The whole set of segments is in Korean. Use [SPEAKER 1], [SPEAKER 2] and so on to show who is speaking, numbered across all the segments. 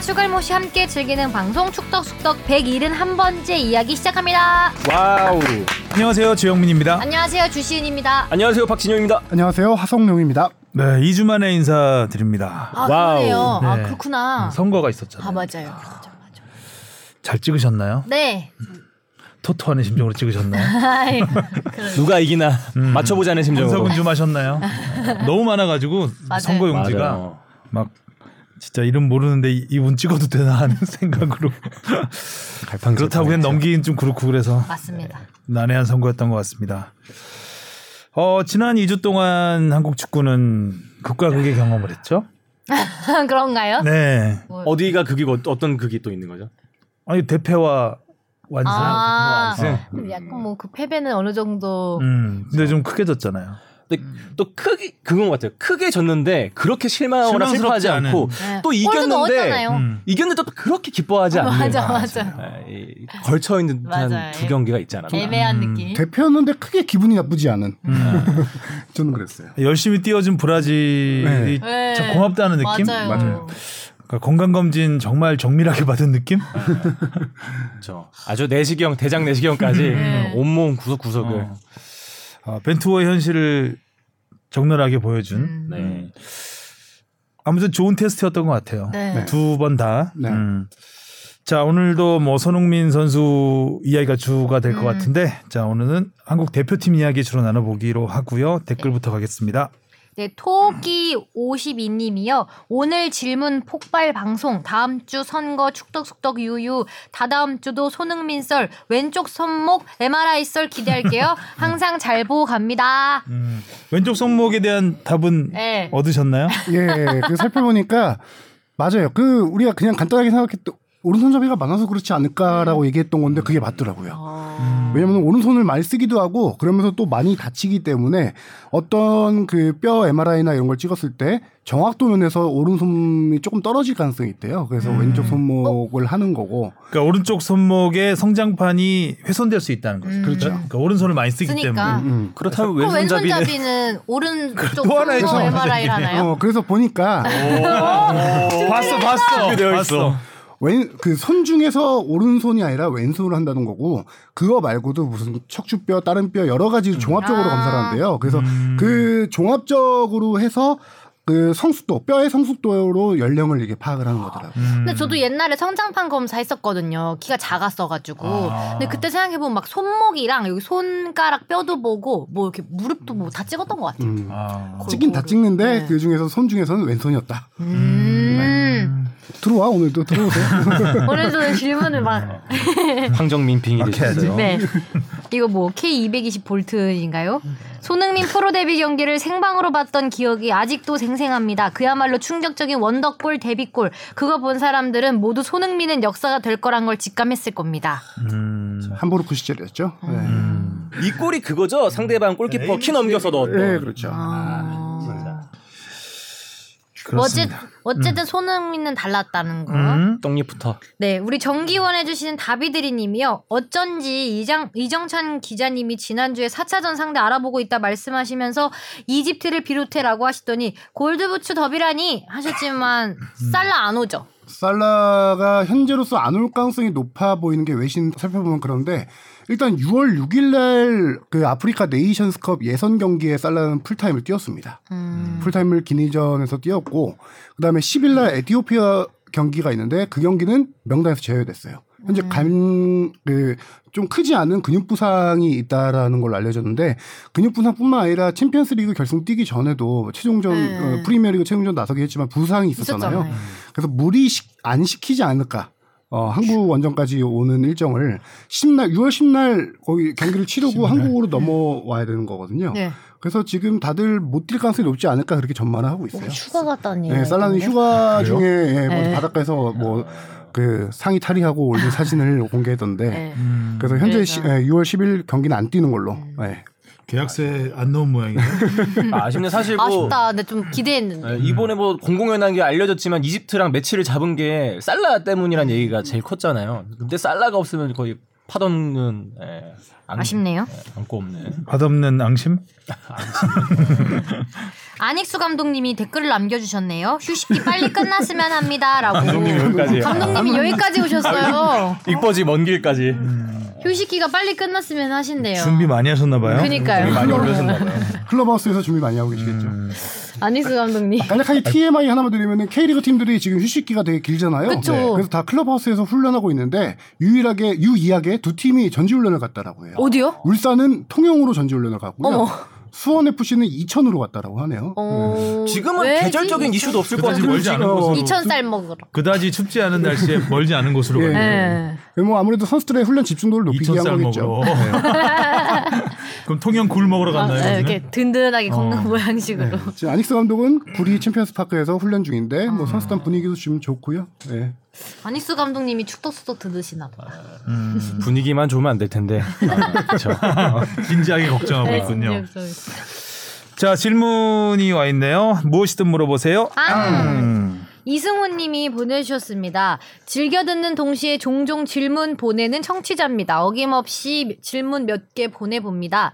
[SPEAKER 1] 세모씨 함께 즐기는 방송 축덕숙덕 171번째 이야기 시작합니다.
[SPEAKER 2] 와우.
[SPEAKER 3] 안녕하세요 주영민입니다.
[SPEAKER 1] 안녕하세요 주시은입니다.
[SPEAKER 2] 안녕하세요 박진영입니다.
[SPEAKER 4] 안녕하세요 화성룡입니다.
[SPEAKER 3] 네 2주 만에 인사드립니다.
[SPEAKER 5] 아
[SPEAKER 2] 와우.
[SPEAKER 5] 그러네요. 아
[SPEAKER 3] 네.
[SPEAKER 5] 그렇구나.
[SPEAKER 3] 선거가
[SPEAKER 5] 아
[SPEAKER 3] 있었잖아요.
[SPEAKER 5] 맞아요. 그렇죠, 맞아.
[SPEAKER 3] 잘 찍으셨나요?
[SPEAKER 1] 네.
[SPEAKER 3] 토토하는 심정으로 찍으셨나요?
[SPEAKER 2] 누가 이기나 맞춰보자는 심정으로.
[SPEAKER 3] 분석은 좀 하셨나요? 너무 많아가지고
[SPEAKER 5] 맞아요.
[SPEAKER 3] 선거용지가
[SPEAKER 2] 맞아요.
[SPEAKER 3] 막 진짜 이름 모르는데 이- 이분 찍어도 되나 하는 생각으로 그렇다고 그냥 넘기긴 좀 그렇고 그래서
[SPEAKER 5] 아.
[SPEAKER 1] 맞습니다.
[SPEAKER 3] 난해한 선거였던 것 같습니다. 어, 지난 2주 동안 한국 축구는 극과 극의 경험을 했죠.
[SPEAKER 5] 아.
[SPEAKER 1] 그런가요?
[SPEAKER 3] 네.
[SPEAKER 2] 어디가 극이고 어- 어떤 극이 또 있는 거죠?
[SPEAKER 3] 아니 대패와 완승.
[SPEAKER 1] 아,
[SPEAKER 3] 완승.
[SPEAKER 5] 음,
[SPEAKER 1] 그럼 약간 뭐 그 패배는 어느 정도
[SPEAKER 3] 음. 근데 좀 크게 졌잖아요.
[SPEAKER 2] 근데 또 크게 그건 것 같아요. 크게 졌는데 그렇게 실망하거나
[SPEAKER 3] 실망스럽지
[SPEAKER 2] 슬퍼하지
[SPEAKER 3] 않은.
[SPEAKER 2] 않고
[SPEAKER 5] 네.
[SPEAKER 2] 또
[SPEAKER 1] 골도
[SPEAKER 2] 이겼는데
[SPEAKER 1] 넣었잖아요.
[SPEAKER 5] 어.
[SPEAKER 3] 음.
[SPEAKER 2] 이겼는데 또 그렇게 기뻐하지 않는
[SPEAKER 5] 맞아 맞아.
[SPEAKER 2] 아, 이 걸쳐 있는 듯한
[SPEAKER 5] 맞아요. 예.
[SPEAKER 2] 두 경기가 있잖아.
[SPEAKER 5] 애매한
[SPEAKER 3] 음.
[SPEAKER 5] 느낌.
[SPEAKER 4] 대표였는데 크게 기분이 나쁘지 않은.
[SPEAKER 5] 음.
[SPEAKER 4] 저는 그랬어요.
[SPEAKER 3] 열심히 뛰어준 브라질이
[SPEAKER 5] 네.
[SPEAKER 3] 참 고맙다는 느낌? 음.
[SPEAKER 5] 맞아요.
[SPEAKER 4] 맞아요.
[SPEAKER 3] 그러니까 건강검진 정말 정밀하게 받은 느낌?
[SPEAKER 5] 어.
[SPEAKER 2] 그렇죠. 아주 내시경 대장 내시경까지
[SPEAKER 5] 네.
[SPEAKER 2] 온몸 구석구석을.
[SPEAKER 3] 어. 아, 벤투어의 현실을 적나라하게 보여준.
[SPEAKER 5] 음.
[SPEAKER 2] 네.
[SPEAKER 3] 음. 아무튼 좋은 테스트였던 것 같아요.
[SPEAKER 5] 네.
[SPEAKER 3] 두 번 다.
[SPEAKER 4] 네.
[SPEAKER 3] 음. 자 오늘도 뭐 손흥민 선수 이야기가 주가 될 것
[SPEAKER 1] 음.
[SPEAKER 3] 같은데 자 오늘은 한국 대표팀 이야기 주로 나눠보기로 하고요 댓글부터 가겠습니다.
[SPEAKER 1] 네, 토끼 52님이요. 오늘 질문 폭발 방송. 다음 주 선거 축덕숙덕 유유. 다다음 주도 손흥민 썰. 왼쪽 손목 MRI 썰 기대할게요. 항상 잘 보고 갑니다.
[SPEAKER 3] 음, 왼쪽 손목에 대한 답은
[SPEAKER 1] 네.
[SPEAKER 3] 얻으셨나요?
[SPEAKER 4] 예, 그 살펴보니까 맞아요. 그 우리가 그냥 간단하게 생각했던 오른손잡이가 많아서 그렇지 않을까라고 얘기했던 건데 그게 맞더라고요.
[SPEAKER 5] 어.
[SPEAKER 4] 왜냐면 오른손을 많이 쓰기도 하고 그러면서 또 많이 다치기 때문에 어떤 그 뼈 MRI나 이런 걸 찍었을 때 정확도 면에서 오른손이 조금 떨어질 가능성이 있대요. 그래서
[SPEAKER 5] 음.
[SPEAKER 4] 왼쪽
[SPEAKER 5] 어?
[SPEAKER 4] 손목을 하는 거고
[SPEAKER 3] 그러니까 오른쪽 손목의 성장판이 훼손될 수 있다는 거죠.
[SPEAKER 4] 그렇죠.
[SPEAKER 3] 그러니까 오른손을 많이 쓰기
[SPEAKER 5] 쓰니까.
[SPEAKER 3] 때문에.
[SPEAKER 4] 음.
[SPEAKER 2] 그렇다면
[SPEAKER 5] 그럼
[SPEAKER 2] 왼손잡이는
[SPEAKER 5] 왼손잡이는 오른쪽
[SPEAKER 3] 어, 또 하나의
[SPEAKER 5] 손목
[SPEAKER 3] 상황이네.
[SPEAKER 5] MRI를 하나요? 아.
[SPEAKER 4] 어, 그래서 보니까
[SPEAKER 3] 봤어, 봤어,
[SPEAKER 2] 되어 있어.
[SPEAKER 4] 왼 그 손 중에서 오른손이 아니라 왼손으로 한다는 거고 그거 말고도 무슨 척추뼈, 다른 뼈 여러 가지 종합적으로
[SPEAKER 1] 아.
[SPEAKER 4] 검사를 한대요. 그래서
[SPEAKER 3] 음.
[SPEAKER 4] 그 종합적으로 해서 그 성숙도, 뼈의 성숙도로 연령을 이게 파악을 하는 거더라고요.
[SPEAKER 1] 근데 저도 옛날에 성장판 검사 했었거든요. 키가 작았어가지고.
[SPEAKER 3] 아.
[SPEAKER 1] 근데 그때 생각해보면 막 손목이랑 여기 손가락 뼈도 보고 뭐 이렇게 무릎도 뭐 다 찍었던 것 같아요.
[SPEAKER 4] 음.
[SPEAKER 3] 아.
[SPEAKER 5] 그-
[SPEAKER 4] 찍긴 다 찍는데
[SPEAKER 5] 네.
[SPEAKER 4] 그 중에서 손 중에서는 왼손이었다.
[SPEAKER 1] 음.
[SPEAKER 4] 들어와 오늘도 들어오세요.
[SPEAKER 1] 오늘도 질문을 막.
[SPEAKER 2] 네. 황정민 빙이 되셨어요.
[SPEAKER 1] 네. 이거 뭐 K220 볼트인가요? 손흥민 프로 데뷔 경기를 생방으로 봤던 기억이 아직도 생생합니다. 그야말로 충격적인 원더골 데뷔골. 그거 본 사람들은 모두 손흥민은 역사가 될 거란 걸 직감했을 겁니다.
[SPEAKER 3] 음.
[SPEAKER 4] 함부르크 시절이었죠. 네.
[SPEAKER 2] 이 골이 그거죠. 상대방 골키퍼 키 넘겨서 넣었던.
[SPEAKER 4] 네, 그렇죠.
[SPEAKER 1] 아. 어쨌,
[SPEAKER 3] 아. 네. 그렇습니다.
[SPEAKER 1] 어쨌든 손흥민은 달랐다는 거.
[SPEAKER 3] 음.
[SPEAKER 2] 떡잎부터.
[SPEAKER 1] 네, 우리 정기원 해주시는 다비드리님이요. 어쩐지 이장, 이정찬 기자님이 지난주에 4차전 상대 알아보고 있다 말씀하시면서 이집트를 비롯해라고 하시더니 골드부츠 더비라니 하셨지만
[SPEAKER 4] 음.
[SPEAKER 1] 살라 안 오죠.
[SPEAKER 4] 살라가 현재로서 안 올 가능성이 높아 보이는 게 외신 살펴보면 그런데 일단 6월 6일 날그 아프리카 네이션스컵 예선 경기에 살라는 풀타임을 뛰었습니다.
[SPEAKER 1] 음.
[SPEAKER 4] 풀타임을 기니전에서 뛰었고 음. 그다음에 10일 날 에티오피아 경기가 있는데 그 경기는 명단에서 제외됐어요. 현재 감그좀 크지 않은 근육 부상이 있다라는 걸로 알려졌는데 근육 부상뿐만 아니라 챔피언스리그 결승 뛰기 전에도 최종전
[SPEAKER 5] 음.
[SPEAKER 4] 어, 프리미어리그 최종전 나서기 했지만 부상이 있었잖아요.
[SPEAKER 5] 있었잖아요.
[SPEAKER 4] 그래서 무리 시- 안 시키지 않을까. 어, 한국 원정까지 오는 일정을 10날, 6월 10날 거기 경기를 치르고 한국으로 넘어와야 되는 거거든요.
[SPEAKER 5] 네.
[SPEAKER 4] 그래서 지금 다들 못 뛸 가능성이 높지 않을까 그렇게 전망을 하고 있어요.
[SPEAKER 1] 휴가 갔다니.
[SPEAKER 4] 네, 살라는 휴가 중에 예, 먼저
[SPEAKER 5] 네.
[SPEAKER 4] 바닷가에서 뭐 그 상의 탈의하고 올린 사진을 공개했던데
[SPEAKER 5] 네. 음.
[SPEAKER 3] 음.
[SPEAKER 4] 그래서 현재
[SPEAKER 5] 그래서-
[SPEAKER 4] 시, 예, 6월 10일 경기는 안 뛰는 걸로. 예.
[SPEAKER 3] 계약서에 안 넣은 모양이네요.
[SPEAKER 2] 아, 쉽네 사실 뭐
[SPEAKER 5] 아쉽다. 근데
[SPEAKER 4] 음.
[SPEAKER 5] 좀 기대했는데.
[SPEAKER 2] 네, 이번에 뭐 공공연한 게 알려졌지만 이집트랑 매치를 잡은 게 살라 때문이란 얘기가 제일 컸잖아요. 근데 살라가 없으면 거의 파도는 예, 안-
[SPEAKER 1] 아쉽네요.
[SPEAKER 2] 예, 안고 없는
[SPEAKER 3] 맛없는 앙심?
[SPEAKER 1] 안익수 감독님이 댓글을 남겨주셨네요. 휴식기 빨리 끝났으면 합니다라고.
[SPEAKER 2] 여기까지
[SPEAKER 1] 감독님이 여기까지 오셨어요.
[SPEAKER 2] 익버지 먼 길까지
[SPEAKER 1] 휴식기가 빨리 끝났으면 하신대요.
[SPEAKER 3] 준비 많이 하셨나 봐요.
[SPEAKER 1] 그니까요.
[SPEAKER 4] 클럽하우스에서 준비 많이 하고 계시겠죠.
[SPEAKER 1] 안익수 감독님.
[SPEAKER 4] 간략하게
[SPEAKER 3] 아,
[SPEAKER 4] TMI 하나만 드리면은 K리그 팀들이 지금 휴식기가 되게 길잖아요. 네.
[SPEAKER 1] 그쵸.
[SPEAKER 4] 그래서 다 클럽하우스에서 훈련하고 있는데 유일하게 유이하게 두 팀이 전지훈련을 갔다라고 해요.
[SPEAKER 1] 어디요?
[SPEAKER 4] 울산은 통영으로 전지훈련을 갔고요.
[SPEAKER 1] 어머.
[SPEAKER 4] 수원 FC는 이천으로 갔다라고 하네요.
[SPEAKER 1] 어...
[SPEAKER 2] 음, 지금은
[SPEAKER 1] 왜지?
[SPEAKER 2] 계절적인 이슈도 없을 것
[SPEAKER 3] 그다지
[SPEAKER 2] 같은데
[SPEAKER 3] 멀지 않은
[SPEAKER 2] 지금
[SPEAKER 3] 곳으로.
[SPEAKER 1] 이천 쌀 먹으러.
[SPEAKER 3] 그다지 춥지 않은 날씨에 멀지 않은 곳으로
[SPEAKER 4] 예.
[SPEAKER 3] 가요.
[SPEAKER 1] 예.
[SPEAKER 4] 뭐 아무래도 선수들의 훈련 집중도를 높이기
[SPEAKER 3] 2천
[SPEAKER 4] 위한
[SPEAKER 3] 쌀
[SPEAKER 4] 거겠죠.
[SPEAKER 3] 먹으러. 그럼 통영 굴 먹으러
[SPEAKER 1] 아,
[SPEAKER 3] 갔나요?
[SPEAKER 1] 네,
[SPEAKER 3] 거기는?
[SPEAKER 1] 이렇게 든든하게 건강 모양식으로.
[SPEAKER 4] 지금 아닉스 감독은 구리 챔피언스 파크에서 훈련 중인데
[SPEAKER 1] 아.
[SPEAKER 4] 뭐 선수단 분위기도 지금 좋고요. 예.
[SPEAKER 1] 안익수 감독님이 축덕수덕 들으시나 봐요.
[SPEAKER 2] 분위기만 좋으면 안 될 텐데 아, 그쵸.
[SPEAKER 3] 진지하게 걱정하고
[SPEAKER 1] 네,
[SPEAKER 3] 있군요.
[SPEAKER 1] 진짜 있어요.
[SPEAKER 3] 자 질문이 와 있네요. 무엇이든 물어보세요.
[SPEAKER 1] 아,
[SPEAKER 3] 음.
[SPEAKER 1] 이승훈님이 보내주셨습니다. 즐겨 듣는 동시에 종종 질문 보내는 청취자입니다. 어김없이 질문 몇 개 보내봅니다.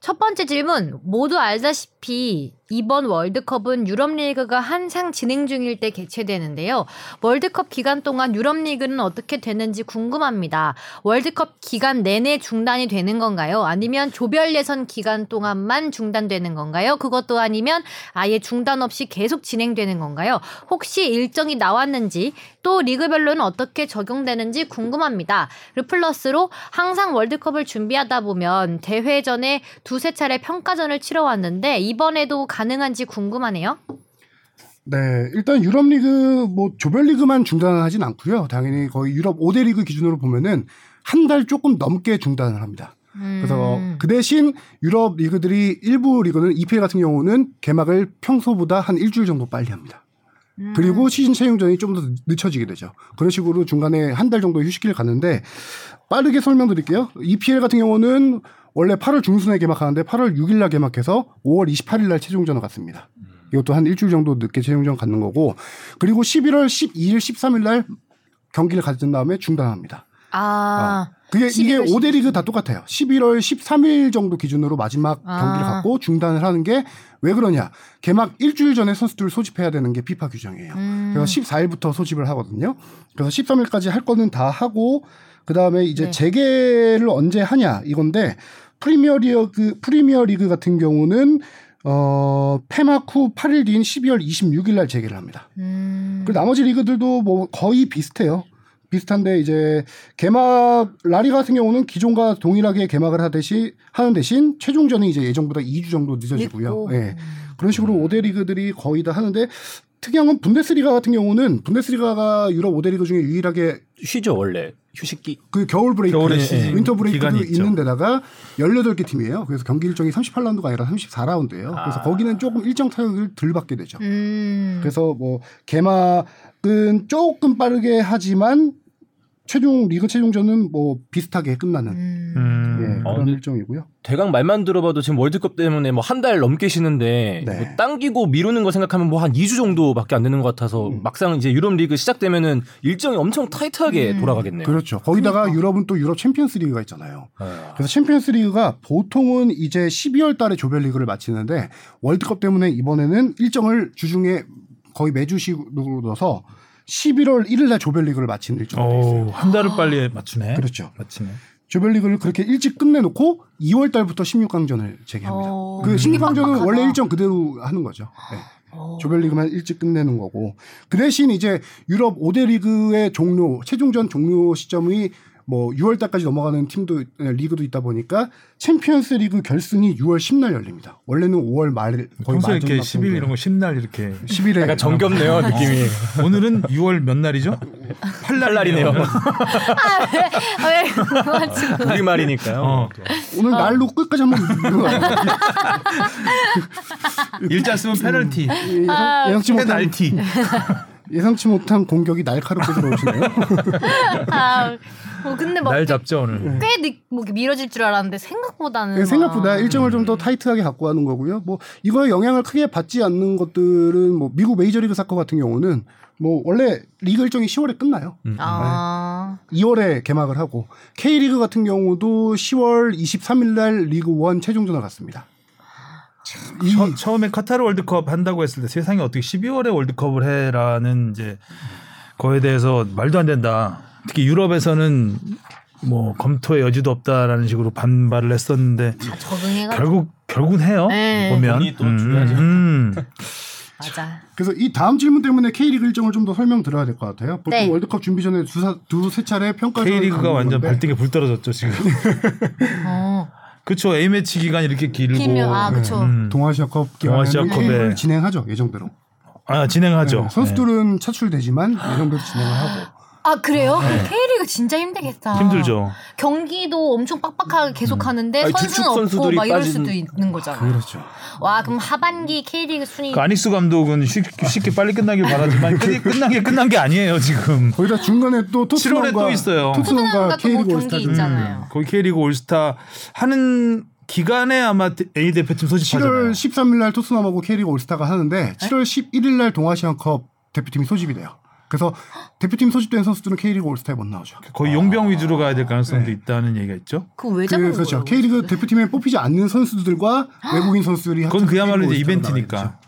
[SPEAKER 1] 첫 번째 질문 모두 알다시피 이번 월드컵은 유럽리그가 한창 진행 중일 때 개최되는데요. 월드컵 기간 동안 유럽리그는 어떻게 되는지 궁금합니다. 월드컵 기간 내내 중단이 되는 건가요? 아니면 조별 예선 기간 동안만 중단되는 건가요? 그것도 아니면 아예 중단 없이 계속 진행되는 건가요? 혹시 일정이 나왔는지 또 리그별로는 어떻게 적용되는지 궁금합니다. 르플러스로 항상 월드컵을 준비하다 보면 대회 전에 두세 차례 평가전을 치러 왔는데 이번에도 가능한지 궁금하네요.
[SPEAKER 4] 네, 일단 유럽 리그 뭐 조별 리그만 중단을 하진 않고요. 당연히 거의 유럽 5대 리그 기준으로 보면은 한 달 조금 넘게 중단을 합니다.
[SPEAKER 1] 음.
[SPEAKER 4] 그래서 그 대신 유럽 리그들이 일부 리그는 EPL 같은 경우는 개막을 평소보다 한 일주일 정도 빨리 합니다. 그리고 시즌 채용전이 좀 더 늦춰지게 되죠. 그런 식으로 중간에 한 달 정도 휴식기를 가는데 빠르게 설명드릴게요. EPL 같은 경우는 원래 8월 중순에 개막하는데 8월 6일날 개막해서 5월 28일날 최종전을 갔습니다. 이것도 한 일주일 정도 늦게 최종전 갖는 거고 그리고 11월 12일, 13일날 경기를 가진 다음에 중단합니다.
[SPEAKER 1] 아,
[SPEAKER 4] 그게 이게
[SPEAKER 1] 11월
[SPEAKER 4] 5대 리그 다 똑같아요. 11월 13일 정도 기준으로 마지막
[SPEAKER 1] 아.
[SPEAKER 4] 경기를 갖고 중단을 하는 게 왜 그러냐? 개막 일주일 전에 선수들을 소집해야 되는 게 피파 규정이에요.
[SPEAKER 1] 음.
[SPEAKER 4] 그래서 14일부터 소집을 하거든요. 그래서 13일까지 할 거는 다 하고 그다음에 이제
[SPEAKER 1] 네.
[SPEAKER 4] 재개를 언제 하냐 이건데 프리미어 리그 프리미어 리그 같은 경우는 어 폐막 후 8일 뒤인 12월 26일 날 재개를 합니다.
[SPEAKER 1] 음.
[SPEAKER 4] 그 나머지 리그들도 뭐 거의 비슷해요. 비슷한데 이제 개막 라리 같은 경우는 기존과 동일하게 개막을 하듯이 하는 대신 최종전이 이제 예정보다 2주 정도 늦어지고요.
[SPEAKER 1] 늦고.
[SPEAKER 4] 예. 그런 식으로 5대 리그들이 거의 다 하는데 특이한 건 분데스리가 같은 경우는 분데스리가가 유럽 5대 리그 중에 유일하게
[SPEAKER 2] 쉬죠 원래 휴식기
[SPEAKER 4] 그 겨울 브레이크,
[SPEAKER 3] 겨울에 시즌
[SPEAKER 4] 윈터 브레이크도
[SPEAKER 3] 기간이 있죠.
[SPEAKER 4] 있는 데다가 18개 팀이에요. 그래서 경기 일정이 38라운드가 아니라 34라운드예요. 그래서
[SPEAKER 2] 아.
[SPEAKER 4] 거기는 조금 일정 타격을 덜 받게 되죠.
[SPEAKER 1] 음.
[SPEAKER 4] 그래서 뭐 개막은 조금 빠르게 하지만 최종 리그 최종전은 뭐 비슷하게 끝나는
[SPEAKER 1] 음.
[SPEAKER 4] 예,
[SPEAKER 3] 음.
[SPEAKER 2] 어,
[SPEAKER 4] 그런
[SPEAKER 2] 근데-
[SPEAKER 4] 일정이고요.
[SPEAKER 2] 대강 말만 들어봐도 지금 월드컵 때문에 뭐 한 달 넘게 쉬는데
[SPEAKER 4] 네.
[SPEAKER 2] 뭐 당기고 미루는 거 생각하면 뭐 한 2주 정도밖에 안 되는 것 같아서 막상 이제 유럽 리그 시작되면은 일정이 엄청 타이트하게 돌아가겠네요.
[SPEAKER 4] 그렇죠. 거기다가 유럽은 또 유럽 챔피언스 리그가 있잖아요.
[SPEAKER 2] 아.
[SPEAKER 4] 그래서 챔피언스 리그가 보통은 이제 12월 달에 조별 리그를 마치는데 월드컵 때문에 이번에는 일정을 주중에 거의 매주식으로 넣어서 11월 1일 날 조별 리그를 마치는 일정이 돼 있어요.
[SPEAKER 3] 오, 한 달을 빨리 맞추네.
[SPEAKER 4] 네. 그렇죠.
[SPEAKER 3] 맞추네.
[SPEAKER 4] 조별 리그를 그렇게 일찍 끝내놓고 2월 달부터 16강전을 재개합니다.
[SPEAKER 1] 어.
[SPEAKER 4] 그
[SPEAKER 1] 음.
[SPEAKER 4] 16강전은 원래
[SPEAKER 1] 빡빡하다.
[SPEAKER 4] 일정 그대로 하는 거죠. 네.
[SPEAKER 1] 어.
[SPEAKER 4] 조별리그만 일찍 끝내는 거고 그 대신 이제 유럽 5대 리그의 종료 최종전 종료 시점이 뭐 6월 달까지 넘어가는 팀도 에, 리그도 있다 보니까 챔피언스 리그 결승이 6월 10날 열립니다. 원래는 5월 말 거의
[SPEAKER 3] 평소에 이렇게
[SPEAKER 4] 마지막
[SPEAKER 3] 10일 이런 거 10날 이렇게
[SPEAKER 4] 10일에
[SPEAKER 2] 약간 정겹네요 느낌이.
[SPEAKER 3] 오늘은 6월 몇 날이죠?
[SPEAKER 2] 8날이네요.
[SPEAKER 1] 아, 왜 그만 좀-
[SPEAKER 2] 우리 말이니까요.
[SPEAKER 3] 어.
[SPEAKER 4] 오늘 날로 끝까지 한번 읽어봐요.
[SPEAKER 3] 일자 쓰면 페널티.
[SPEAKER 4] 예, 예상- 예상치 못한
[SPEAKER 3] 페널티.
[SPEAKER 4] 예상치 못한 공격이 날카롭게 들어오시네요.
[SPEAKER 5] 아, 어, 근데 막
[SPEAKER 3] 날
[SPEAKER 5] 꽤
[SPEAKER 3] 잡죠 오늘.
[SPEAKER 5] 뭐, 이렇게 밀어질 줄 알았는데 생각보다는
[SPEAKER 1] 음.
[SPEAKER 4] 네,
[SPEAKER 5] 막-
[SPEAKER 1] 아.
[SPEAKER 4] 생각보다 일정을 좀 더 타이트하게 갖고 가는 거고요. 뭐 이거에 영향을 크게 받지 않는 것들은 뭐 미국 메이저리그 사커 같은 경우는 뭐 원래 리그 일정이 10월에 끝나요.
[SPEAKER 3] 음.
[SPEAKER 5] 아,
[SPEAKER 4] 음. 2월에 개막을 하고 K리그 같은 경우도 10월 23일 날 리그 1 최종전을 갔습니다. 이-
[SPEAKER 3] 처, 처음에 카타르 월드컵 한다고 했을 때 세상에 어떻게 12월에 월드컵을 해라는 이제 거에 대해서 말도 안 된다. 특히 유럽에서는 뭐 검토의 여지도 없다라는 식으로 반발을 했었는데
[SPEAKER 5] 아, 적응해가지고
[SPEAKER 3] 결국 결국은 해요.
[SPEAKER 5] 네.
[SPEAKER 3] 보면
[SPEAKER 2] 돈이 또 중요하죠.
[SPEAKER 3] 음.
[SPEAKER 5] 맞아.
[SPEAKER 4] 그래서 이 다음 질문 때문에 K리그 일정을 좀 더 설명 드려야 될 것 같아요. 보통
[SPEAKER 5] 네.
[SPEAKER 4] 월드컵 준비 전에 두세 두 세 차례 평가를
[SPEAKER 3] K리그가 완전 발등에 불 떨어졌죠 지금.
[SPEAKER 5] 어,
[SPEAKER 3] 그렇죠. A 매치 기간 이렇게 길고
[SPEAKER 5] 길면 아, 그쵸.
[SPEAKER 3] 음.
[SPEAKER 4] 동아시아컵
[SPEAKER 3] 동아시아컵에. 네.
[SPEAKER 4] 기간에는 K리그를 진행하죠 예정대로.
[SPEAKER 3] 아 진행하죠.
[SPEAKER 4] 네, 선수들은 차출되지만 예정대로 진행을 하고.
[SPEAKER 5] 아 그래요? K리그 진짜 힘들겠다.
[SPEAKER 3] 네. 힘들죠.
[SPEAKER 5] 경기도 엄청 빡빡하게 계속 하는데
[SPEAKER 2] 아니, 주축
[SPEAKER 5] 선수는 없고
[SPEAKER 2] 선수들이
[SPEAKER 5] 막 이럴
[SPEAKER 2] 빠진-
[SPEAKER 5] 수도 있는 거잖아.
[SPEAKER 4] 그렇죠.
[SPEAKER 5] 와 그럼 하반기 K리그 순위
[SPEAKER 3] 그 아닉수 감독은 쉽, 쉽게 빨리 끝나길 바라지만 끝, 끝난 게 끝난 게 아니에요 지금.
[SPEAKER 4] 거기다 중간에 또
[SPEAKER 3] 7월에
[SPEAKER 4] 토트넘과
[SPEAKER 3] 또 있어요.
[SPEAKER 4] 토트넘과
[SPEAKER 5] 토트넘과 또 뭐
[SPEAKER 4] K리그
[SPEAKER 5] 경기
[SPEAKER 4] 올스타전
[SPEAKER 5] 있잖아요.
[SPEAKER 3] 거기 K리그 올스타 하는 기간에 아마 A 대표팀
[SPEAKER 4] 7월
[SPEAKER 3] 소집하잖아요.
[SPEAKER 4] 13일 날 토트넘하고 K리그 올스타가
[SPEAKER 5] 네?
[SPEAKER 4] 하는데 7월 11일 날 동아시안컵 대표팀이 소집이 돼요. 그래서 대표팀 소집된 선수들은 K리그 올스타에 못 나오죠.
[SPEAKER 3] 거의 용병 위주로 가야 될 가능성도
[SPEAKER 4] 네.
[SPEAKER 3] 있다는 얘기가 있죠.
[SPEAKER 5] 그왜
[SPEAKER 4] 그,
[SPEAKER 5] 잡는
[SPEAKER 4] 그렇죠.
[SPEAKER 5] 거예요?
[SPEAKER 4] K리그 대표팀에 뽑히지 않는 선수들과 외국인 선수들이
[SPEAKER 3] 그건
[SPEAKER 4] 합쳐서
[SPEAKER 3] 그야말로
[SPEAKER 4] K리그
[SPEAKER 3] 이제
[SPEAKER 4] 올스타로 나와야
[SPEAKER 3] 이벤트니까.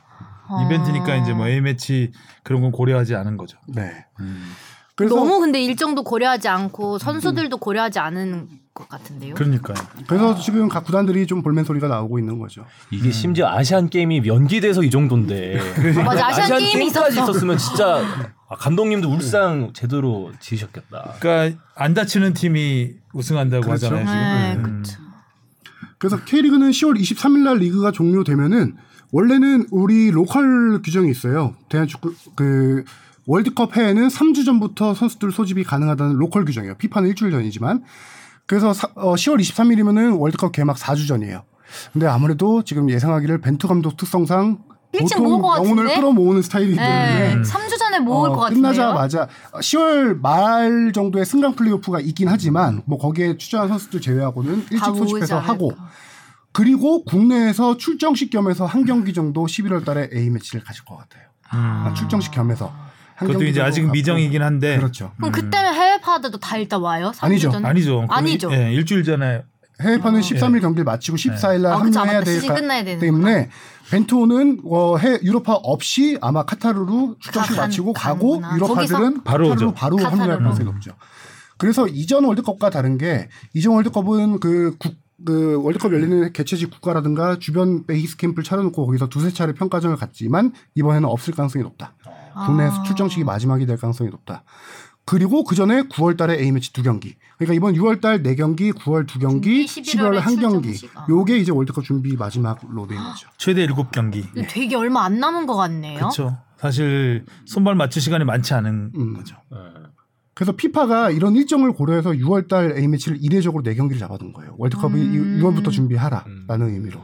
[SPEAKER 5] 아.
[SPEAKER 3] 이벤트니까 이제 뭐 A 매치 그런 건 고려하지 않은 거죠.
[SPEAKER 4] 되죠. 네.
[SPEAKER 3] 음.
[SPEAKER 4] 그래서
[SPEAKER 5] 너무 근데 일정도 고려하지 않고 선수들도 고려하지 않은 것 같은데요.
[SPEAKER 3] 그러니까요.
[SPEAKER 4] 그래서 지금 각 구단들이 좀 볼멘 소리가 나오고 있는 거죠.
[SPEAKER 2] 이게 심지어 아시안 게임이 연기돼서 이 정도인데.
[SPEAKER 5] 아, 맞아 아시안, 게임이
[SPEAKER 2] 게임까지
[SPEAKER 5] 있었어.
[SPEAKER 2] 있었으면 진짜 아, 감독님도 울상 제대로 지으셨겠다.
[SPEAKER 3] 그러니까 안 다치는 팀이 우승한다고
[SPEAKER 4] 그렇죠.
[SPEAKER 3] 하잖아요. 지금.
[SPEAKER 5] 네,
[SPEAKER 3] 음.
[SPEAKER 5] 그쵸.
[SPEAKER 4] 그래서 K리그는 10월 23일 날 리그가 종료되면은 원래는 우리 로컬 규정이 있어요. 대한축구 그 월드컵 해에는 3주 전부터 선수들 소집이 가능하다는 로컬 규정이에요. 피파는 일주일 전이지만 그래서 사- 어, 10월 23일이면은 월드컵 개막 4주 전이에요. 근데 아무래도 지금 예상하기를 벤투 감독 특성상
[SPEAKER 5] 일찍
[SPEAKER 4] 보통
[SPEAKER 5] 모을 것
[SPEAKER 4] 영혼을
[SPEAKER 5] 같은데?
[SPEAKER 4] 끌어모으는 스타일이기 때문에
[SPEAKER 5] 네,
[SPEAKER 3] 음.
[SPEAKER 5] 3주 전에 모을
[SPEAKER 4] 어,
[SPEAKER 5] 것 같은데요.
[SPEAKER 4] 끝나자마자 10월 말 정도에 승강 플레이오프가 있긴 하지만 뭐 거기에 출전한 선수들 제외하고는
[SPEAKER 5] 다
[SPEAKER 4] 일찍
[SPEAKER 5] 모으지
[SPEAKER 4] 소집해서
[SPEAKER 5] 않을까.
[SPEAKER 4] 하고 그리고 국내에서 출정식 겸해서 한 경기 정도 11월 달에 A 매치를 가질 것 같아요. 아, 출정식 겸해서 네. 한
[SPEAKER 3] 그것도
[SPEAKER 4] 경기
[SPEAKER 3] 이제
[SPEAKER 4] 정도
[SPEAKER 3] 아직은
[SPEAKER 4] 갖고.
[SPEAKER 3] 미정이긴 한데
[SPEAKER 4] 그렇죠.
[SPEAKER 3] 음.
[SPEAKER 5] 그럼 그때는 해외 파도 다 일단 와요? 3주
[SPEAKER 4] 아니죠.
[SPEAKER 5] 전에?
[SPEAKER 3] 아니죠. 거의
[SPEAKER 5] 아니죠.
[SPEAKER 3] 예, 일주일 전에
[SPEAKER 4] 해외파는
[SPEAKER 3] 아,
[SPEAKER 4] 13일
[SPEAKER 3] 예.
[SPEAKER 4] 경기를 마치고
[SPEAKER 3] 네.
[SPEAKER 4] 14일 날
[SPEAKER 5] 아, 그쵸.
[SPEAKER 4] 합류해야
[SPEAKER 5] 아마 그
[SPEAKER 4] 될
[SPEAKER 5] 시즌
[SPEAKER 4] 가-
[SPEAKER 5] 끝나야 되는
[SPEAKER 4] 때문에 벤투는 어, 해 유로파 없이 아마 카타르로 출전식
[SPEAKER 5] 가-
[SPEAKER 4] 마치고
[SPEAKER 5] 아, 가-
[SPEAKER 4] 가고
[SPEAKER 5] 가는구나.
[SPEAKER 4] 유로파들은
[SPEAKER 5] 거기서?
[SPEAKER 3] 바로
[SPEAKER 4] 카타르로
[SPEAKER 3] 오죠.
[SPEAKER 4] 바로 합류할
[SPEAKER 5] 카타르로.
[SPEAKER 4] 가능성이 높죠. 그래서 이전 월드컵과 다른 게 이전 월드컵은 그 국, 그 월드컵 열리는 개최지 국가라든가 주변 베이스 캠프를 차려놓고 거기서 두세 차례 평가전을 갔지만 이번에는 없을 가능성이 높다.
[SPEAKER 5] 아.
[SPEAKER 4] 국내에서 출정식이 마지막이 될 가능성이 높다. 그리고 그 전에 9월 달에 A매치 두 경기. 그러니까 이번 6월 달 네 경기, 9월 두 경기,
[SPEAKER 5] 11월
[SPEAKER 4] 11월 한 경기.
[SPEAKER 5] 출정식. 아.
[SPEAKER 4] 요게 이제 월드컵 준비 마지막으로 된 거죠.
[SPEAKER 3] 최대 7경기.
[SPEAKER 5] 되게 얼마 안 남은 것 같네요.
[SPEAKER 3] 그렇죠. 사실 손발 맞출 시간이 많지 않은
[SPEAKER 4] 음.
[SPEAKER 3] 거죠.
[SPEAKER 4] 그래서 피파가 이런 일정을 고려해서 6월 달 A매치를 이례적으로 네 경기를 잡아둔 거예요. 월드컵이
[SPEAKER 5] 음.
[SPEAKER 4] 6월부터 준비하라라는
[SPEAKER 3] 음.
[SPEAKER 4] 의미로.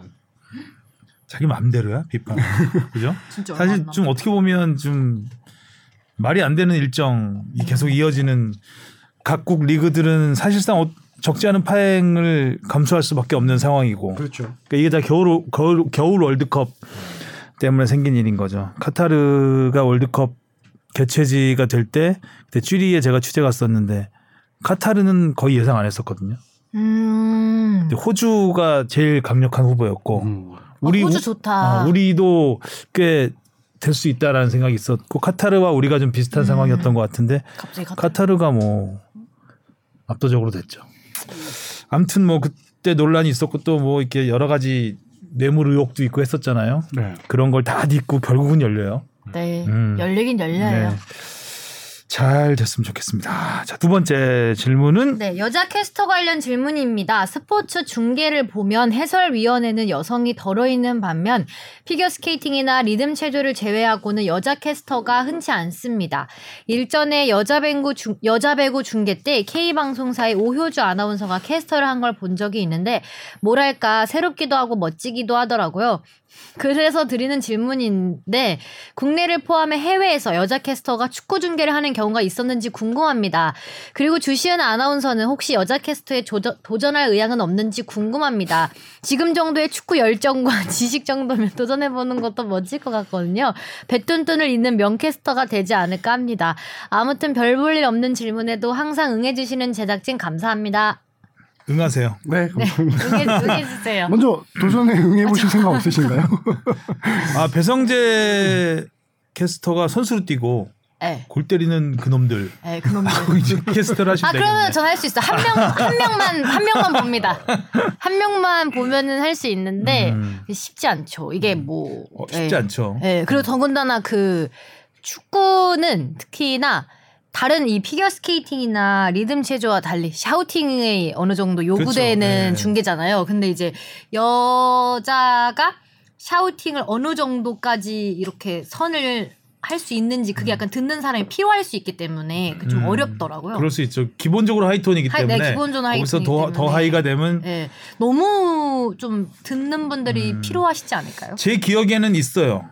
[SPEAKER 3] 자기 마음대로야 비판. 그죠?
[SPEAKER 5] 진짜 그렇죠. 얼마
[SPEAKER 3] 사실
[SPEAKER 5] 안
[SPEAKER 3] 좀 어떻게 보면 좀 말이 안 되는 일정이 계속 이어지는 각국 리그들은 사실상 어- 적지 않은 파행을 감수할 수밖에 없는 상황이고
[SPEAKER 4] 그렇죠.
[SPEAKER 3] 그러니까 이게 다 겨울, 오- 겨울, 겨울 월드컵 때문에 생긴 일인 거죠. 카타르가 월드컵 개최지가 될 때 그때 쥐리에 제가 취재 갔었는데 카타르는 거의 예상 안 했었거든요.
[SPEAKER 5] 음.
[SPEAKER 3] 근데 호주가 제일 강력한 후보였고
[SPEAKER 4] 음.
[SPEAKER 3] 우리
[SPEAKER 5] 아, 호주
[SPEAKER 3] 우-
[SPEAKER 5] 좋다.
[SPEAKER 3] 어, 우리도 꽤 될 수 있다라는 생각이 있었고 카타르와 우리가 좀 비슷한
[SPEAKER 5] 음.
[SPEAKER 3] 상황이었던 것 같은데
[SPEAKER 5] 갑자기
[SPEAKER 1] 아,
[SPEAKER 5] 갔다.
[SPEAKER 3] 카타르가 뭐 압도적으로 됐죠. 아무튼 뭐 그때 논란이 있었고 또 뭐 이렇게 여러 가지 뇌물 의혹도 있고 했었잖아요.
[SPEAKER 4] 네.
[SPEAKER 3] 그런 걸 다 딛고 결국은 열려요.
[SPEAKER 5] 네.
[SPEAKER 3] 음.
[SPEAKER 5] 열리긴 열려요.
[SPEAKER 3] 네. 잘 됐으면 좋겠습니다. 자, 두 번째 질문은
[SPEAKER 1] 네, 여자 캐스터 관련 질문입니다. 스포츠 중계를 보면 해설위원회는 여성이 덜어 있는 반면 피겨스케이팅이나 리듬 체조를 제외하고는 여자 캐스터가 흔치 않습니다. 일전에 여자 배구 중, 여자 배구 중계 때 K 방송사의 오효주 아나운서가 캐스터를 한 걸 본 적이 있는데 뭐랄까 새롭기도 하고 멋지기도 하더라고요. 그래서 드리는 질문인데 국내를 포함해 해외에서 여자 캐스터가 축구 중계를 하는 경우가 있었는지 궁금합니다. 그리고 주시은 아나운서는 혹시 여자 캐스터에 조저- 도전할 의향은 없는지 궁금합니다. 지금 정도의 축구 열정과 지식 정도면 도전해보는 것도 멋질 것 같거든요. 배뚠뚠을 잇는 명캐스터가 되지 않을까 합니다. 아무튼 별 볼 일 없는 질문에도 항상 응해주시는 제작진 감사합니다.
[SPEAKER 3] 응하세요.
[SPEAKER 4] 네.
[SPEAKER 1] 응해, 응해주세요.
[SPEAKER 4] 먼저 도전에 응해보실 생각 없으신가요?
[SPEAKER 3] 아, 배성재 캐스터가 선수로 뛰고
[SPEAKER 1] 네.
[SPEAKER 3] 골 때리는 그놈들.
[SPEAKER 1] 네, 그놈들.
[SPEAKER 3] 이제 캐스터를 하시면
[SPEAKER 1] 아 그러면
[SPEAKER 3] 되겠네.
[SPEAKER 1] 전 할 수 있어. 한 명 한 명만 한 명만 봅니다. 한 명만 보면은 할 수 있는데
[SPEAKER 3] 음.
[SPEAKER 1] 쉽지 않죠. 이게 뭐
[SPEAKER 3] 어, 쉽지
[SPEAKER 1] 예.
[SPEAKER 3] 않죠.
[SPEAKER 1] 예. 그리고 더군다나 그 축구는 특히나 다른 이 피겨 스케이팅이나 리듬 체조와 달리 샤우팅이 어느 정도 요구되는
[SPEAKER 3] 그렇죠. 예.
[SPEAKER 1] 중계잖아요. 근데 이제 여자가 샤우팅을 어느 정도까지 이렇게 선을 할 수 있는지 그게 약간 듣는 사람이 필요할 수 있기 때문에 그게 좀
[SPEAKER 3] 음.
[SPEAKER 1] 어렵더라고요.
[SPEAKER 3] 그럴 수 있죠. 기본적으로 하이톤이기
[SPEAKER 1] 하이- 네,
[SPEAKER 3] 때문에
[SPEAKER 1] 기본적으로
[SPEAKER 3] 거기서
[SPEAKER 1] 하이톤이기
[SPEAKER 3] 더, 더
[SPEAKER 1] 때문에.
[SPEAKER 3] 하이가 되면
[SPEAKER 1] 예. 너무 좀 듣는 분들이
[SPEAKER 3] 음.
[SPEAKER 1] 필요하시지 않을까요?
[SPEAKER 3] 제 기억에는 있어요.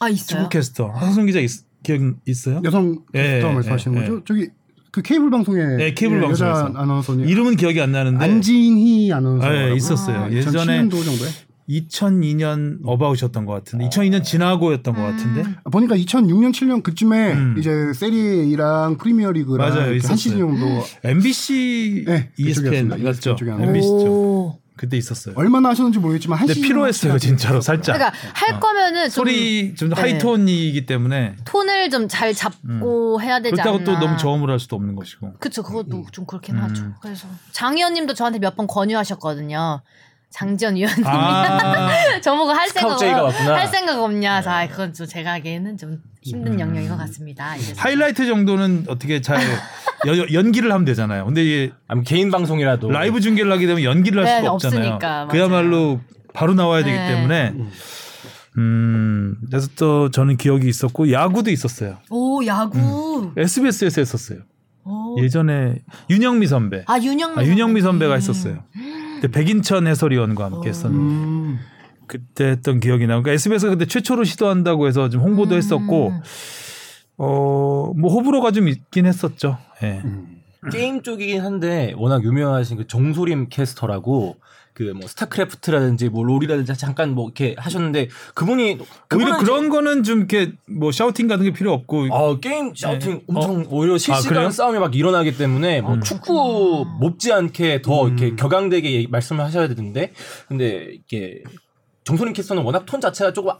[SPEAKER 1] 아, 있어요.
[SPEAKER 3] 축구 캐스터 하성 기자 있, 기억 있어요?
[SPEAKER 4] 여성
[SPEAKER 3] 예,
[SPEAKER 4] 캐스터 말씀하시는
[SPEAKER 3] 예,
[SPEAKER 4] 거죠?
[SPEAKER 3] 예.
[SPEAKER 4] 저기 그 케이블 방송에 예,
[SPEAKER 3] 네, 케이블 방송에서.
[SPEAKER 4] 여자 아나운서님
[SPEAKER 3] 이름은 기억이 안 나는데
[SPEAKER 4] 안진희 아나운서
[SPEAKER 3] 네. 아, 예, 있었어요. 예전에
[SPEAKER 4] 2007년도 정도에
[SPEAKER 3] 2002년 어바웃이었던 것 같은데 2002년 지나고였던 것 같은데
[SPEAKER 4] 아, 보니까 2006년 7년 그쯤에
[SPEAKER 3] 음.
[SPEAKER 4] 이제 세리랑 프리미어리그랑
[SPEAKER 3] 맞아요,
[SPEAKER 4] 이렇게
[SPEAKER 3] 있었어요.
[SPEAKER 4] 한 시즌 정도
[SPEAKER 3] MBC
[SPEAKER 4] 네,
[SPEAKER 3] ESPN
[SPEAKER 4] 그쪽이었습니다. E
[SPEAKER 3] 맞죠?
[SPEAKER 4] 그쪽이 아니라.
[SPEAKER 3] MBC죠.
[SPEAKER 1] 오.
[SPEAKER 3] 그때 있었어요.
[SPEAKER 4] 얼마나 하셨는지 모르겠지만 한
[SPEAKER 3] 근데
[SPEAKER 4] 시즌
[SPEAKER 3] 네, 피로했어요 진짜로 살짝.
[SPEAKER 1] 그러니까 할 거면은 좀
[SPEAKER 3] 소리 좀
[SPEAKER 1] 네.
[SPEAKER 3] 하이톤이기 때문에
[SPEAKER 1] 톤을 좀 잘 잡고 해야 되지 않나.
[SPEAKER 3] 그렇다고 또 너무 저음을 할 수도 없는 것이고.
[SPEAKER 1] 그쵸, 그것도 좀 그렇긴
[SPEAKER 3] 음.
[SPEAKER 1] 하죠. 그래서 장 의원님도 저한테 몇 번 권유하셨거든요. 장지현 의원님
[SPEAKER 3] 아
[SPEAKER 1] 저보고 할 생각
[SPEAKER 2] 스카우트 제의가 왔구나.
[SPEAKER 1] 할 생각
[SPEAKER 3] 네.
[SPEAKER 1] 없냐? 자, 아, 그건 좀 제가 하기에는 좀 힘든 영역인 것 같습니다. 이래서.
[SPEAKER 3] 음. 하이라이트 정도는 어떻게 잘 여- 연기를 하면 되잖아요. 근데 이게
[SPEAKER 2] 아니, 개인 방송이라도
[SPEAKER 3] 라이브 중계를 하게 되면 연기를 할
[SPEAKER 1] 네,
[SPEAKER 3] 수가 없잖아요.
[SPEAKER 1] 없으니까, 맞아요.
[SPEAKER 3] 그야말로 바로 나와야 되기
[SPEAKER 1] 네.
[SPEAKER 3] 때문에 음 그래서 또 저는 기억이 있었고 야구도 있었어요.
[SPEAKER 1] 오, 야구.
[SPEAKER 3] SBS에서 했었어요.
[SPEAKER 1] 오.
[SPEAKER 3] 음. 예전에 윤영미 선배,
[SPEAKER 1] 아, 윤영미.
[SPEAKER 3] 아, 윤영미 선배가
[SPEAKER 1] 선배님.
[SPEAKER 3] 했었어요. 그때 백인천 해설위원과 함께 했었는데
[SPEAKER 4] 음,
[SPEAKER 3] 그때 했던 기억이 나고 그러니까 SBS가 그때 최초로 시도한다고 해서 좀 홍보도
[SPEAKER 1] 음.
[SPEAKER 3] 했었고 어뭐 호불호가 좀 있긴 했었죠. 예.
[SPEAKER 2] 게임 쪽이긴 한데 워낙 유명하신 그 정소림 캐스터라고 그 뭐 스타크래프트라든지 뭐 롤이라든지 잠깐 뭐 이렇게 하셨는데 그분이
[SPEAKER 3] 오히려
[SPEAKER 2] 그분은
[SPEAKER 3] 그런 거는 좀 이렇게 뭐 샤우팅 같은 게 필요 없고
[SPEAKER 2] 아, 게임 샤우팅 엄청 오히려 실시간
[SPEAKER 3] 그래요?
[SPEAKER 2] 싸움이 막 일어나기 때문에 뭐 축구 못지않게 더 이렇게 격앙되게 얘기- 말씀을 하셔야 되는데 근데 이게 정소림 캐스터는 워낙 톤 자체가 조금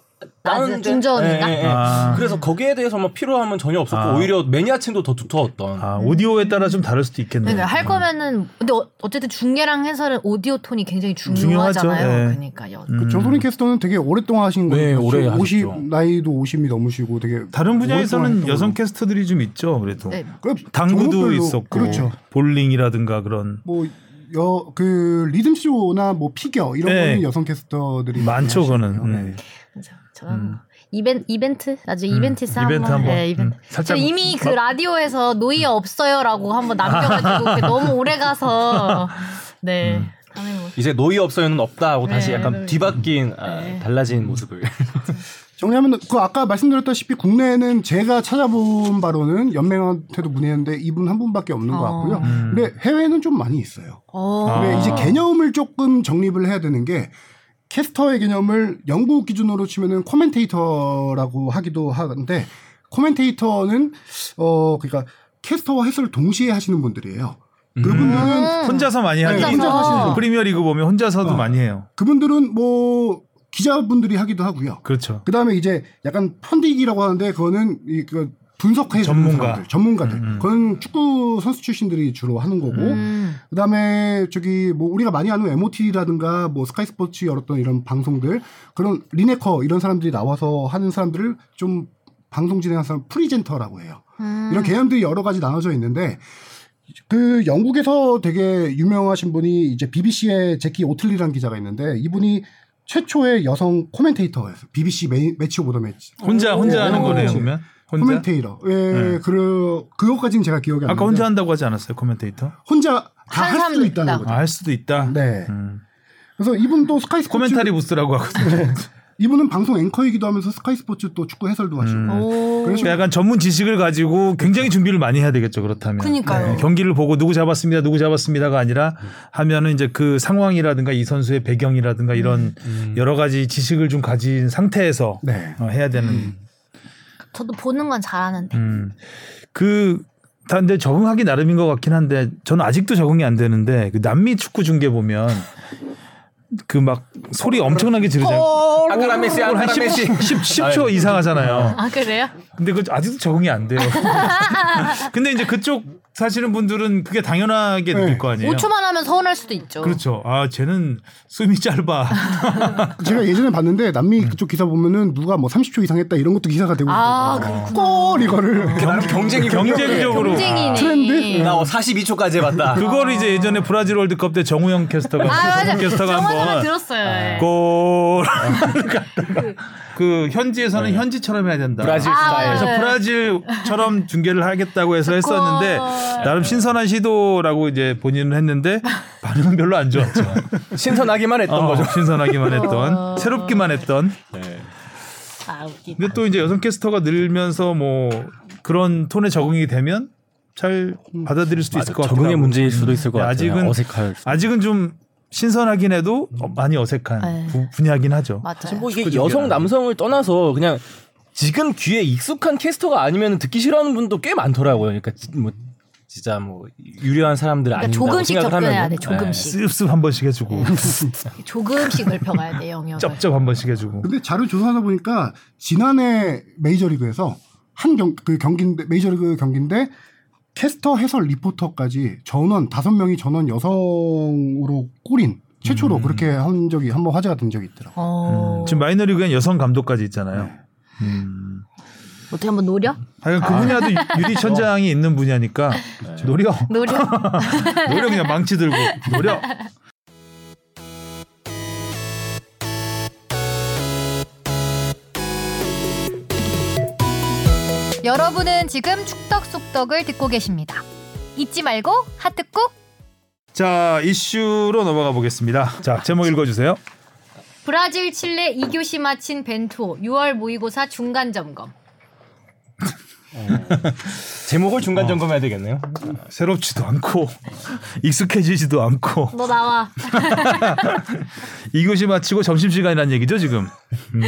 [SPEAKER 1] 낮은 중저음인가?
[SPEAKER 2] 예, 예, 예.
[SPEAKER 3] 아.
[SPEAKER 2] 그래서 거기에 대해서 막 필요함은 전혀 없었고
[SPEAKER 3] 아.
[SPEAKER 2] 오히려 매니아층도 더 두터웠던
[SPEAKER 3] 아, 오디오에 따라 좀 다를 수도 있겠네요.
[SPEAKER 1] 그러니까 할 거면은 근데 어, 어쨌든 중계랑 해설은 오디오 톤이 굉장히 중요하잖아요.
[SPEAKER 3] 중요하죠. 네.
[SPEAKER 1] 그러니까 여,
[SPEAKER 3] 음.
[SPEAKER 4] 정소린 캐스터는 되게 오랫동안 하신 거예요.
[SPEAKER 2] 네, 오래
[SPEAKER 4] 50
[SPEAKER 2] 하셨죠.
[SPEAKER 4] 나이도 50이 넘으시고 되게
[SPEAKER 3] 다른
[SPEAKER 4] 오랫동안
[SPEAKER 3] 분야에서는
[SPEAKER 4] 했던
[SPEAKER 3] 여성
[SPEAKER 4] 걸로.
[SPEAKER 3] 캐스터들이 좀 있죠. 그래도
[SPEAKER 1] 네.
[SPEAKER 4] 그
[SPEAKER 3] 당구도
[SPEAKER 4] 종목별로
[SPEAKER 3] 있었고
[SPEAKER 4] 그렇죠. 뭐
[SPEAKER 3] 볼링이라든가 그런
[SPEAKER 4] 뭐여그 리듬 쇼나 뭐 피겨 이런
[SPEAKER 3] 네.
[SPEAKER 4] 거는 여성 캐스터들이 많이
[SPEAKER 3] 많죠. 그거는
[SPEAKER 4] 하시네요. 네.
[SPEAKER 3] 음.
[SPEAKER 1] 그죠. 저는 뭐 이벤 이벤트 나중에 이벤트에서
[SPEAKER 3] 이벤트
[SPEAKER 1] 한번,
[SPEAKER 3] 한번.
[SPEAKER 1] 예, 이벤트.
[SPEAKER 3] 음, 살짝
[SPEAKER 1] 저 이미 그 라디오에서 노이 없어요라고 한번 남겨가지고 그게 너무 오래 가서 네. 다음에 뭐.
[SPEAKER 2] 이제 노이 없어요는 없다 하고 다시
[SPEAKER 1] 네,
[SPEAKER 2] 약간
[SPEAKER 1] 네.
[SPEAKER 2] 뒤바뀐 아, 달라진 모습을
[SPEAKER 4] 정리하면 그 아까 말씀드렸다시피 국내에는 제가 찾아본 바로는 연맹한테도 문의했는데 이분 한 분밖에 없는 것 같고요. 근데 해외는 좀 많이 있어요.
[SPEAKER 1] 어.
[SPEAKER 3] 아.
[SPEAKER 4] 근데 이제 개념을 조금 정립을 해야 되는 게 캐스터의 개념을 영국 기준으로 치면은 코멘테이터라고 하기도 하는데 코멘테이터는 어 그러니까 캐스터와 해설을 동시에 하시는 분들이에요. 그분들은
[SPEAKER 3] 혼자서 많이 하죠.
[SPEAKER 1] 혼자서. 혼자서 하시는 거.
[SPEAKER 3] 프리미어리그 보면 혼자서도 많이 해요.
[SPEAKER 4] 그분들은 뭐 기자분들이 하기도 하고요.
[SPEAKER 3] 그렇죠.
[SPEAKER 4] 그 다음에 이제 약간 펀딩이라고 하는데 그거는 이, 그 분석해 주는
[SPEAKER 3] 전문가.
[SPEAKER 4] 사람들, 전문가들.
[SPEAKER 3] 음, 음.
[SPEAKER 4] 그건 축구 선수 출신들이 주로 하는 거고.
[SPEAKER 1] 음.
[SPEAKER 4] 그다음에 저기 뭐 우리가 많이 아는 MOT라든가 뭐 스카이 스포츠 열었던 이런 방송들 그런 리네커 이런 사람들이 나와서 하는 사람들을 좀 방송 진행하는 사람 프리젠터라고 해요.
[SPEAKER 1] 음.
[SPEAKER 4] 이런 개념들이 여러 가지 나눠져 있는데 그 영국에서 되게 유명하신 분이 이제 BBC의 제키 오틀리라는 기자가 있는데 이분이 최초의 여성 코멘테이터였어요. BBC 매, 매치 오브 더 매치.
[SPEAKER 3] 혼자 혼자 하는 거네요 그러면 혼자 네.
[SPEAKER 4] 코멘테이터. 예, 그 그것까지는 제가 기억이 안 나는데
[SPEAKER 3] 아까 혼자 한다고 하지 않았어요 코멘테이터
[SPEAKER 4] 혼자
[SPEAKER 1] 한
[SPEAKER 4] 다할 수도
[SPEAKER 1] 사람도
[SPEAKER 4] 있다는 네.
[SPEAKER 1] 있다.
[SPEAKER 4] 거죠.
[SPEAKER 3] 아, 할 수도 있다
[SPEAKER 4] 네.
[SPEAKER 3] 음.
[SPEAKER 4] 그래서 이분도 스카이 스포츠
[SPEAKER 3] 코멘타리 부스라고 하거든요
[SPEAKER 4] 이분은 방송 앵커이기도 하면서 스카이 스포츠 또 축구 해설도 하시고
[SPEAKER 3] 음.
[SPEAKER 1] 오.
[SPEAKER 4] 그래서
[SPEAKER 3] 약간 전문 지식을 가지고 굉장히 준비를 많이 해야 되겠죠 그렇다면
[SPEAKER 1] 그니까요.
[SPEAKER 3] 네, 경기를 보고 누구 잡았습니다 누구 잡았습니다가 아니라 하면은 이제 그 상황이라든가 이 선수의 배경이라든가 이런 여러 가지 지식을 좀 가진 상태에서
[SPEAKER 4] 네.
[SPEAKER 3] 어, 해야 되는
[SPEAKER 1] 저도 보는 건 잘하는데.
[SPEAKER 3] 음. 그 근데 적응하기 나름인 것 같긴 한데 저는 아직도 적응이 안 되는데 그 남미 축구 중계 보면 그 막 소리 엄청나게 지르잖아요.
[SPEAKER 1] 어,
[SPEAKER 2] 아까라 메시
[SPEAKER 3] 한
[SPEAKER 1] 뭐,
[SPEAKER 2] 아까라
[SPEAKER 3] 10,
[SPEAKER 2] 메시
[SPEAKER 3] 10, 10초 이상 하잖아요.
[SPEAKER 1] 아 그래요?
[SPEAKER 3] 근데 그 아직도 적응이 안 돼요. 근데 이제 그쪽 사시는 분들은 그게 당연하게 느낄
[SPEAKER 4] 네.
[SPEAKER 3] 거 아니에요.
[SPEAKER 5] 5초만 하면 서운할 수도 있죠.
[SPEAKER 3] 그렇죠. 아, 쟤는 숨이 짧아.
[SPEAKER 4] 제가 예전에 봤는데 남미
[SPEAKER 3] 음.
[SPEAKER 4] 그쪽 기사 보면은 누가 뭐 30초 이상 했다 이런 것도 기사가 되고
[SPEAKER 5] 아,
[SPEAKER 4] 꼴
[SPEAKER 1] 어.
[SPEAKER 4] 이거를
[SPEAKER 2] 경, 경쟁이
[SPEAKER 3] 경쟁적으로.
[SPEAKER 5] 경쟁이네.
[SPEAKER 4] 트렌드?
[SPEAKER 2] 나 42초까지 해봤다.
[SPEAKER 3] 그걸 이제 예전에 브라질 월드컵 때 정우영 캐스터가 아,
[SPEAKER 1] 아,
[SPEAKER 3] 정우영 캐스터가
[SPEAKER 5] 정원은
[SPEAKER 3] 한번 아,
[SPEAKER 5] 들었어요. 예.
[SPEAKER 3] 골. 그 현지에서는 현지처럼 해야 된다.
[SPEAKER 1] 아,
[SPEAKER 2] 브라질 스타일.
[SPEAKER 3] 아, 그래서 브라질처럼 중계를 하겠다고 해서 했었는데 나름 신선한 시도라고 이제 본인은 했는데 반응은 별로 안 좋았죠.
[SPEAKER 1] 그
[SPEAKER 2] 신선하기만 했던
[SPEAKER 3] 어,
[SPEAKER 2] 거죠.
[SPEAKER 3] 신선하기만 했던, 새롭기만 했던.
[SPEAKER 5] 아, 웃기다.
[SPEAKER 3] 근데 또 이제 여성 캐스터가 늘면서 뭐 그런 톤에 적응이 되면 잘 받아들일 수도 있을 것 같아요.
[SPEAKER 6] 적응의
[SPEAKER 2] 음.
[SPEAKER 6] 문제일 수도 있을 것
[SPEAKER 3] 네,
[SPEAKER 6] 같아요.
[SPEAKER 3] 아직은-
[SPEAKER 6] 어색할. 음. 수-
[SPEAKER 3] 아직은 좀 신선하긴 해도 어, 많이 어색한 부- 분야긴 하죠.
[SPEAKER 5] 네. 맞아요.
[SPEAKER 2] 뭐 이게 여성 남성을 떠나서 그냥 지금 귀에 익숙한 캐스터가 아니면 듣기 싫어하는 분도 꽤 많더라고요. 그러니까 지- 뭐 진짜 뭐 유려한 사람들
[SPEAKER 1] 그러니까
[SPEAKER 2] 아닌다고
[SPEAKER 1] 조금씩
[SPEAKER 2] 생각을
[SPEAKER 1] 접근해야
[SPEAKER 2] 하면은.
[SPEAKER 1] 돼. 조금씩.
[SPEAKER 3] 씁씁 한 번씩 해주고
[SPEAKER 5] 음.
[SPEAKER 1] 조금씩 넓혀가야 돼 영역.
[SPEAKER 3] 쩝쩝 한 번씩 해주고.
[SPEAKER 4] 근데 자료 조사하다 보니까 지난해 메이저리그에서 한 경 그 경기인데 메이저리그 경기인데 캐스터 해설 리포터까지 전원 다섯 명이 전원 여성으로 꼴인
[SPEAKER 3] 음.
[SPEAKER 4] 최초로 그렇게 한 적이 한 번 화제가 된 적이 있더라고. 요
[SPEAKER 1] 어.
[SPEAKER 6] 뭐
[SPEAKER 3] 지금 마이너리그엔 여성 감독까지 있잖아요.
[SPEAKER 6] 네.
[SPEAKER 3] 음.
[SPEAKER 1] 어떻게 한번 노려?
[SPEAKER 3] 하여간
[SPEAKER 6] 아.
[SPEAKER 3] 그 분야도 유- 유리천장이 있는 분야니까
[SPEAKER 6] 네.
[SPEAKER 3] 노려.
[SPEAKER 1] 노려.
[SPEAKER 5] 네.
[SPEAKER 3] 노려 그냥 망치 들고 노려.
[SPEAKER 1] 여러분은 지금 축덕 속덕을 듣고 계십니다. 잊지 말고 하트 꾹.
[SPEAKER 3] 자 이슈로 넘어가 보겠습니다. 자 제목 읽어주세요.
[SPEAKER 1] 브라질 칠레 2교시 마친 벤투호 6월 모의고사 중간 점검.
[SPEAKER 2] 제목을 중간 점검해야 되겠네요.
[SPEAKER 3] 새롭지도 않고 익숙해지지도 않고
[SPEAKER 1] 너 나와.
[SPEAKER 3] 이것이 마치고 점심시간이라는 얘기죠 지금. 음.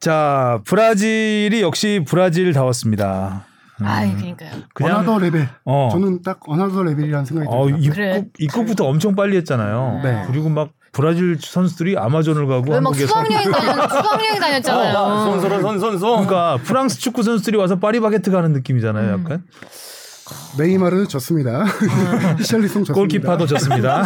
[SPEAKER 3] 자 브라질이 역시 브라질다웠습니다.
[SPEAKER 5] 아, 그러니까요.
[SPEAKER 4] 어나더 레벨.
[SPEAKER 3] 어.
[SPEAKER 4] 저는 딱 어나더 레벨이라는 생각이
[SPEAKER 3] 어,
[SPEAKER 4] 들더라고요.
[SPEAKER 3] 입국,
[SPEAKER 5] 그래.
[SPEAKER 3] 입국부터 엄청 빨리 했잖아요.
[SPEAKER 4] 네.
[SPEAKER 3] 그리고 막 브라질 선수들이 아마존을 가고
[SPEAKER 5] 왜 막
[SPEAKER 3] 뭐 한국에서
[SPEAKER 5] 수학여행 다녔, 수학여행 다녔잖아요.
[SPEAKER 2] 어, 손손 손손손.
[SPEAKER 3] 그러니까 프랑스 축구 선수들이 와서 파리바게트 가는 느낌이잖아요.
[SPEAKER 4] 음.
[SPEAKER 3] 약간
[SPEAKER 4] 네이마르 졌습니다. 히샬리송
[SPEAKER 3] 아.
[SPEAKER 4] 졌습니다.
[SPEAKER 3] 골키파도 졌습니다.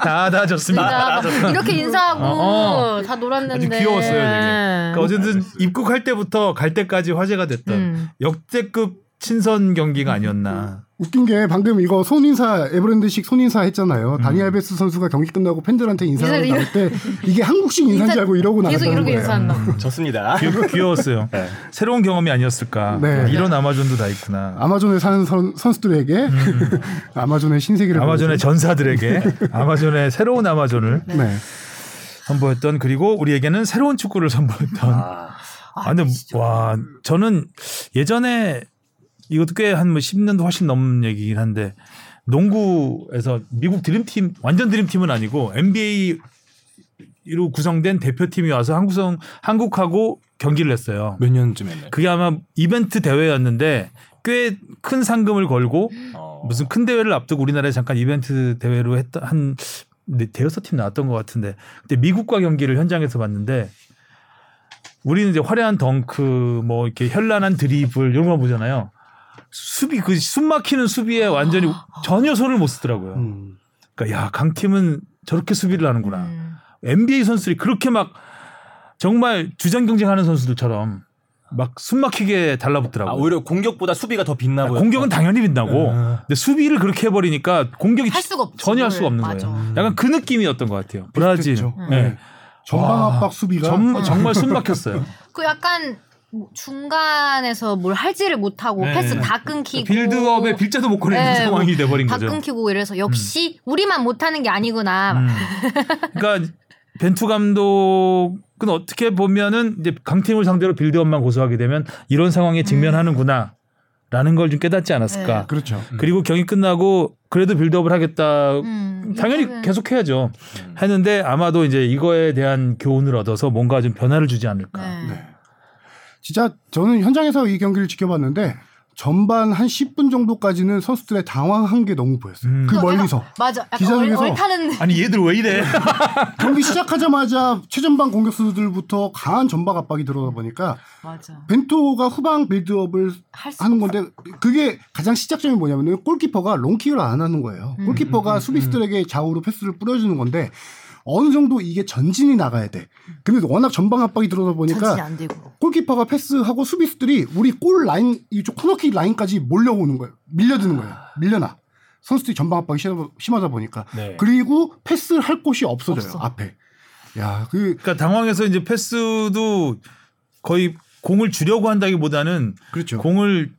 [SPEAKER 3] 다 다 졌습니다.
[SPEAKER 5] 막 이렇게 인사하고
[SPEAKER 3] 어,
[SPEAKER 5] 다 놀았는데.
[SPEAKER 3] 아주 귀여웠어요. 되게.
[SPEAKER 1] 음.
[SPEAKER 3] 그러니까 어쨌든
[SPEAKER 4] 음.
[SPEAKER 3] 입국할 때부터 갈 때까지 화제가 됐던 역대급 친선 경기가 아니었나.
[SPEAKER 4] 웃긴 게 방금 이거 손인사 에브랜드식 손인사 했잖아요.
[SPEAKER 3] 음.
[SPEAKER 4] 다니엘 베스 선수가 경기 끝나고 팬들한테 인사를
[SPEAKER 5] 인사를
[SPEAKER 4] 나올 때 이게 한국식 인사인 줄 알고 이러고
[SPEAKER 5] 계속
[SPEAKER 4] 나갔다는
[SPEAKER 5] 이렇게
[SPEAKER 4] 거예요.
[SPEAKER 5] 인사한다.
[SPEAKER 2] 음. 좋습니다.
[SPEAKER 3] 귀, 여웠어요 새로운 경험이 아니었을까.
[SPEAKER 4] 네.
[SPEAKER 3] 이런 아마존도 다 있구나.
[SPEAKER 4] 아마존에 사는 선, 선수들에게 아마존의 신세계를
[SPEAKER 3] 음. 아마존의 전사들에게 아마존의 새로운 아마존을
[SPEAKER 4] 보여주죠. 네.
[SPEAKER 3] 선보였던 그리고 우리에게는 새로운 축구를 선보였던.
[SPEAKER 2] 아,
[SPEAKER 3] 아, 근데 와 저는 예전에 이것도 꽤 한 뭐 10년도 훨씬 넘은 얘기긴 한데 농구에서 미국 드림팀 완전 드림팀은 아니고 NBA로 구성된 대표팀이 와서 한국성 한국하고 경기를 했어요.
[SPEAKER 2] 몇 년쯤 했나요?
[SPEAKER 3] 그게 아마 이벤트 대회였는데 꽤 큰 상금을 걸고
[SPEAKER 2] 어.
[SPEAKER 3] 무슨 큰 대회를 앞두고 우리나라에 잠깐 이벤트 대회로 했던 한 네, 대여섯 팀 나왔던 것 같은데 그때 미국과 경기를 현장에서 봤는데 우리는 이제 화려한 덩크 뭐 이렇게 현란한 드리블 이런 거 보잖아요. 수비 그 숨막히는 수비에 완전히 전혀 손을 못 쓰더라고요.
[SPEAKER 4] 음.
[SPEAKER 3] 그러니까 야 강팀은 저렇게 수비를 하는구나. NBA 선수들이 그렇게 막 정말 주전 경쟁하는 선수들처럼 막 숨막히게 달라붙더라고요.
[SPEAKER 2] 아, 오히려 아, 공격보다 수비가 더 빛나
[SPEAKER 4] 뭐,
[SPEAKER 2] 보여.
[SPEAKER 3] 아, 공격은
[SPEAKER 4] 어.
[SPEAKER 3] 당연히 빛나고 근데 수비를 그렇게 해버리니까 공격이
[SPEAKER 5] 할 수가 없지,
[SPEAKER 3] 전혀 할
[SPEAKER 5] 그걸.
[SPEAKER 3] 수가 없는
[SPEAKER 5] 맞아.
[SPEAKER 3] 거예요.
[SPEAKER 4] 음.
[SPEAKER 3] 약간 그 느낌이었던 것 같아요. 브라질
[SPEAKER 4] 그렇죠.
[SPEAKER 3] 네.
[SPEAKER 4] 네. 전방
[SPEAKER 3] 와,
[SPEAKER 4] 압박 수비가 아,
[SPEAKER 5] 어.
[SPEAKER 3] 정, 정말 숨막혔어요.
[SPEAKER 1] 그 약간 뭐 중간에서 뭘 할지를 못하고
[SPEAKER 3] 네.
[SPEAKER 1] 패스 다 끊기고
[SPEAKER 3] 빌드업에 빌자도 못 걸리는
[SPEAKER 1] 네,
[SPEAKER 5] 뭐
[SPEAKER 3] 상황이 돼버린
[SPEAKER 1] 다
[SPEAKER 3] 거죠.
[SPEAKER 1] 끊기고 이래서 역시 우리만 못하는 게 아니구나.
[SPEAKER 3] 음. 그러니까 벤투 감독은 어떻게 보면은 이제 강팀을 상대로 빌드업만 고수하게 되면 이런
[SPEAKER 5] 음.
[SPEAKER 3] 상황에 직면하는구나라는 걸 좀 깨닫지 않았을까.
[SPEAKER 4] 그렇죠.
[SPEAKER 5] 네.
[SPEAKER 3] 그리고 경기 끝나고 그래도 빌드업을 하겠다.
[SPEAKER 1] 음,
[SPEAKER 3] 당연히
[SPEAKER 1] 요즘은-
[SPEAKER 3] 계속 해야죠. 했는데 아마도 이제 이거에 대한 교훈을 얻어서 뭔가 좀 변화를 주지 않을까.
[SPEAKER 1] 네.
[SPEAKER 4] 진짜 저는 현장에서 이 경기를 지켜봤는데 전반 한 10분 정도까지는 선수들의 당황한 게 너무 보였어요.
[SPEAKER 3] 음.
[SPEAKER 4] 그 멀리서
[SPEAKER 1] 맞아. 약간 얼,
[SPEAKER 4] 기자석에서
[SPEAKER 1] 얼타는
[SPEAKER 3] 아니 얘들 왜 이래?
[SPEAKER 4] 경기 시작하자마자 최전방 공격수들부터 강한 전방 압박이 들어오다 보니까
[SPEAKER 5] 맞아.
[SPEAKER 4] 벤토가 후방 빌드업을
[SPEAKER 5] 할 수.
[SPEAKER 4] 하는 건데 그게 가장 시작점이 뭐냐면은 골키퍼가 롱킥을 안 하는 거예요. 골키퍼가 수비수들에게 좌우로 패스를 뿌려주는 건데 어느 정도 이게 전진이 나가야 돼. 근데 워낙 전방 압박이 들어오다 보니까
[SPEAKER 5] 전진이 안 되고.
[SPEAKER 4] 골키퍼가 패스하고 수비수들이 우리 골 라인 이쪽 코너킥 라인까지 몰려오는 거예요. 밀려드는 거예요. 밀려나. 선수들이 전방 압박이 심하- 심하다 보니까
[SPEAKER 2] 네.
[SPEAKER 4] 그리고 패스를 할 곳이 없어져요 앞에. 야, 그
[SPEAKER 3] 그러니까 당황해서 이제 패스도 거의 공을 주려고 한다기보다는
[SPEAKER 4] 그렇죠.
[SPEAKER 3] 공을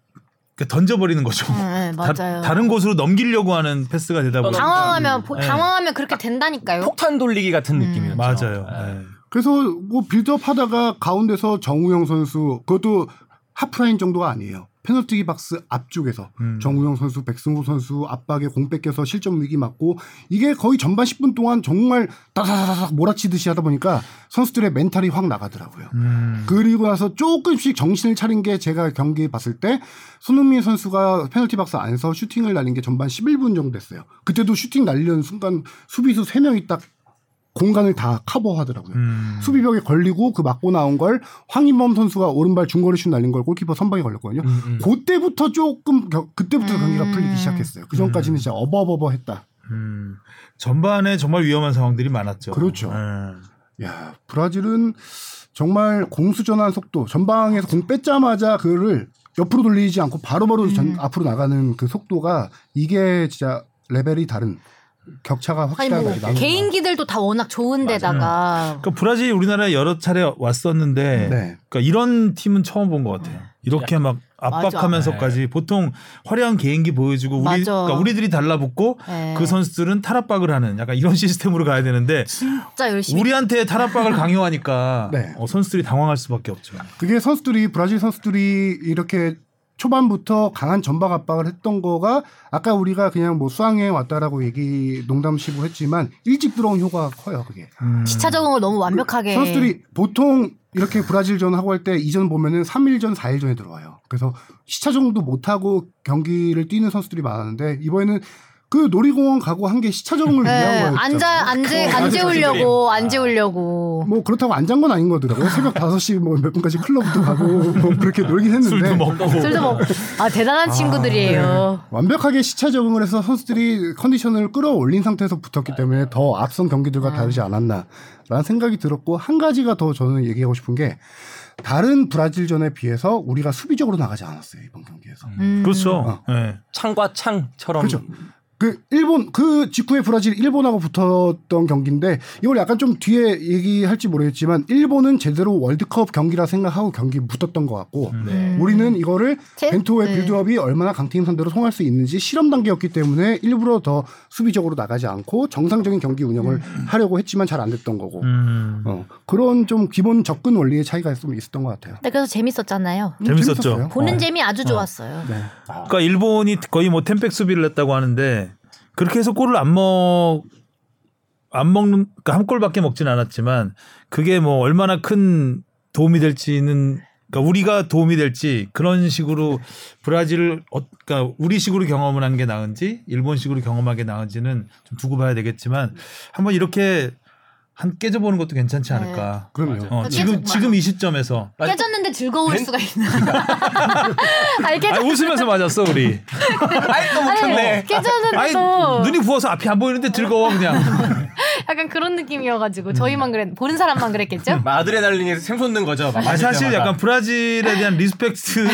[SPEAKER 3] 이렇게 던져버리는
[SPEAKER 1] 음,
[SPEAKER 3] 거죠.
[SPEAKER 5] 네, 네, 맞아요.
[SPEAKER 3] 다, 른 곳으로 넘기려고 하는 패스가 되다 보니까
[SPEAKER 1] 당황하면 보-
[SPEAKER 3] 네.
[SPEAKER 1] 당황하면 그렇게 된다니까요.
[SPEAKER 2] 폭탄 돌리기 같은
[SPEAKER 1] 음.
[SPEAKER 2] 느낌이었죠.
[SPEAKER 3] 맞아요.
[SPEAKER 2] 아,
[SPEAKER 3] 네.
[SPEAKER 4] 그래서 뭐 빌드업 하다가 가운데서 정우영 선수 그것도 하프라인 정도가 아니에요. 페널티기 박스 앞쪽에서
[SPEAKER 3] 음.
[SPEAKER 4] 정우영 선수, 백승호 선수 압박에 공 뺏겨서 실점 위기 맞고 이게 거의 전반 10분 동안 정말 따다다닥 몰아치듯이 하다 보니까 선수들의 멘탈이 확 나가더라고요.
[SPEAKER 3] 음.
[SPEAKER 4] 그리고 나서 조금씩 정신을 차린 게 제가 경기 봤을 때 손흥민 선수가 페널티 박스 안에서 슈팅을 날린 게 전반 11분 정도 됐어요. 그때도 슈팅 날리는 순간 수비수 3명이 딱 공간을 다 커버하더라고요.
[SPEAKER 3] 음.
[SPEAKER 4] 수비벽에 걸리고 그 맞고 나온 걸 황인범 선수가 오른발 중거리 슛 날린 걸 골키퍼 선방에 걸렸거든요. 그때부터 조금 겨- 그때부터
[SPEAKER 1] 음.
[SPEAKER 4] 경기가 풀리기 시작했어요. 그 전까지는 진짜 어버버버했다.
[SPEAKER 3] 음. 전반에 정말 위험한 상황들이 많았죠.
[SPEAKER 4] 그렇죠.
[SPEAKER 3] 음.
[SPEAKER 4] 야 브라질은 정말 공수 전환 속도 전방에서 공 뺏자마자 그를 옆으로 돌리지 않고 바로바로
[SPEAKER 1] 음.
[SPEAKER 4] 전- 앞으로 나가는 그 속도가 이게 진짜 레벨이 다른 격차가
[SPEAKER 1] 아니
[SPEAKER 4] 확실하게
[SPEAKER 1] 뭐
[SPEAKER 4] 나는
[SPEAKER 1] 개인기들도 다 워낙 좋은데다가
[SPEAKER 3] 그러니까 브라질 우리나라에 여러 차례 왔었는데
[SPEAKER 4] 네.
[SPEAKER 3] 그러니까 이런 팀은 처음 본 것 같아요. 이렇게 막 압박하면서까지 보통 화려한 개인기 보여주고 우리
[SPEAKER 5] 맞아.
[SPEAKER 3] 그러니까 우리들이 달라붙고
[SPEAKER 5] 네.
[SPEAKER 3] 그 선수들은 탈압박을 하는 약간 이런 시스템으로 가야 되는데
[SPEAKER 5] 진짜 열심히.
[SPEAKER 3] 우리한테 탈압박을 강요하니까
[SPEAKER 4] 네.
[SPEAKER 3] 어, 선수들이 당황할 수밖에 없죠.
[SPEAKER 4] 그게 선수들이 브라질 선수들이 이렇게 초반부터 강한 전방 압박을 했던 거가 아까 우리가 그냥 뭐 수항에 왔다라고 얘기 농담식으로 했지만 일찍 들어온 효과가 커요 그게
[SPEAKER 1] 음.
[SPEAKER 5] 지차 적응을 너무 완벽하게.
[SPEAKER 4] 선수들이 보통 이렇게 브라질전 하고 할 때 이전 보면은 3일전, 4일전에 들어와요. 그래서 시차 적응도 못하고 경기를 뛰는 선수들이 많았는데 이번에는 그 놀이공원 가고 한 게 시차 적응을
[SPEAKER 5] 네,
[SPEAKER 4] 위한 거였죠. 그렇죠.
[SPEAKER 5] 앉아 앉아 안 재우려고 안 재우려고.
[SPEAKER 4] 뭐 그렇다고 안 잔 건 아닌 거더라고요. 새벽 5시 뭐 몇 분까지 클럽도 가고 뭐 그렇게 놀긴 했는데
[SPEAKER 3] 술도 먹고
[SPEAKER 5] 술도
[SPEAKER 1] 뭐,
[SPEAKER 5] 먹고. 아 대단한 친구들이에요.
[SPEAKER 4] 완벽하게 시차 적응을 해서 선수들이 컨디션을 끌어올린 상태에서 붙었기 때문에 더 앞선 경기들과 다르지 않았나라는 생각이 들었고 한 가지가 더 저는 얘기하고 싶은 게 다른 브라질전에 비해서 우리가 수비적으로 나가지 않았어요 이번 경기에서
[SPEAKER 5] 음.
[SPEAKER 3] 그렇죠. 예.
[SPEAKER 2] 창과 창처럼.
[SPEAKER 4] 그렇죠. 그 일본 그 직후에 브라질 일본하고 붙었던 경기인데 이걸 약간 좀 뒤에 얘기할지 모르겠지만 일본은 제대로 월드컵 경기라 생각하고 경기 붙었던 것 같고
[SPEAKER 1] 음.
[SPEAKER 2] 네.
[SPEAKER 4] 우리는 이거를
[SPEAKER 1] 제-
[SPEAKER 4] 벤토의
[SPEAKER 1] 네.
[SPEAKER 4] 빌드업이 얼마나 강팀 상대로 성할 수 있는지 실험 단계였기 때문에 일부러 더 수비적으로 나가지 않고 정상적인 경기 운영을
[SPEAKER 1] 음.
[SPEAKER 4] 하려고 했지만 잘 안 됐던 거고
[SPEAKER 3] 음.
[SPEAKER 4] 어, 그런 좀 기본 접근 원리의 차이가 좀 있었던 것 같아요.
[SPEAKER 1] 네, 그래서 재밌었잖아요.
[SPEAKER 3] 재밌었죠.
[SPEAKER 4] 재밌었어요. 네.
[SPEAKER 1] 보는
[SPEAKER 3] 어.
[SPEAKER 1] 재미 아주 좋았어요.
[SPEAKER 3] 그러니까 일본이 거의 뭐 템백 수비를 했다고 하는데 그렇게 해서 골을 안 먹. 안 먹는 그러니까 한 골밖에 먹진 않았지만 그게 뭐 얼마나 큰 도움이 될지는 그러니까 우리가 도움이 될지 그런 식으로 브라질을 어, 그러니까 우리식으로 경험을 한 게 나은지 일본식으로 경험한 게 나은지는 좀 두고 봐야 되겠지만 한번 이렇게 한 깨져보는 것도
[SPEAKER 1] 네.
[SPEAKER 3] 괜찮지 않을까.
[SPEAKER 4] 그럼요.
[SPEAKER 3] 어, 지금 지금 이 시점에서
[SPEAKER 1] 깨졌는데 즐거울 수가 있나? 아니
[SPEAKER 3] 아,
[SPEAKER 1] 깨졌
[SPEAKER 3] 웃으면서 맞았어 우리.
[SPEAKER 2] 아이 또
[SPEAKER 1] 아니,
[SPEAKER 2] 못했네.
[SPEAKER 1] 깨졌는데
[SPEAKER 3] 아니
[SPEAKER 1] 또
[SPEAKER 3] 눈이 부어서 앞이 안 보이는데 즐거워 그냥.
[SPEAKER 1] 약간 그런 느낌이어가지고 저희만 그랬 보는 사람만 그랬겠죠?
[SPEAKER 2] 막 아드레날린이 샘솟는 거죠. 막
[SPEAKER 3] 아, 사실
[SPEAKER 2] 때마다.
[SPEAKER 3] 약간 브라질에 대한 리스펙트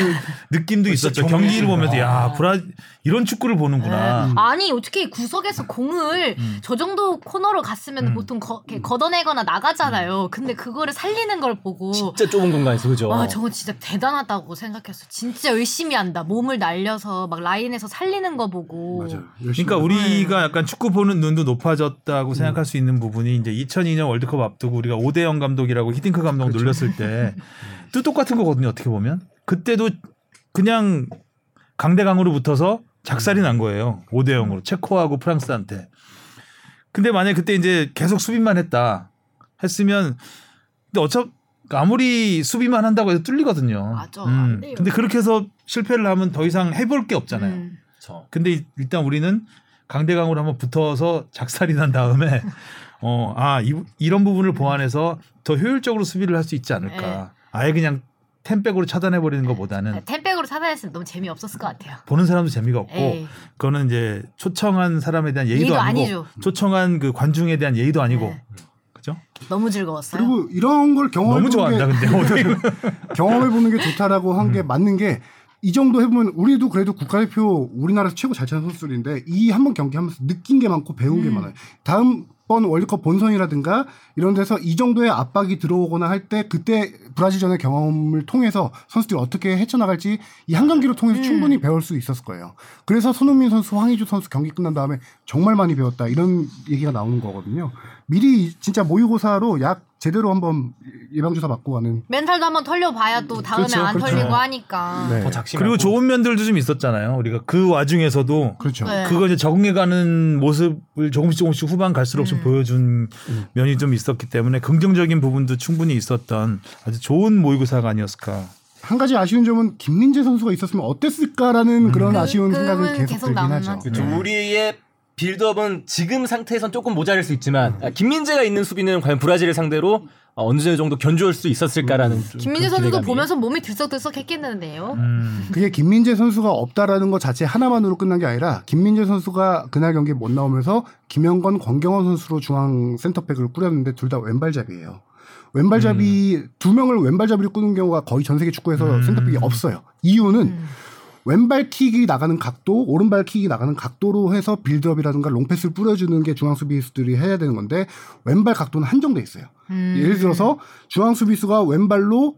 [SPEAKER 3] 느낌도 있었죠. 경기를 보면서 야 브라 이런 축구를 보는구나.
[SPEAKER 1] 네. 아니 어떻게 구석에서 공을 저 정도 코너로 갔으면 보통 거, 이렇게 걷어내거나 나가잖아요. 근데 그거를 살리는 걸 보고
[SPEAKER 2] 진짜 좁은 공간에서 그죠.
[SPEAKER 1] 와 저거 진짜 대단하다고 생각했어. 진짜 열심히 한다. 몸을 날려서 막 라인에서 살리는 거 보고
[SPEAKER 4] 맞아.
[SPEAKER 3] 그러니까 우리가 약간 축구 보는 눈도 높아졌다고 생각할 수 있는 부분이 이제 2002년 월드컵 앞두고 우리가 오대영 감독이라고 히딩크 감독 놀렸을 때 또 똑같은 거거든요. 어떻게 보면 그때도 그냥 강대강으로 붙어서 작살이 난 거예요. 오대영으로 체코하고 프랑스한테. 근데 만약 에 그때 이제 계속 수비만 했다 했으면 근데 어차피 그러니까 아무리 수비만 한다고 해서 뚫리거든요.
[SPEAKER 5] 맞아, 안
[SPEAKER 3] 음.
[SPEAKER 5] 돼요.
[SPEAKER 3] 근데 그렇게 해서 실패를 하면 더 이상 해볼 게 없잖아요.
[SPEAKER 1] 음.
[SPEAKER 2] 저.
[SPEAKER 3] 근데 이- 일단 우리는 강대강으로 한번 붙어서 작살이 난 다음에 어 아 이런 부분을 보완해서 더 효율적으로 수비를 할 수 있지 않을까. 아예 그냥 템백으로 차단해 버리는
[SPEAKER 4] 네.
[SPEAKER 3] 것보다는
[SPEAKER 1] 네, 템백으로 사다녔으면 너무 재미없었을 것 같아요.
[SPEAKER 3] 보는 사람도 재미가
[SPEAKER 4] 어.
[SPEAKER 3] 없고
[SPEAKER 1] 에이.
[SPEAKER 3] 그거는 이제 초청한 사람에 대한 예의도,
[SPEAKER 1] 예의도
[SPEAKER 3] 아니고
[SPEAKER 1] 아니죠.
[SPEAKER 3] 초청한 그 관중에 대한 예의도 아니고
[SPEAKER 1] 네.
[SPEAKER 3] 그죠?
[SPEAKER 1] 너무 즐거웠어요.
[SPEAKER 4] 그리고 이런 걸
[SPEAKER 3] 너무
[SPEAKER 4] 경험해 보는
[SPEAKER 3] 좋아한다 근데
[SPEAKER 4] 게
[SPEAKER 3] 오늘
[SPEAKER 4] 경험해 보는 게 좋다라고 한 게 맞는 게 이 정도 해보면 우리도 그래도 국가대표 우리나라에서 최고 잘 차는 선수들인데 이 한 번 경기하면서 느낀 게 많고 배운 게 많아요. 다음 번 월드컵 본선이라든가 이런 데서 이 정도의 압박이 들어오거나 할 때 그때 브라질전의 경험을 통해서 선수들이 어떻게 헤쳐나갈지 이 한 경기를 통해서 충분히 배울 수 있었을 거예요. 그래서 손흥민 선수, 황희주 선수 경기 끝난 다음에 정말 많이 배웠다 이런 얘기가 나오는 거거든요. 미리 진짜 모의고사로 약 제대로 한번 예방주사 맞고 가는
[SPEAKER 1] 멘탈도 한번 털려봐야 또 다음에
[SPEAKER 4] 그렇죠,
[SPEAKER 1] 안
[SPEAKER 4] 그렇죠.
[SPEAKER 1] 털리고 하니까.
[SPEAKER 4] 네.
[SPEAKER 2] 더 작심.
[SPEAKER 3] 그리고 좋은 면들도 좀 있었잖아요. 우리가 그 와중에서도
[SPEAKER 4] 그렇죠.
[SPEAKER 1] 네.
[SPEAKER 3] 그거 이제 적응해가는 모습을 조금씩 조금씩 후반 갈수록
[SPEAKER 1] 음.
[SPEAKER 3] 좀 보여준
[SPEAKER 4] 음.
[SPEAKER 3] 면이 좀 있었기 때문에 긍정적인 부분도 충분히 있었던 아주 좋은 모의고사가 아니었을까.
[SPEAKER 4] 한 가지 아쉬운 점은 김민재 선수가 있었으면 어땠을까라는 음. 네. 그런 아쉬운
[SPEAKER 1] 그-
[SPEAKER 4] 생각은
[SPEAKER 1] 그건
[SPEAKER 4] 계속,
[SPEAKER 1] 계속
[SPEAKER 4] 들긴
[SPEAKER 1] 남는
[SPEAKER 4] 하죠.
[SPEAKER 1] 거죠.
[SPEAKER 2] 그렇죠. 우리의 빌드업은 지금 상태에선 조금 모자랄 수 있지만 아, 김민재가 있는 수비는 과연 브라질을 상대로 아, 어느 정도 견주할 수 있었을까라는 좀
[SPEAKER 1] 김민재
[SPEAKER 2] 그
[SPEAKER 1] 선수도
[SPEAKER 2] 기대감이.
[SPEAKER 1] 보면서 몸이 들썩들썩했겠는데요.
[SPEAKER 3] 음.
[SPEAKER 4] 그게 김민재 선수가 없다라는 것 자체 하나만으로 끝난 게 아니라 김민재 선수가 그날 경기에 못 나오면서 김영건, 권경원 선수로 중앙 센터백을 꾸렸는데 둘 다 왼발잡이에요. 왼발잡이 두 명을 왼발잡이로 꾸는 경우가 거의 전 세계 축구에서 센터백이 없어요. 이유는 왼발 킥이 나가는 각도, 오른발 킥이 나가는 각도로 해서 빌드업이라든가 롱패스를 뿌려주는 게 중앙 수비수들이 해야 되는 건데 왼발 각도는 한정돼 있어요.
[SPEAKER 1] 음.
[SPEAKER 4] 예를 들어서 중앙 수비수가 왼발로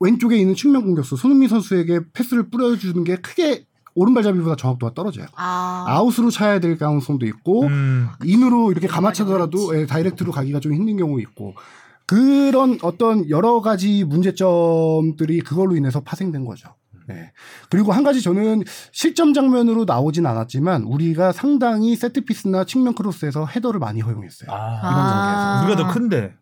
[SPEAKER 4] 왼쪽에 있는 측면 공격수 손흥민 선수에게 패스를 뿌려주는 게 크게 오른발잡이보다 정확도가 떨어져요.
[SPEAKER 1] 아,
[SPEAKER 4] 아웃으로 차야 될 가능성도
[SPEAKER 1] 어?
[SPEAKER 4] 있고
[SPEAKER 3] 음.
[SPEAKER 4] 인으로 이렇게 감아차더라도 예, 다이렉트로 가기가 좀 힘든 경우 있고 그런 어떤 여러 가지 문제점들이 그걸로 인해서 파생된 거죠. 네. 그리고 한 가지 저는 실점 장면으로 나오진 않았지만 우리가 상당히 세트피스나 측면 크로스에서 헤더를 많이 허용했어요.
[SPEAKER 2] 아,
[SPEAKER 1] 아.
[SPEAKER 3] 우리가 더 큰데.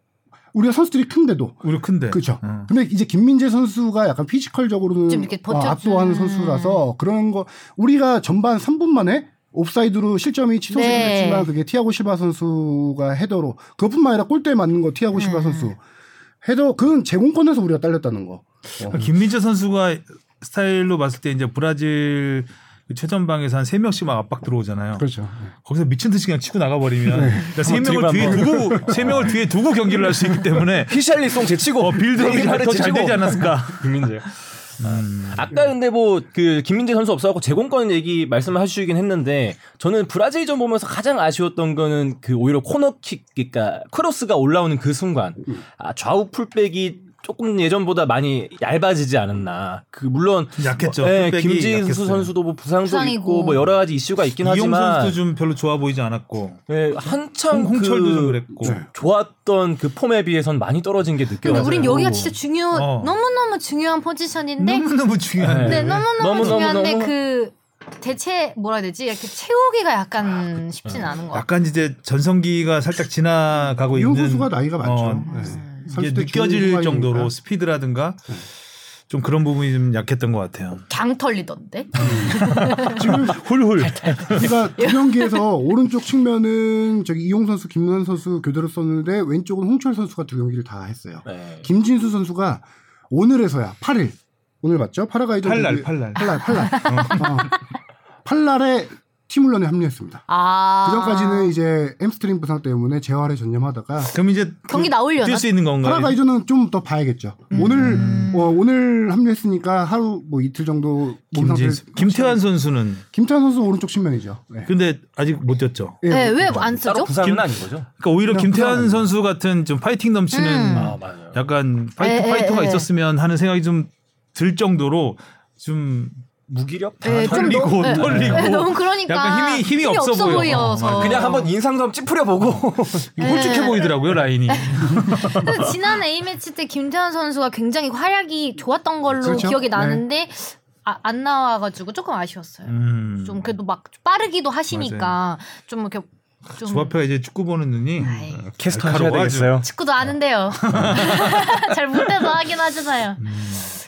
[SPEAKER 4] 우리가 선수들이 큰데도
[SPEAKER 3] 우리 큰데.
[SPEAKER 4] 그렇죠.
[SPEAKER 3] 어.
[SPEAKER 4] 근데 이제 김민재 선수가 약간 피지컬적으로는
[SPEAKER 1] 좀 이렇게
[SPEAKER 4] 어,
[SPEAKER 1] 버텨주는. 음.
[SPEAKER 4] 압도하는 선수라서 그런 거 우리가 전반 3분 만에 옵사이드로 실점이 취소되긴
[SPEAKER 1] 네.
[SPEAKER 4] 했지만 그게 티아고 실바 선수가 헤더로 그것뿐만 아니라 골대에 맞는 거 티아고
[SPEAKER 1] 음.
[SPEAKER 4] 실바 선수 헤더 그건 제공권에서 우리가 딸렸다는 거.
[SPEAKER 3] 그러니까 김민재 선수가 스타일로 봤을 때 이제 브라질 그 최전방에서 한 세 명씩 막 압박 들어오잖아요.
[SPEAKER 4] 그렇죠. 네.
[SPEAKER 3] 거기서 미친 듯이 그냥 치고 나가버리면 그러니까 세
[SPEAKER 2] 드리블
[SPEAKER 3] 명을 뒤에
[SPEAKER 2] 한
[SPEAKER 3] 두고 세 명을 뒤에 두고 경기를 할 수 있기 때문에
[SPEAKER 2] 히샬리송 제치고
[SPEAKER 3] 어, 빌드업이
[SPEAKER 2] 네이마르
[SPEAKER 3] 더잘
[SPEAKER 2] 제치고.
[SPEAKER 3] 되지 않았을까.
[SPEAKER 2] 김민재. 아까 근데 뭐 그 김민재 선수 없어갖고 제공권 얘기 말씀하시긴 했는데 저는 브라질전 보면서 가장 아쉬웠던 거는 그 오히려 코너킥 그러니까 크로스가 올라오는 그 순간 아, 좌우 풀백이 조금 예전보다 많이 얇아지지 않았나 그 물론
[SPEAKER 3] 좀 약했죠.
[SPEAKER 2] 뭐, 예,
[SPEAKER 3] 풀백이
[SPEAKER 2] 김진수
[SPEAKER 3] 약했어요.
[SPEAKER 2] 선수도 뭐 부상도
[SPEAKER 1] 부상이고.
[SPEAKER 2] 있고 뭐 여러 가지 이슈가 있긴
[SPEAKER 3] 이용
[SPEAKER 2] 하지만
[SPEAKER 3] 선수도 좀 별로 좋아 보이지 않았고
[SPEAKER 2] 예, 한참
[SPEAKER 3] 홍- 홍철도
[SPEAKER 2] 그
[SPEAKER 3] 좀 그랬고.
[SPEAKER 1] 네.
[SPEAKER 2] 좋았던 그 폼에 비해선 많이 떨어진 게 느껴져요.
[SPEAKER 1] 근데 우린 여기가 진짜 중요,
[SPEAKER 3] 어.
[SPEAKER 1] 너무너무 중요한 포지션인데.
[SPEAKER 3] 너무너무 중요한데
[SPEAKER 1] 네,
[SPEAKER 2] 네.
[SPEAKER 1] 너무너무
[SPEAKER 2] 너무너무
[SPEAKER 1] 중요한데
[SPEAKER 2] 너무-
[SPEAKER 1] 그 대체 뭐라 해야 되지? 이렇게 채우기가 약간 쉽진 않은 것 같아요.
[SPEAKER 3] 약간 이제 전성기가 살짝 지나가고
[SPEAKER 4] 이용
[SPEAKER 3] 뭐 있는
[SPEAKER 4] 선수가 나이가 많죠.
[SPEAKER 3] 어,
[SPEAKER 4] 네.
[SPEAKER 3] 이게
[SPEAKER 4] 30대
[SPEAKER 3] 느껴질
[SPEAKER 4] 중후반이니까.
[SPEAKER 3] 정도로 스피드라든가 좀 그런 부분이 좀 약했던 것 같아요.
[SPEAKER 1] 강 털리던데?
[SPEAKER 4] 음. 지금
[SPEAKER 3] 훌훌.
[SPEAKER 4] 아, 우리가 두 경기에서 오른쪽 측면은 저기 이용 선수, 김현 선수 교대로 썼는데 왼쪽은 홍철 선수가 두 경기를 다 했어요.
[SPEAKER 2] 네.
[SPEAKER 4] 김진수 선수가 오늘에서야 8일 오늘 맞죠? 파라가이드
[SPEAKER 3] 팔날
[SPEAKER 4] 리그-
[SPEAKER 3] 팔날.
[SPEAKER 4] 팔날 팔날 어. 팔날에 스티뮬런에 합류했습니다.
[SPEAKER 1] 아.
[SPEAKER 4] 그전까지는 이제 햄스트링 부상 때문에 재활에 전념하다가
[SPEAKER 3] 그럼 이제
[SPEAKER 1] 경기 나오려나?
[SPEAKER 3] 뛸 수 있는 건가요?
[SPEAKER 4] 파라가이저는 좀 더 봐야겠죠.
[SPEAKER 3] 음.
[SPEAKER 4] 오늘 어, 오늘 합류했으니까 하루 뭐 이틀 정도 몸
[SPEAKER 3] 김진,
[SPEAKER 4] 상태를-
[SPEAKER 3] 김태환 선수는
[SPEAKER 4] 김찬 선수 오른쪽 측면이죠. 네.
[SPEAKER 3] 근데 아직 못 뛰었죠.
[SPEAKER 4] 예.
[SPEAKER 1] 네, 왜 안
[SPEAKER 2] 따로
[SPEAKER 1] 쓰죠?
[SPEAKER 2] 부상은
[SPEAKER 3] 김-
[SPEAKER 2] 아닌 거죠?
[SPEAKER 3] 그러니까 오히려
[SPEAKER 4] 그냥
[SPEAKER 3] 김태환
[SPEAKER 4] 불안해요.
[SPEAKER 3] 선수 같은 좀 파이팅 넘치는
[SPEAKER 1] 음.
[SPEAKER 2] 아 맞아요.
[SPEAKER 3] 약간
[SPEAKER 1] 에,
[SPEAKER 3] 파이트
[SPEAKER 1] 에,
[SPEAKER 3] 파이터가
[SPEAKER 1] 에.
[SPEAKER 3] 있었으면 하는 생각이 좀 들 정도로 좀
[SPEAKER 2] 무기력? 그
[SPEAKER 1] 네, 좀
[SPEAKER 3] 털리고
[SPEAKER 1] 너- 네.
[SPEAKER 3] 털리고
[SPEAKER 1] 네, 너무 그러니까
[SPEAKER 3] 약간 힘이- 힘이 없어 보여.
[SPEAKER 1] 보여서
[SPEAKER 2] 그냥
[SPEAKER 3] 어.
[SPEAKER 2] 한번 인상 좀 찌푸려보고
[SPEAKER 3] 홀쭉해
[SPEAKER 1] 예.
[SPEAKER 3] 보이더라고요 라인이.
[SPEAKER 1] 근데 지난 A 매치 때 김태환 선수가 굉장히 활약이 좋았던 걸로
[SPEAKER 4] 그렇죠.
[SPEAKER 1] 기억이 나는데 아, 안 나와가지고 조금 아쉬웠어요.
[SPEAKER 3] 음.
[SPEAKER 1] 좀 그래도 막 빠르기도 하시니까 좀 이렇게 좀
[SPEAKER 3] 조합표가 이제 축구 보는 눈이
[SPEAKER 1] 아이.
[SPEAKER 3] 어,
[SPEAKER 2] 캐스터
[SPEAKER 3] 날카로워
[SPEAKER 2] 하셔야
[SPEAKER 3] 아주.
[SPEAKER 2] 되겠어요.
[SPEAKER 1] 축구도 아는데요. 잘 못해서 하긴 하잖아요.
[SPEAKER 3] 음.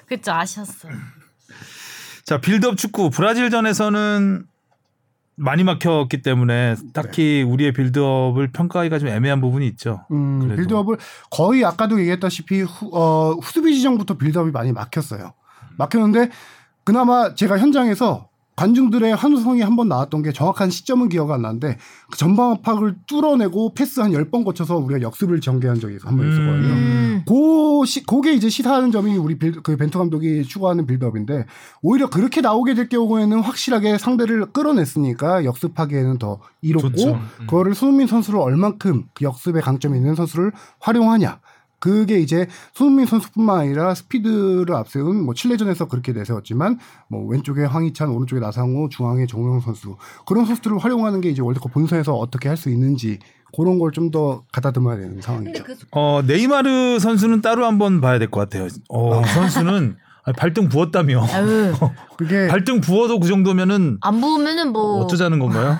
[SPEAKER 1] 그쵸 아쉬웠어.
[SPEAKER 3] 자 빌드업 축구 브라질전에서는 많이 막혔기 때문에
[SPEAKER 4] 네.
[SPEAKER 3] 딱히 우리의 빌드업을 평가하기가 좀 애매한 부분이 있죠.
[SPEAKER 4] 음,
[SPEAKER 3] 그래도.
[SPEAKER 4] 빌드업을 거의 아까도 얘기했다시피 후, 어, 후수비 지정부터 빌드업이 많이 막혔어요. 막혔는데 그나마 제가 현장에서 관중들의 환호성이 한 번 나왔던 게 정확한 시점은 기억 안 나는데 그 전방 압박을 뚫어내고 패스 한 10번 거쳐서 우리가 역습을 전개한 적이 한 번 있었거든요.
[SPEAKER 1] 음.
[SPEAKER 4] 고 시, 그게 이제 시사하는 점이 우리 빌, 그 벤투 감독이 추구하는 빌드업인데 오히려 그렇게 나오게 될 경우에는 확실하게 상대를 끌어냈으니까 역습하기에는 더 이롭고
[SPEAKER 3] 좋죠. 음.
[SPEAKER 4] 그거를 손흥민 선수를 얼만큼 그 역습에 강점이 있는 선수를 활용하냐 그게 이제 손흥민 선수뿐만 아니라 스피드를 앞세운 뭐 칠레전에서 그렇게 내세웠지만 뭐 왼쪽에 황희찬 오른쪽에 나상호 중앙에 정용 선수 그런 선수들을 활용하는 게 이제 월드컵 본선에서 어떻게 할 수 있는지 그런 걸 좀 더 가다듬어야 되는 상황이죠.
[SPEAKER 3] 어 네이마르 선수는 따로 한번 봐야 될 것 같아요. 어, 이 선수는 아, 발등 부었다며.
[SPEAKER 1] 아유, 네.
[SPEAKER 4] 그게
[SPEAKER 3] 발등 부어도 그 정도면은
[SPEAKER 1] 안 부으면은 뭐
[SPEAKER 3] 어쩌자는 건가요?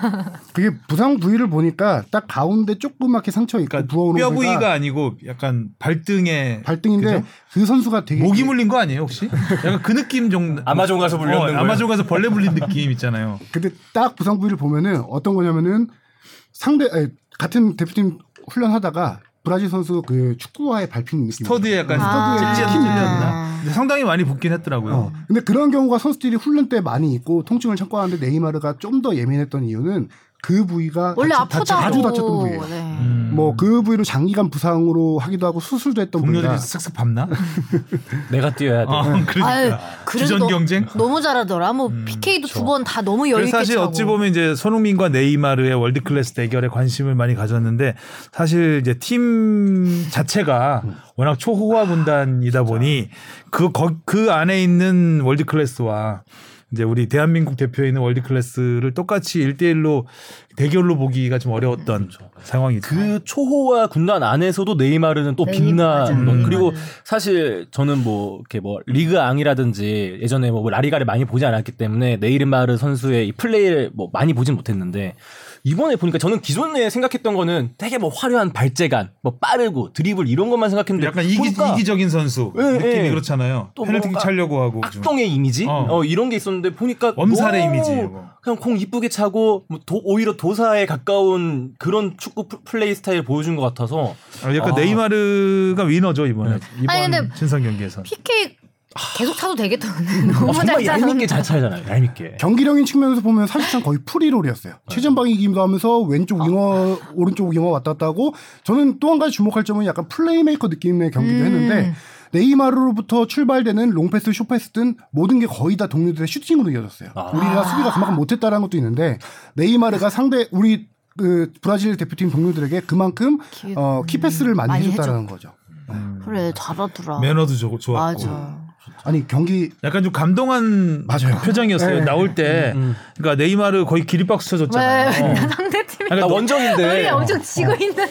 [SPEAKER 4] 그게 부상 부위를 보니까 딱 가운데 조그맣게 상처 있고
[SPEAKER 3] 그러니까
[SPEAKER 4] 뭐 부어오는
[SPEAKER 3] 뼈
[SPEAKER 4] 부위가
[SPEAKER 3] 부위가 아니고 약간 발등에
[SPEAKER 4] 발등인데
[SPEAKER 3] 그죠?
[SPEAKER 4] 그 선수가 되게
[SPEAKER 3] 모기 물린 거 아니에요 혹시? 약간 그 느낌 정도.
[SPEAKER 2] 아마존 가서 물렸는
[SPEAKER 3] 어,
[SPEAKER 2] 거예요.
[SPEAKER 3] 아마존 가서 벌레 물린 느낌 있잖아요.
[SPEAKER 4] 근데 딱 부상 부위를 보면은 어떤 거냐면은 상대 아니, 같은 대표팀 훈련하다가 브라질 선수 그 축구화에 밟힌 느낌.
[SPEAKER 3] 스터드에 약간
[SPEAKER 1] 아.
[SPEAKER 3] 찔렸-
[SPEAKER 4] 스터드에
[SPEAKER 3] 찔렸나? 근데 상당히 많이 붓긴 했더라고요.
[SPEAKER 4] 어. 근데 그런 경우가 선수들이 훈련 때 많이 있고 통증을 참고 하는데 네이마르가 좀 더 예민했던 이유는 그 부위가
[SPEAKER 1] 원래
[SPEAKER 4] 다치- 다치-
[SPEAKER 1] 아프다고.
[SPEAKER 4] 자주 다쳤던 부위예요.
[SPEAKER 1] 네.
[SPEAKER 3] 음.
[SPEAKER 4] 뭐 그 부위로 장기간 부상으로 하기도 하고 수술도 했던
[SPEAKER 3] 동료들이
[SPEAKER 4] 부위가
[SPEAKER 3] 쓱쓱 밟나?
[SPEAKER 2] 내가 뛰어야 돼.
[SPEAKER 3] 어, 그러니까
[SPEAKER 1] 아유, 그래도
[SPEAKER 3] 주전
[SPEAKER 1] 너-
[SPEAKER 3] 경쟁. 음,
[SPEAKER 1] 너무 잘하더라. 뭐 PK도 두 번 다 너무 여유
[SPEAKER 3] 그래서
[SPEAKER 1] 있게
[SPEAKER 3] 사실
[SPEAKER 1] 차고.
[SPEAKER 3] 어찌 보면 이제 손흥민과 네이마르의 월드 클래스 대결에 관심을 많이 가졌는데 사실 이제 팀 자체가 워낙 초호화 분단이다 보니 그, 거- 그 안에 있는 월드 클래스와 이제 우리 대한민국 대표에 있는 월드 클래스를 똑같이 1대1로 대결로 보기가 좀 어려웠던 상황이죠.
[SPEAKER 2] 그 초호화 군단 안에서도 네이마르는 또
[SPEAKER 1] 네이- 맞아,
[SPEAKER 2] 빛나는
[SPEAKER 3] 네이마르는.
[SPEAKER 2] 그리고 사실 저는 뭐 이렇게 뭐 리그 앙이라든지 예전에 뭐 라리가를 많이 보지 않았기 때문에 네이마르 선수의 이 플레이를 뭐 많이 보진 못했는데 이번에 보니까 저는 기존에 생각했던 거는 되게 뭐 화려한 발재간, 뭐 빠르고 드리블 이런 것만 생각했는데
[SPEAKER 3] 약간 이기,
[SPEAKER 2] 보니까
[SPEAKER 3] 이기적인 선수
[SPEAKER 2] 예,
[SPEAKER 3] 느낌이
[SPEAKER 2] 예.
[SPEAKER 3] 그렇잖아요.
[SPEAKER 2] 또
[SPEAKER 3] 페널티
[SPEAKER 2] 뭔가
[SPEAKER 3] 차려고 하고 좀.
[SPEAKER 2] 악동의 이미지
[SPEAKER 3] 어.
[SPEAKER 2] 어. 이런 게 있었는데 보니까
[SPEAKER 3] 엄살의
[SPEAKER 2] 너무
[SPEAKER 3] 이미지, 이거.
[SPEAKER 2] 그냥 공 이쁘게 차고 뭐 도- 오히려 도사에 가까운 그런 축구 플- 플레이 스타일 보여준 것 같아서
[SPEAKER 3] 아, 약간
[SPEAKER 2] 아.
[SPEAKER 3] 네이마르가 위너죠 이번에 이번
[SPEAKER 1] 아니, 근데
[SPEAKER 3] 친선 경기에서.
[SPEAKER 1] PK 계속 차도 되겠다. 너무
[SPEAKER 3] 음,
[SPEAKER 2] 어, 정말
[SPEAKER 1] 잘 차는.
[SPEAKER 2] 얄밉게 잘 차잖아요.
[SPEAKER 4] 네.
[SPEAKER 2] 얄밉게.
[SPEAKER 4] 경기력인 측면에서 보면 사실상 거의 프리롤이었어요. 최전방이 이기기도 하면서 왼쪽 윙어, 오른쪽 윙어 왔다 갔다 하고 저는 또 한 가지 주목할 점은 약간 플레이메이커 느낌의 경기도 했는데 네이마르로부터 출발되는 롱패스, 숏패스 등 모든 게 거의 다 동료들의 슈팅으로 이어졌어요.
[SPEAKER 2] 아.
[SPEAKER 4] 우리가 수비가 그만큼 못했다라는 것도 있는데 네이마르가 상대 우리 그 브라질 대표팀 동료들에게 그만큼
[SPEAKER 5] 기-
[SPEAKER 4] 어, 키패스를 많이,
[SPEAKER 5] 많이
[SPEAKER 4] 해줬다라는 거죠.
[SPEAKER 5] 그래 잘하더라.
[SPEAKER 3] 매너도 어. 좋, 좋았고.
[SPEAKER 5] 맞아.
[SPEAKER 4] 아니 경기
[SPEAKER 3] 약간 좀 감동한
[SPEAKER 4] 맞아요.
[SPEAKER 3] 표정이었어요.
[SPEAKER 4] 네.
[SPEAKER 3] 나올 때, 그러니까 네이마르 거의 기립박수 쳐줬잖아요.
[SPEAKER 1] 왜?
[SPEAKER 3] 어.
[SPEAKER 1] 상대 팀이
[SPEAKER 2] 나
[SPEAKER 3] 그러니까, 어. 너-
[SPEAKER 2] 원정인데. 어.
[SPEAKER 1] 우리 엄청 지고 있는데.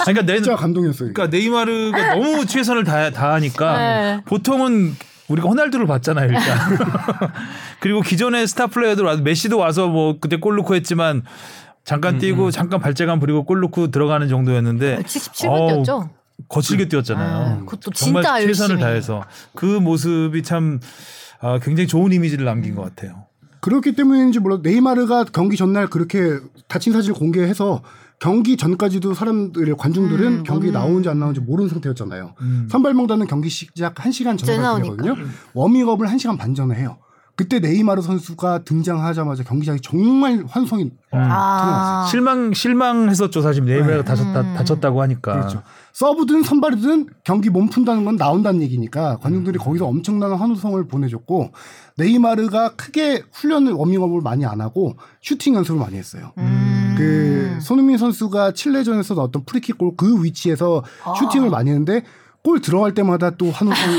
[SPEAKER 3] 그러니까 내,
[SPEAKER 4] 진짜 감동이었어요.
[SPEAKER 3] 그러니까 네이마르가 너무 최선을 다, 다하니까
[SPEAKER 1] 네.
[SPEAKER 3] 보통은 우리가 호날두를 봤잖아요. 일단 그리고 기존의 스타 플레이어들 와서 메시도 와서 뭐 그때 골 넣고 했지만
[SPEAKER 4] 음,
[SPEAKER 3] 잠깐 뛰고 잠깐 발재간 부리고 골 넣고 들어가는 정도였는데
[SPEAKER 1] 77분 뛰었죠.
[SPEAKER 4] 음.
[SPEAKER 3] 거칠게 뛰었잖아요.
[SPEAKER 1] 아, 그것도
[SPEAKER 3] 정말
[SPEAKER 1] 진짜
[SPEAKER 3] 최선을
[SPEAKER 1] 열심히.
[SPEAKER 3] 다해서 그 모습이 참 아, 굉장히 좋은 이미지를 남긴 것 같아요.
[SPEAKER 4] 그렇기 때문인지 몰라 네이마르가 경기 전날 그렇게 다친 사진을 공개해서 경기 전까지도 사람들 관중들은
[SPEAKER 1] 음,
[SPEAKER 4] 경기 나오는지 안 나오는지 모르는 상태였잖아요. 선발 명단은 경기 시작 1시간 전에
[SPEAKER 1] 이제 나오니까.
[SPEAKER 4] 발표되거든요. 워밍업을 1시간 반 전에 해요. 그때 네이마르 선수가 등장하자마자 경기장이 정말 환성이
[SPEAKER 1] 어.
[SPEAKER 5] 아.
[SPEAKER 3] 실망 실망했었죠 사실 네이마르가 다쳤다
[SPEAKER 1] 음.
[SPEAKER 3] 다쳤다고 하니까.
[SPEAKER 1] 아.
[SPEAKER 4] 그렇죠. 서브든 선발이든 경기 몸 푼다는 건 나온다는 얘기니까
[SPEAKER 1] 음.
[SPEAKER 4] 관중들이 거기서 엄청난 환호성을 보내줬고 네이마르가 크게 훈련을 워밍업을 많이 안 하고 슈팅 연습을 많이 했어요.
[SPEAKER 1] 음.
[SPEAKER 4] 그 손흥민 선수가 칠레전에서 넣었던 프리킥 골 그 위치에서
[SPEAKER 1] 아.
[SPEAKER 4] 슈팅을 많이 했는데 골 들어갈 때마다 또 환호성이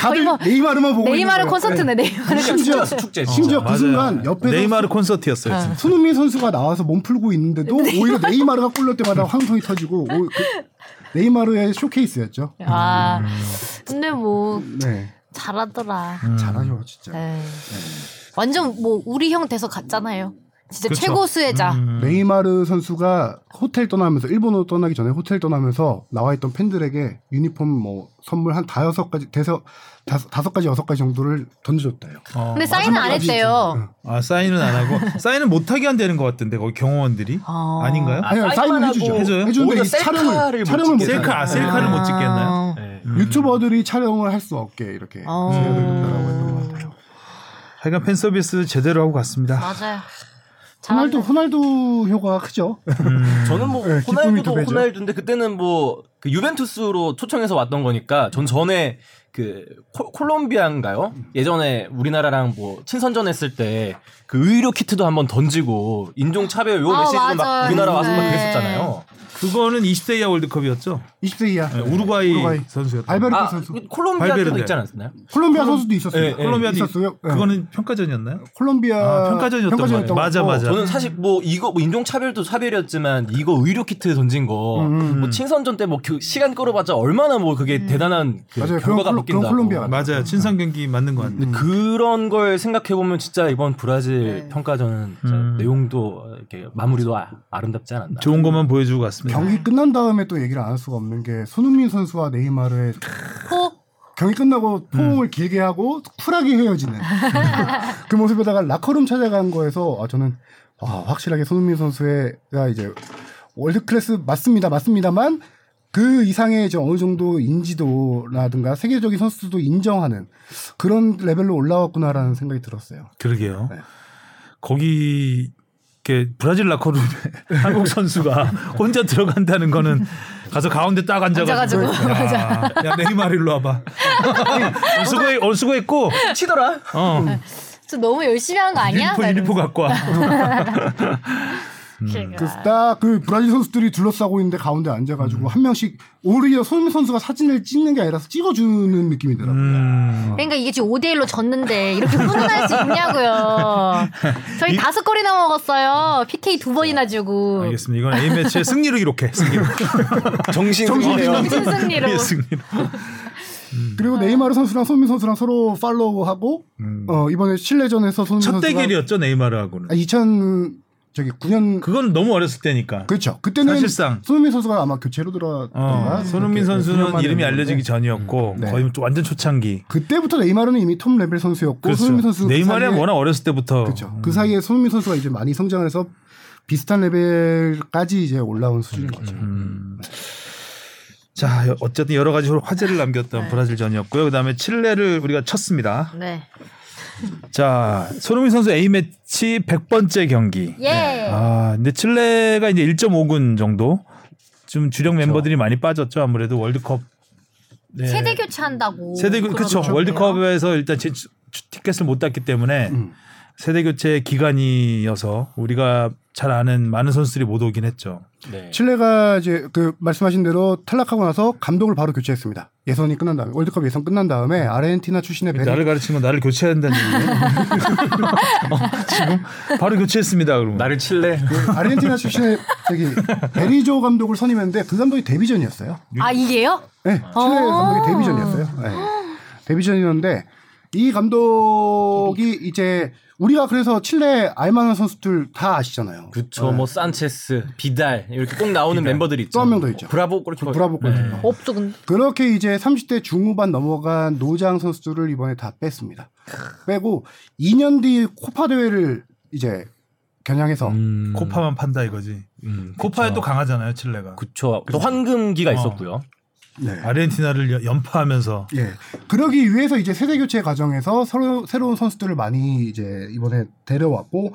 [SPEAKER 4] 다들 네이마르만 보고
[SPEAKER 1] 뭐 네이마르
[SPEAKER 4] 있는 거예요.
[SPEAKER 1] 콘서트네 네이마르
[SPEAKER 4] 심지어
[SPEAKER 2] 축제, 축제,
[SPEAKER 4] 심지어
[SPEAKER 3] 맞아요.
[SPEAKER 4] 그 순간 옆에서
[SPEAKER 3] 네이마르 콘서트였어요. 진짜.
[SPEAKER 4] 손흥민 선수가 나와서 몸 풀고 있는데도 오히려 네이마르가 골 넣을 때마다 황송이 터지고 오, 그 네이마르의 쇼케이스였죠.
[SPEAKER 1] 아 근데 뭐
[SPEAKER 4] 네.
[SPEAKER 1] 잘하더라
[SPEAKER 2] 음.
[SPEAKER 4] 잘하죠, 진짜.
[SPEAKER 1] 에이. 완전 뭐 우리 형 돼서 갔잖아요 진짜
[SPEAKER 3] 그쵸. 음.
[SPEAKER 1] 최고 수혜자
[SPEAKER 4] 네이마르 선수가 호텔 떠나면서 일본으로 떠나기 전에 호텔 떠나면서 나와 있던 팬들에게 유니폼 뭐 선물 한 다여섯 가지 대서 다섯, 다섯 가지 여섯 가지 정도를 던져줬대요.
[SPEAKER 3] 어.
[SPEAKER 1] 근데 사인은 안 했대요
[SPEAKER 3] 아 사인은 안 하고 사인은 못하게 한다는 것 같은데 거기 경호원들이
[SPEAKER 1] 아.
[SPEAKER 3] 아닌가요?
[SPEAKER 2] 아,
[SPEAKER 4] 네. 아니요, 사인을
[SPEAKER 2] 사인만
[SPEAKER 4] 해주죠.
[SPEAKER 2] 하고
[SPEAKER 3] 해줘요?
[SPEAKER 4] 해주는데
[SPEAKER 2] 오히려
[SPEAKER 4] 이 촬영을
[SPEAKER 2] 셀카를 못
[SPEAKER 4] 촬영을 못
[SPEAKER 2] 찍게
[SPEAKER 4] 해요.
[SPEAKER 3] 셀카 아, 셀카를 못 찍겠나요? 네.
[SPEAKER 2] 네.
[SPEAKER 4] 유튜버들이 촬영을 할 수 없게 이렇게
[SPEAKER 1] 어.
[SPEAKER 4] 제어해줬다라고 했던 것 같아요.
[SPEAKER 3] 하여간 팬 서비스 제대로 하고 갔습니다.
[SPEAKER 1] 맞아요
[SPEAKER 4] 호날두
[SPEAKER 1] 잘한다
[SPEAKER 4] 호날두 효과가 크죠.
[SPEAKER 2] 저는 뭐
[SPEAKER 4] 네, 기쁨이 두
[SPEAKER 2] 호날두도
[SPEAKER 4] 배죠.
[SPEAKER 2] 호날두인데 그때는 뭐 그 유벤투스로 초청해서 왔던 거니까 전 전에 그 콜- 콜롬비아인가요? 예전에 우리나라랑 뭐 친선전 했을 때 그 의료 키트도 한번 던지고 인종 차별 요
[SPEAKER 1] 아,
[SPEAKER 2] 메시지도 막
[SPEAKER 1] 맞아요.
[SPEAKER 2] 우리나라 와서 막
[SPEAKER 1] 네.
[SPEAKER 2] 그랬었잖아요.
[SPEAKER 3] 그거는 20대 이하 월드컵이었죠.
[SPEAKER 4] 20세 이하
[SPEAKER 3] 네, 우루과이, 네.
[SPEAKER 4] 우루과이.
[SPEAKER 3] 선수였다.
[SPEAKER 4] 알베르
[SPEAKER 2] 아,
[SPEAKER 4] 선수.
[SPEAKER 2] 그 콜롬비아도
[SPEAKER 3] 발베르데.
[SPEAKER 2] 있지 않았나요?
[SPEAKER 4] 콜롬비아 선수도 있었어요.
[SPEAKER 2] 예, 예.
[SPEAKER 3] 콜롬비아도
[SPEAKER 4] 있었어요. 예.
[SPEAKER 3] 그거는 평가전이었나요?
[SPEAKER 4] 콜롬비아
[SPEAKER 3] 아, 평가전이었던 거예요. 맞아,
[SPEAKER 4] 거고.
[SPEAKER 3] 맞아.
[SPEAKER 2] 저는 사실 뭐 이거 뭐 인종 차별도 차별이었지만 이거 의료 키트 던진 거
[SPEAKER 4] 음,
[SPEAKER 2] 뭐 친선전 때 뭐 그 시간 끌어봤자 얼마나 뭐 그게 대단한 그
[SPEAKER 4] 맞아요. 그건
[SPEAKER 2] 결과가
[SPEAKER 4] 콜롬-
[SPEAKER 2] 바뀐다고.
[SPEAKER 4] 그건 콜롬비아 음.
[SPEAKER 3] 맞아요. 음. 친선 경기 맞는 것 같아요.
[SPEAKER 2] 그런 걸 생각해 보면 진짜 이번 브라질 평가전은 진짜
[SPEAKER 4] 음.
[SPEAKER 2] 내용도 이렇게 마무리도 아, 름답지 않았나.
[SPEAKER 3] 좋은 것만 보여주고 갔습니다.
[SPEAKER 4] 경기 끝난 다음에 또 얘기를 안 할 수가 없는 게 손흥민 선수와 네이마르의
[SPEAKER 1] 포
[SPEAKER 4] 경기 끝나고
[SPEAKER 3] 음.
[SPEAKER 4] 포옹을 길게 하고 쿨하게 헤어지는 그 모습에다가 라커룸 찾아간 거에서 아, 저는 와, 확실하게 손흥민 선수가 이제 월드 클래스 맞습니다, 맞습니다만 그 이상의 이제 어느 정도 인지도라든가 세계적인 선수도 인정하는 그런 레벨로 올라왔구나라는 생각이 들었어요.
[SPEAKER 3] 그러게요.
[SPEAKER 4] 네.
[SPEAKER 3] 거기 이렇게 브라질 라커룸에
[SPEAKER 4] 네.
[SPEAKER 3] 한국 선수가 혼자 들어간다는 거는 가서 가운데 딱 앉아가지고
[SPEAKER 1] 앉아가지고,
[SPEAKER 3] 야, 야 네이마르 일로 와봐. 오늘 수고해 오늘 수고했고
[SPEAKER 2] 치더라.
[SPEAKER 3] 어,
[SPEAKER 1] 저 너무 열심히 한 거 네. 아니야?
[SPEAKER 3] 유니포 유니포 갖고 와.
[SPEAKER 1] 음.
[SPEAKER 3] 음.
[SPEAKER 1] 그러니까.
[SPEAKER 4] 그래서 딱그 브라질 선수들이 둘러싸고 있는데 가운데 앉아가지고
[SPEAKER 3] 음.
[SPEAKER 4] 한 명씩 오히려 손흥민 선수가 사진을 찍는 게 아니라서 찍어주는 느낌이더라고요.
[SPEAKER 3] 음,
[SPEAKER 1] 그러니까 이게 지금 5대 1로 졌는데 이렇게 훈훈할 수 있냐고요. 저희 다섯 골이나 먹었어요. PK 두 번이나 주고
[SPEAKER 3] 알겠습니다. 이건 A 매치의 승리로 기록해. 승리로.
[SPEAKER 2] 정신
[SPEAKER 1] 정신 승리로.
[SPEAKER 3] 예, 승리로.
[SPEAKER 4] 음, 그리고 네이마르 선수랑 손흥민 선수랑 서로 팔로우하고 어, 이번에 칠레전에서 손흥민
[SPEAKER 3] 음. 첫
[SPEAKER 4] 선수가
[SPEAKER 3] 대결이었죠 네이마르하고는.
[SPEAKER 4] 아, 2000 저기 9년
[SPEAKER 3] 그건 너무 어렸을 때니까.
[SPEAKER 4] 그렇죠. 그때는
[SPEAKER 3] 사실상.
[SPEAKER 4] 손흥민 선수가 아마 교체로 들어왔던가.
[SPEAKER 3] 어, 손흥민
[SPEAKER 4] 이렇게 몇
[SPEAKER 3] 선수는
[SPEAKER 4] 년만에
[SPEAKER 3] 이름이
[SPEAKER 4] 했는데
[SPEAKER 3] 알려지기 전이었고
[SPEAKER 4] 네.
[SPEAKER 3] 거의 또 완전 초창기.
[SPEAKER 4] 그때부터 네이마르는 이미 톱 레벨 선수였고 그 손흥민 선수
[SPEAKER 3] 그렇죠. 네이마르는
[SPEAKER 4] 그 사이에,
[SPEAKER 3] 워낙 음. 어렸을 때부터
[SPEAKER 4] 그렇죠. 그 사이에 손흥민 선수가 이제 많이 성장을 해서 비슷한 레벨까지 이제 올라온
[SPEAKER 3] 음,
[SPEAKER 4] 수준인 거죠.
[SPEAKER 3] 자 여- 어쨌든 여러 가지 화제를 남겼던 브라질전이었고요. 그다음에 칠레를 우리가 쳤습니다.
[SPEAKER 1] 네.
[SPEAKER 3] 자 손흥민 선수 A 매치 100번째 경기.
[SPEAKER 1] 예.
[SPEAKER 3] 아 근데 칠레가 이제 1.5군 정도 좀 주력
[SPEAKER 4] 그렇죠.
[SPEAKER 3] 멤버들이 많이 빠졌죠. 아무래도 월드컵 네.
[SPEAKER 1] 세대 교체한다고.
[SPEAKER 3] 세대 교- 그쵸
[SPEAKER 1] 그러더라고요.
[SPEAKER 3] 월드컵에서 일단 제 주- 티켓을 못 땄기 때문에
[SPEAKER 4] 음.
[SPEAKER 3] 세대 교체 기간이어서 우리가 잘 아는 많은 선수들이 못 오긴 했죠.
[SPEAKER 2] 네.
[SPEAKER 4] 칠레가 이제 그 말씀하신 대로 탈락하고 나서 감독을 바로 교체했습니다. 예선이 끝난 다음에 월드컵 예선 끝난 다음에 아르헨티나 출신의
[SPEAKER 2] 그
[SPEAKER 4] 베리
[SPEAKER 3] 나를 가르친 건 나를 교체해야 된다는 얘기예요. 어, 지금 바로 교체했습니다. 그러면
[SPEAKER 2] 나를 칠래.
[SPEAKER 4] 아르헨티나 출신의 저기 베리조 감독을 선임했는데 그 감독이 데뷔전이었어요.
[SPEAKER 1] 아 이게요?
[SPEAKER 4] 네, 칠레 감독이 데뷔전이었어요. 네. 데뷔전이었는데 이 감독이 이제 우리가 그래서 칠레 알만한 선수들 다 아시잖아요.
[SPEAKER 2] 그쵸. 뭐 산체스, 비달 이렇게 꼭 나오는 멤버들이 있죠.
[SPEAKER 4] 네. 또한명더 있죠.
[SPEAKER 2] 브라보 골키퍼.
[SPEAKER 4] 브라보
[SPEAKER 2] 네.
[SPEAKER 4] 골키퍼.
[SPEAKER 1] 없어 근데.
[SPEAKER 4] 그렇게 이제 30대 중후반 넘어간 노장 선수들을 이번에 다 뺐습니다. 빼고 2년 뒤 코파 대회를 이제 겨냥해서
[SPEAKER 2] 음.
[SPEAKER 3] 음. 코파만 판다 이거지. 코파에 또 강하잖아요, 칠레가.
[SPEAKER 4] 어.
[SPEAKER 2] 그쵸. 또 황금기가 있었고요.
[SPEAKER 4] 네.
[SPEAKER 3] 아르헨티나를 연- 연파하면서
[SPEAKER 4] 예. 그러기 위해서 이제 세대 교체 과정에서 새로, 새로운 선수들을 많이 이제 이번에 데려왔고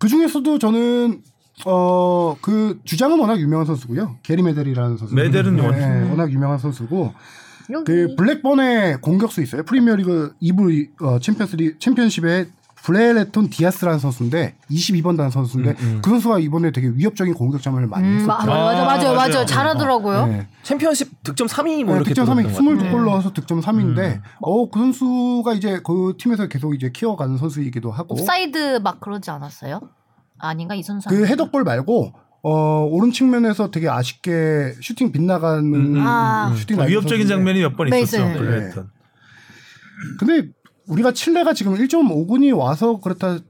[SPEAKER 4] 그 중에서도 저는 어 그 주장은 워낙 유명한 선수고요. 게리 메델이라는 선수.
[SPEAKER 3] 메델은
[SPEAKER 4] 예,
[SPEAKER 3] 원-
[SPEAKER 4] 예, 워낙 유명한 선수고
[SPEAKER 1] 여기.
[SPEAKER 4] 그 블랙번의 공격수 있어요. 프리미어리그 2부 어, 챔피언스리 챔피언십의 블레레톤 디아스라는 선수인데 22번단
[SPEAKER 2] 음,
[SPEAKER 4] 선수인데 그 선수가 이번에 되게 위협적인 공격점을 많이
[SPEAKER 1] 음, 마,
[SPEAKER 4] 했었죠.
[SPEAKER 1] 맞아, 맞아요, 맞아요,
[SPEAKER 3] 맞아요.
[SPEAKER 1] 잘하더라고요.
[SPEAKER 4] 예.
[SPEAKER 2] 챔피언십 득점 3위 뭐
[SPEAKER 4] 네,
[SPEAKER 2] 이렇게
[SPEAKER 4] 득점 3위,
[SPEAKER 2] 들었던 것 같아요. 음.
[SPEAKER 4] 22골로 해서 득점 3인데, 어, 그 선수가 이제 그 팀에서 계속 이제 키워가는 선수이기도 하고,
[SPEAKER 1] 옵사이드 막 그러지 않았어요? 아닌가 이 선수.
[SPEAKER 4] 그 헤더골 말고, 어, 오른 측면에서 되게 아쉽게 슈팅 빗나가는
[SPEAKER 2] 음,
[SPEAKER 1] 아.
[SPEAKER 4] 슈팅 라인
[SPEAKER 3] 위협적인
[SPEAKER 4] 선수인데.
[SPEAKER 3] 장면이 몇 번
[SPEAKER 1] 네,
[SPEAKER 3] 있었죠.
[SPEAKER 1] 있어요.
[SPEAKER 3] 블랙턴.
[SPEAKER 4] 근데 우리가 칠레가 지금 1.5군이 와서 그렇다고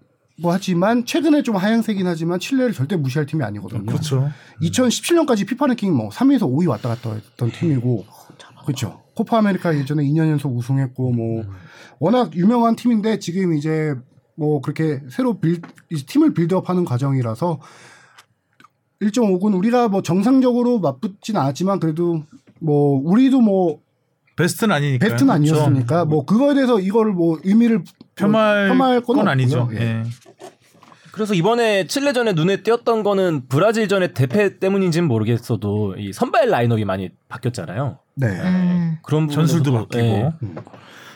[SPEAKER 4] 뭐 하지만, 최근에 좀 하향세긴 하지만, 칠레를 절대 무시할 팀이 아니거든요.
[SPEAKER 3] 그렇죠.
[SPEAKER 4] 2017년까지 피파 랭킹 뭐 3위에서 5위 왔다 갔다 했던 팀이고
[SPEAKER 3] 음.
[SPEAKER 4] 그렇죠. 코파 아메리카 예전에 2년 연속 우승했고 뭐 워낙 유명한 팀인데 지금 이제 뭐 그렇게 새로 빌 이제 팀을 빌드업하는 과정이라서 1.5군 우리가 뭐 정상적으로 맞붙진 않았지만 그래도 뭐 우리도 뭐
[SPEAKER 3] 베스트는 아니니까.
[SPEAKER 4] 베스트는 아니었으니까 뭐 그거에 대해서 이거를 뭐 의미를 뭐
[SPEAKER 3] 폄할,
[SPEAKER 4] 폄할
[SPEAKER 3] 건,
[SPEAKER 4] 건
[SPEAKER 3] 아니죠.
[SPEAKER 4] 없고요.
[SPEAKER 3] 예.
[SPEAKER 2] 그래서 이번에 칠레전에 눈에 띄었던 거는 브라질전의 대패 때문인지는 모르겠어도 이 선발 라인업이 많이 바뀌었잖아요.
[SPEAKER 4] 네.
[SPEAKER 1] 음.
[SPEAKER 2] 그런
[SPEAKER 3] 전술도
[SPEAKER 2] 부분에서도,
[SPEAKER 3] 바뀌고
[SPEAKER 2] 예.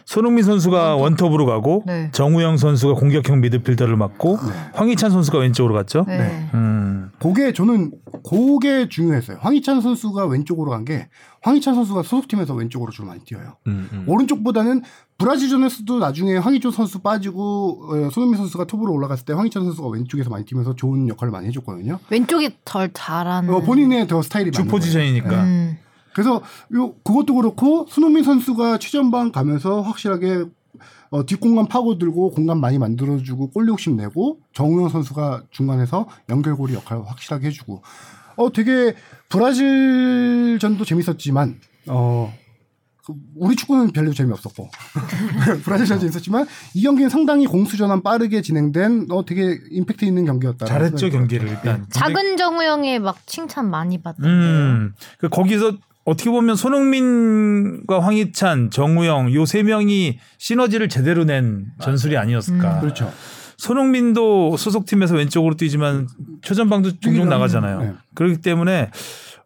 [SPEAKER 3] 손흥민 선수가 원톱으로 가고
[SPEAKER 1] 네.
[SPEAKER 3] 정우영 선수가 공격형 미드필더를 맡고 황희찬 선수가 왼쪽으로 갔죠.
[SPEAKER 1] 네.
[SPEAKER 4] 네.
[SPEAKER 3] 음.
[SPEAKER 4] 그게 저는 그게 중요했어요. 황희찬 선수가 왼쪽으로 간 게 황희찬 선수가 소속팀에서 왼쪽으로 주로 많이 뛰어요.
[SPEAKER 2] 음, 음.
[SPEAKER 4] 오른쪽보다는 브라질전에서도 나중에 황희조 선수 빠지고 어, 손흥민 선수가 톱으로 올라갔을 때 황희찬 선수가 왼쪽에서 많이 뛰면서 좋은 역할을 많이 해줬거든요.
[SPEAKER 1] 왼쪽이 덜 잘하는.
[SPEAKER 4] 어, 본인의 더 스타일이
[SPEAKER 3] 음. 주
[SPEAKER 4] 맞는 거예요.
[SPEAKER 3] 포지션이니까.
[SPEAKER 1] 음.
[SPEAKER 4] 그래서 요 그것도 그렇고 손흥민 선수가 최전방 가면서 확실하게 어, 뒷공간 파고들고 공간 많이 만들어주고 골 욕심 내고 정우영 선수가 중간에서 연결고리 역할을 확실하게 해주고 어 되게 브라질전도 재밌었지만 어. 그 우리 축구는 별로 재미없었고 브라질전 재밌었지만 이 경기는 상당히 공수전환 빠르게 진행된 어 되게 임팩트 있는 경기였다.
[SPEAKER 3] 잘했죠 경기를 일단.
[SPEAKER 1] 작은 정우영의 막 칭찬 많이 받던데.
[SPEAKER 3] 음. 그 거기서 어떻게 보면 손흥민과 황희찬, 정우영 요 세 명이 시너지를 제대로 낸 전술이 아니었을까.
[SPEAKER 4] 그렇죠.
[SPEAKER 3] 손흥민도 소속팀에서 왼쪽으로 뛰지만 최전방도 쭉쭉
[SPEAKER 4] 공격은-
[SPEAKER 3] 나가잖아요.
[SPEAKER 4] 네.
[SPEAKER 3] 그렇기 때문에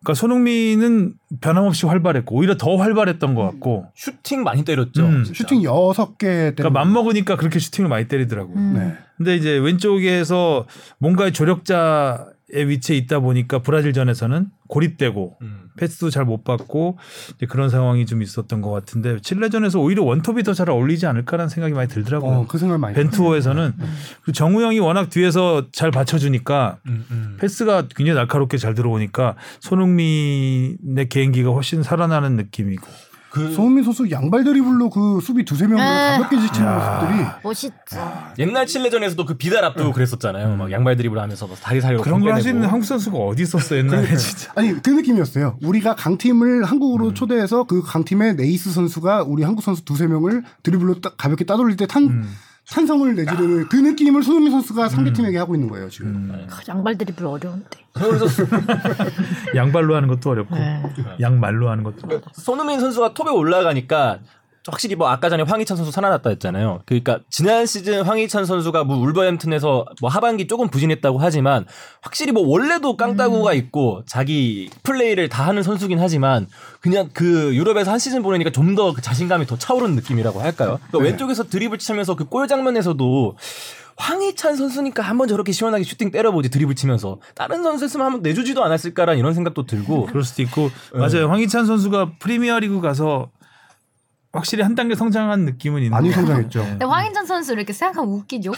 [SPEAKER 3] 그러니까 손흥민은 변함없이 활발했고 오히려 더 활발했던 것 같고
[SPEAKER 2] 슈팅 많이 때렸죠.
[SPEAKER 3] 음.
[SPEAKER 2] 진짜.
[SPEAKER 4] 슈팅 6개 때문에
[SPEAKER 3] 그러니까 맘먹으니까 그렇게 슈팅을 많이 때리더라고요.
[SPEAKER 1] 음.
[SPEAKER 4] 네.
[SPEAKER 3] 근데 이제 왼쪽에서 뭔가의 조력자의 위치에 있다 보니까 브라질전에서는 고립되고
[SPEAKER 2] 음.
[SPEAKER 3] 패스도 잘 못 받고 이제 그런 상황이 좀 있었던 것 같은데 칠레전에서 오히려 원톱이 더 잘 어울리지 않을까라는 생각이 많이 들더라고요.
[SPEAKER 4] 어, 그 생각 많이 네.
[SPEAKER 3] 벤투호에서는 그리고 정우영이 워낙 뒤에서 잘 받쳐주니까
[SPEAKER 2] 음, 음.
[SPEAKER 3] 패스가 굉장히 날카롭게 잘 들어오니까 손흥민의 개인기가 훨씬 살아나는 느낌이고
[SPEAKER 2] 그
[SPEAKER 4] 손흥민 선수 양발 드리블로 그 수비 두세 명을
[SPEAKER 1] 네.
[SPEAKER 4] 가볍게 지치는 모습들이
[SPEAKER 1] 멋있죠.
[SPEAKER 2] 옛날 칠레전에서도 그 비달압도 그랬었잖아요. 막 양발 드리블 하면서 막 다리 살려
[SPEAKER 3] 어. 그런 걸 할 수 있는 한국 선수가 어디 있었어 옛날에 진짜.
[SPEAKER 4] 아니 그 느낌이었어요. 우리가 강팀을 한국으로 초대해서 그 강팀의 네이스 선수가 우리 한국 선수 두세 명을 드리블로 따- 가볍게 따돌릴 때 탄, 탄성을 내지르는 그 느낌을 손흥민 선수가 상대팀에게 하고 있는 거예요 지금.
[SPEAKER 1] 양발 드리블 어려운데.
[SPEAKER 3] 양발로 하는 것도 어렵고
[SPEAKER 1] 네.
[SPEAKER 3] 양말로 하는 것도 어렵고.
[SPEAKER 2] 손흥민 선수가 톱에 올라가니까 확실히 뭐 아까 전에 황희찬 선수 살아났다 했잖아요. 그러니까 지난 시즌 황희찬 선수가 뭐 울버햄튼에서 뭐 하반기 조금 부진했다고 하지만 확실히 뭐 원래도 깡따구가 있고 자기 플레이를 다 하는 선수긴 하지만 그냥 그 유럽에서 한 시즌 보내니까 좀 더 그 자신감이 더 차오른 느낌이라고 할까요? 그러니까 왼쪽에서 드리블 치면서 그 골 장면에서도 황희찬 선수니까 한번 저렇게 시원하게 슈팅 때려보지 드리블 치면서 다른 선수였으면 한번 내주지도 않았을까라는 이런 생각도 들고
[SPEAKER 3] 그럴 수도 있고 맞아요 황희찬 선수가 프리미어리그 가서 확실히 한 단계 성장한 느낌은 있는
[SPEAKER 4] 많이
[SPEAKER 3] 것 같아요.
[SPEAKER 4] 성장했죠.
[SPEAKER 3] 네.
[SPEAKER 1] 근데 황인찬 선수 이렇게 생각하면 웃기죠.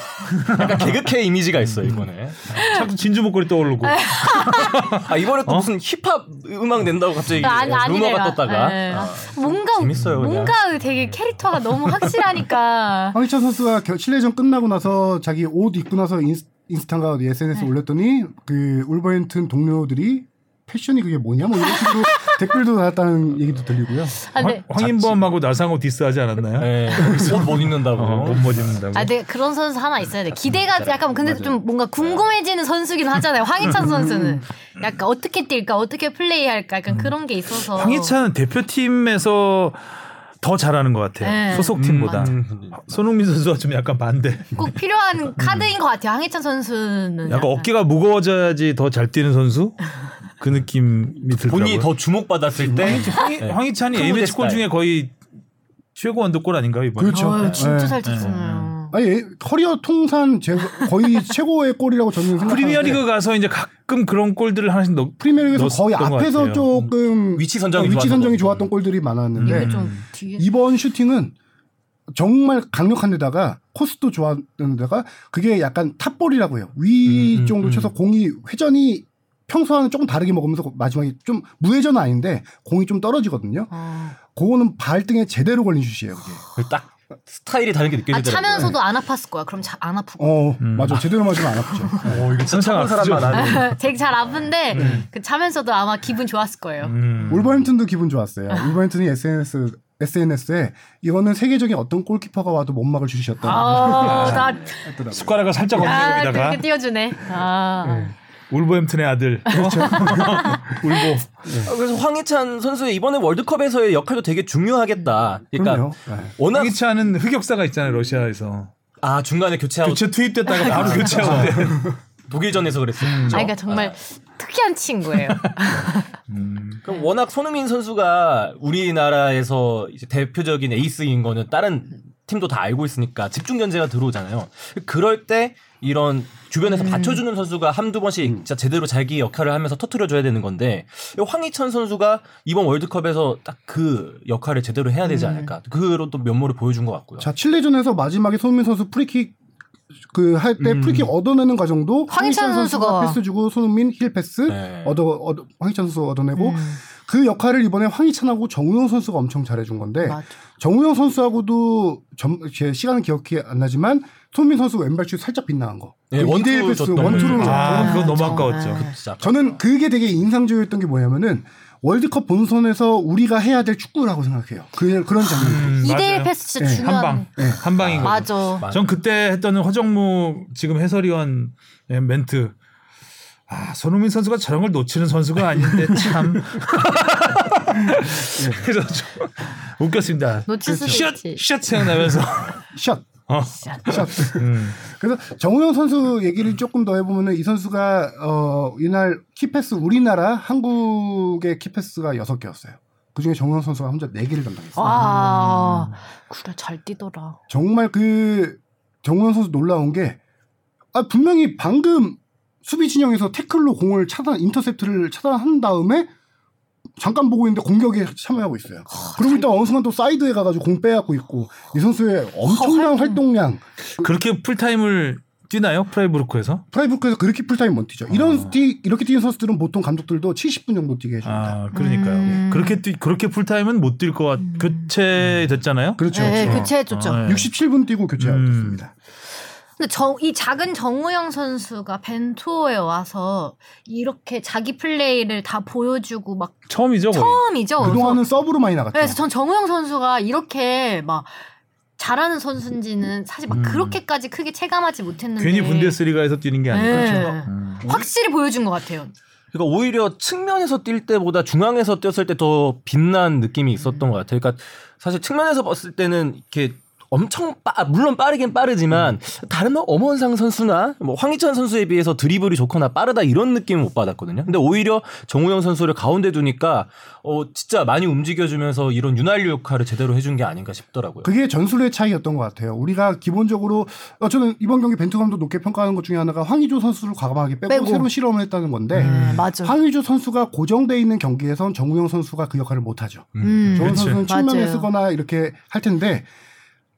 [SPEAKER 2] 약간 개그캐 이미지가 있어요 이번에.
[SPEAKER 3] 자꾸 진주 목걸이 떠오르고
[SPEAKER 2] 아 이번에 또 무슨 힙합 음악 낸다고 갑자기
[SPEAKER 1] 아니, 아니래요.
[SPEAKER 2] 루머가 떴다가
[SPEAKER 1] 네.
[SPEAKER 2] 아,
[SPEAKER 1] 뭔가
[SPEAKER 2] 재밌어요, 그냥.
[SPEAKER 1] 뭔가 되게 캐릭터가 너무 확실하니까. 아,
[SPEAKER 4] 황희찬 선수가 겨- 칠레전 끝나고 나서 자기
[SPEAKER 1] 네.
[SPEAKER 4] 옷 입고 나서 인스, 인스타인가 어디 SNS 에 올렸더니 그 울버햄튼 동료들이 패션이 그게 뭐냐 뭐 이런 식으로 댓글도 달았다는 얘기도 들리고요.
[SPEAKER 1] 아, 네.
[SPEAKER 3] 황, 인범하고 나상호 디스하지 않았나요?
[SPEAKER 2] 네. 옷못 입는다고.
[SPEAKER 3] 어, 못못 입는다고.
[SPEAKER 1] 아, 네, 그런 선수 하나 있어야 돼. 기대가 약간 근데 좀 뭔가 궁금해지는 선수긴 하잖아요. 황희찬 선수는 약간 어떻게 뛸까, 어떻게 플레이할까, 약간 그런 게 있어서.
[SPEAKER 3] 황희찬은 대표팀에서 더 잘하는 것 같아요.
[SPEAKER 1] 네.
[SPEAKER 3] 소속팀보다.
[SPEAKER 2] 음.
[SPEAKER 3] 손흥민 선수와 좀 약간 반대.
[SPEAKER 1] 꼭 필요한 카드인 것 같아요. 황희찬 선수는
[SPEAKER 3] 약간 어깨가 무거워져야지 더 잘 뛰는 선수? 그 느낌이 들더라고요.
[SPEAKER 2] 본인이 더 네. 주목받았을 때
[SPEAKER 3] 황희, 황희찬이
[SPEAKER 2] 크로우제
[SPEAKER 3] A매치 골
[SPEAKER 2] 스타일.
[SPEAKER 3] 중에 거의 최고 언더골 아닌가요 이번에?
[SPEAKER 2] 그
[SPEAKER 1] 어휴, 진짜
[SPEAKER 4] 네.
[SPEAKER 1] 잘 쳤어요.
[SPEAKER 4] 아니 예, 커리어 통산 제 거의 최고의 골이라고 저는 생각하는데
[SPEAKER 3] 프리미어리그 가서 이제 가끔 그런 골들을 하나씩 넣.
[SPEAKER 4] 프리미어리그에서 거의
[SPEAKER 3] 넣었던 것
[SPEAKER 4] 앞에서
[SPEAKER 3] 같아요.
[SPEAKER 4] 조금 어,
[SPEAKER 2] 위치 선정이
[SPEAKER 4] 위치
[SPEAKER 2] 좋았던
[SPEAKER 4] 선정이
[SPEAKER 2] 거.
[SPEAKER 4] 좋았던 골들이 많았는데
[SPEAKER 1] 좀 뒤에
[SPEAKER 4] 네. 이번 슈팅은 정말 강력한 데다가 코스도 좋았던 데다가 그게 약간 탑볼이라고 해요. 위쪽으로 쳐서 공이 회전이 평소와는 조금 다르게 먹으면서 마지막에 좀 무회전은 아닌데 공이 좀 떨어지거든요.
[SPEAKER 1] 아,
[SPEAKER 4] 그거는 발등에 제대로 걸린 슛이에요. 그게.
[SPEAKER 2] 딱 스타일이 다른 게
[SPEAKER 1] 아
[SPEAKER 2] 느껴지더라고요.
[SPEAKER 1] 차면서도 안 아팠을 거야. 그럼 자, 안 아프고.
[SPEAKER 4] 어, 맞아. 제대로 맞으면 안 아프죠.
[SPEAKER 3] 어 이거
[SPEAKER 2] 진짜 차가운 사람만 아는.
[SPEAKER 1] 되게 잘 아픈데 그 차면서도 아마 기분 좋았을 거예요.
[SPEAKER 3] 음.
[SPEAKER 4] 울버햄튼도 기분 좋았어요. 울버햄튼이 SNS SNS에 이거는 세계적인 어떤 골키퍼가 와도 못 막을 슛이었다.
[SPEAKER 1] 아나
[SPEAKER 2] 음.
[SPEAKER 4] 했더라고요.
[SPEAKER 3] 숟가락을 살짝
[SPEAKER 1] 아,
[SPEAKER 3] 얹어다가
[SPEAKER 1] 되게 띄워주네. 아.
[SPEAKER 3] 울버햄튼의 아들. 울보.
[SPEAKER 2] 아, 그래서 황희찬 선수의 이번에 월드컵에서의 역할도 되게 중요하겠다. 그러니까
[SPEAKER 4] 그럼요. 네.
[SPEAKER 2] 워낙
[SPEAKER 3] 황희찬은 흑역사가 있잖아요 러시아에서.
[SPEAKER 2] 아 중간에 교체하고
[SPEAKER 3] 교체 투입됐다가 바로 교체하고.
[SPEAKER 2] 독일전에서 그랬어요. 그죠?
[SPEAKER 1] 아니, 그러니까 정말 특이한 친구예요.
[SPEAKER 2] 그럼 워낙 손흥민 선수가 우리나라에서 이제 대표적인 에이스인 거는 다른 팀도 다 알고 있으니까 집중 견제가 들어오잖아요. 그럴 때 이런 주변에서
[SPEAKER 4] 음.
[SPEAKER 2] 받쳐주는 선수가 한두 번씩 진짜 제대로 자기 역할을 하면서 터트려줘야 되는 건데 이 황희찬 선수가 이번 월드컵에서 딱 그 역할을 제대로 해야 되지 않을까 그런 또 면모를 보여준 것 같고요.
[SPEAKER 4] 음. 자 칠레전에서 마지막에 손흥민 선수 프리킥 그 할 때 프리킥 얻어내는 과정도
[SPEAKER 1] 황희찬 선수가
[SPEAKER 4] 패스 주고 손흥민 힐 패스
[SPEAKER 2] 네.
[SPEAKER 4] 얻어, 얻어- 황희찬 선수 얻어내고
[SPEAKER 1] 음.
[SPEAKER 4] 그 역할을 이번에 황희찬하고 정우영 선수가 엄청 잘해준 건데
[SPEAKER 1] 맞아.
[SPEAKER 4] 정우영 선수하고도 점, 제 시간은 기억이 안 나지만 손흥민 선수 왼발슛 살짝 빗나간 거.
[SPEAKER 2] 네,
[SPEAKER 4] 그
[SPEAKER 2] 원투
[SPEAKER 4] 이대일 패스
[SPEAKER 2] 줬던
[SPEAKER 4] 원투로
[SPEAKER 2] 거.
[SPEAKER 4] 줬던
[SPEAKER 3] 아 그거 너무
[SPEAKER 1] 정말.
[SPEAKER 3] 아까웠죠.
[SPEAKER 2] 진짜
[SPEAKER 4] 저는 그게 되게 인상적이었던 게 뭐냐면은 월드컵 본선에서 우리가 해야 될 축구라고 생각해요. 그, 그런 장면.
[SPEAKER 3] 음,
[SPEAKER 1] 2대1
[SPEAKER 3] 맞아요.
[SPEAKER 1] 패스 진짜
[SPEAKER 4] 네,
[SPEAKER 1] 중요한.
[SPEAKER 3] 한 방. 한 방인 거죠.
[SPEAKER 1] 맞아.
[SPEAKER 2] 맞아.
[SPEAKER 3] 전 그때 했던 허정무 지금 해설위원 멘트. 아, 손흥민 선수가 저런 걸 놓치는 선수가 아닌데 참. 그래서 좀 웃겼습니다. 그
[SPEAKER 1] 놓칠 수도
[SPEAKER 3] 슛!
[SPEAKER 1] 있지.
[SPEAKER 3] 슛 생각나면서.
[SPEAKER 4] 샷.
[SPEAKER 3] 어.
[SPEAKER 4] 샷.
[SPEAKER 3] 음.
[SPEAKER 4] 그래서 정우영 선수 얘기를 조금 더 해보면은 이 선수가 어 이날 키패스 우리나라 한국의 키패스가 6 개였어요. 그중에 정우영 선수가 혼자 4 개를 담당했어요.
[SPEAKER 1] 와, 그래 잘 뛰더라.
[SPEAKER 4] 정말 그 정우영 선수 놀라운 게 아, 분명히 방금 수비 진영에서 태클로 공을 차단 인터셉트를 차단한 다음에 잠깐 보고 있는데 공격에 참여하고 있어요. 그리고 일단 어느 순간 또 사이드에 가가지고 공 빼앗고 있고 이 선수의 엄청난 활동량
[SPEAKER 3] 그렇게 풀타임을 뛰나요? 프라이브루크에서?
[SPEAKER 4] 프라이브크에서 그렇게 풀타임 못 뛰죠. 이런 뛰, 이렇게 뛰는 선수들은 보통 감독들도 70분 정도 뛰게 해줍니다.
[SPEAKER 3] 아, 그러니까요.
[SPEAKER 1] 음.
[SPEAKER 3] 그렇게 뛰, 그렇게 풀타임은 못 뛸 것 같, 그, 음. 교체됐잖아요?
[SPEAKER 4] 그렇죠.
[SPEAKER 1] 네, 교체해줬죠.
[SPEAKER 3] 아, 예.
[SPEAKER 4] 67분 뛰고 교체하겠습니다.
[SPEAKER 1] 근데 정, 이 작은 정우영 선수가 벤투어에 와서 이렇게 자기 플레이를 다 보여주고 막
[SPEAKER 3] 처음이죠, 거의.
[SPEAKER 1] 처음이죠. 예,
[SPEAKER 4] 그동안은 서브로 많이 나갔죠.
[SPEAKER 1] 네, 그래서 전 정우영 선수가 이렇게 막 잘하는 선수인지는 사실 막 그렇게까지 크게 체감하지 못했는데
[SPEAKER 3] 음. 괜히 분데스리가에서 뛰는 게 아니라.
[SPEAKER 1] 네.
[SPEAKER 3] 음.
[SPEAKER 1] 확실히 보여준 것 같아요.
[SPEAKER 2] 그러니까 오히려 측면에서 뛸 때보다 중앙에서 뛰었을 때 더 빛난 느낌이 있었던 것 같아요. 그러니까 사실 측면에서 봤을 때는 이렇게 엄청 빠, 물론 빠르긴 빠르지만 다른 뭐 엄원상 선수나 뭐 황희찬 선수에 비해서 드리블이 좋거나 빠르다 이런 느낌은 못 받았거든요. 근데 오히려 정우영 선수를 가운데 두니까 어 진짜 많이 움직여주면서 이런 윤활유 역할을 제대로 해준 게 아닌가 싶더라고요.
[SPEAKER 4] 그게 전술의 차이였던 것 같아요. 우리가 기본적으로 어, 저는 이번 경기 벤투 감독 높게 평가하는 것 중에 하나가 황의조 선수를 과감하게 빼고,
[SPEAKER 1] 빼고. 음.
[SPEAKER 4] 새로운 실험을 했다는 건데
[SPEAKER 1] 네, 맞아.
[SPEAKER 4] 황의조 선수가 고정돼 있는 경기에선 정우영 선수가 그 역할을 못 하죠.
[SPEAKER 1] 음.
[SPEAKER 4] 정우영
[SPEAKER 3] 그치.
[SPEAKER 4] 선수는 측면에
[SPEAKER 1] 맞아요.
[SPEAKER 4] 쓰거나 이렇게 할 텐데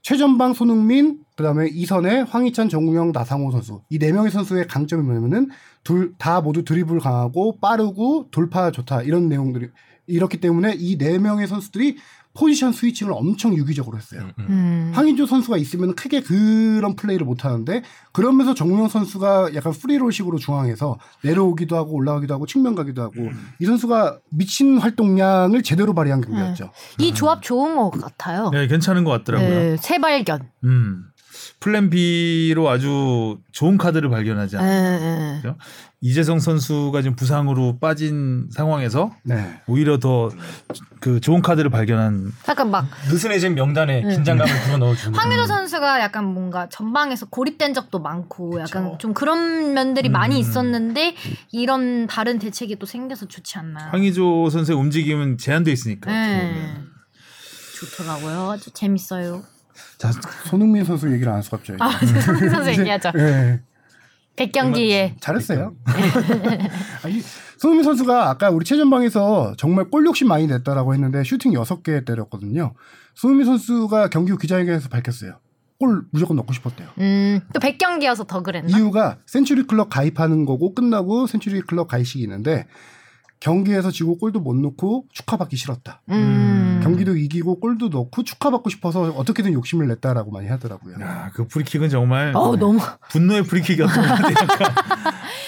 [SPEAKER 4] 최전방 손흥민 그다음에 이선에 황희찬 정우영 나상호 선수 이 네 명의 선수의 강점이 뭐냐면은 둘 다 모두 드리블 강하고 빠르고 돌파 좋다 이런 내용들이 이렇기 때문에 이 네 명의 선수들이 포지션 스위칭을 엄청 유기적으로 했어요.
[SPEAKER 1] 음.
[SPEAKER 4] 황인조 선수가 있으면 크게 그런 플레이를 못 하는데 그러면서 정우영 선수가 약간 프리롤식으로 중앙에서 내려오기도 하고 올라오기도 하고 측면 가기도 하고
[SPEAKER 1] 음.
[SPEAKER 4] 이 선수가 미친 활동량을 제대로 발휘한 경기였죠.
[SPEAKER 1] 이 조합 좋은 것 같아요.
[SPEAKER 3] 네, 괜찮은 것 같더라고요.
[SPEAKER 1] 네, 새 발견.
[SPEAKER 3] 음. 플랜 B로 아주 좋은 카드를 발견하지 않았죠.
[SPEAKER 1] 네, 네.
[SPEAKER 3] 이재성 선수가 지금 부상으로 빠진 상황에서
[SPEAKER 4] 네.
[SPEAKER 3] 오히려 더 그 좋은 카드를 발견한
[SPEAKER 1] 약간 막
[SPEAKER 2] 느슨해진 명단에 긴장감을 불어 넣어주는.
[SPEAKER 1] 황유도 선수가 약간 뭔가 전방에서 고립된 적도 많고 약간
[SPEAKER 2] 그쵸.
[SPEAKER 1] 좀 그런 면들이
[SPEAKER 3] 음.
[SPEAKER 1] 많이 있었는데 이런 바른 대책이 또 생겨서 좋지 않나.
[SPEAKER 3] 황의조 선수의 움직임은 제한돼 있으니까. 어떻게
[SPEAKER 1] 네.
[SPEAKER 3] 보면.
[SPEAKER 1] 좋더라고요. 아주 재밌어요.
[SPEAKER 3] 자,
[SPEAKER 4] 손흥민 선수 얘기를 안 할 수가 없죠. 이제.
[SPEAKER 1] 아, 손흥민 선수 얘기하죠.
[SPEAKER 4] 네.
[SPEAKER 1] 백경기에
[SPEAKER 4] 그 잘했어요.
[SPEAKER 1] 네.
[SPEAKER 4] 아니, 손흥민 선수가 아까 우리 최전방에서 정말 골 욕심 많이 냈다라고 했는데 슈팅 6개 때렸거든요. 손흥민 선수가 경기 후 기자회견에서 밝혔어요. 골 무조건 넣고 싶었대요.
[SPEAKER 1] 음, 또 백경기여서 더 그랬나?
[SPEAKER 4] 이유가 센츄리 클럽 가입하는 거고 끝나고 센츄리 클럽 가입식이 있는데 경기에서 지고 골도 못 넣고 축하받기 싫었다.
[SPEAKER 1] 음.
[SPEAKER 4] 경기도 이기고 골도 넣고 축하받고 싶어서 어떻게든 욕심을 냈다라고 많이 하더라고요.
[SPEAKER 3] 야, 그 프리킥은 정말
[SPEAKER 1] 어우 너무
[SPEAKER 3] 분노의 프리킥이었던 것 같아요.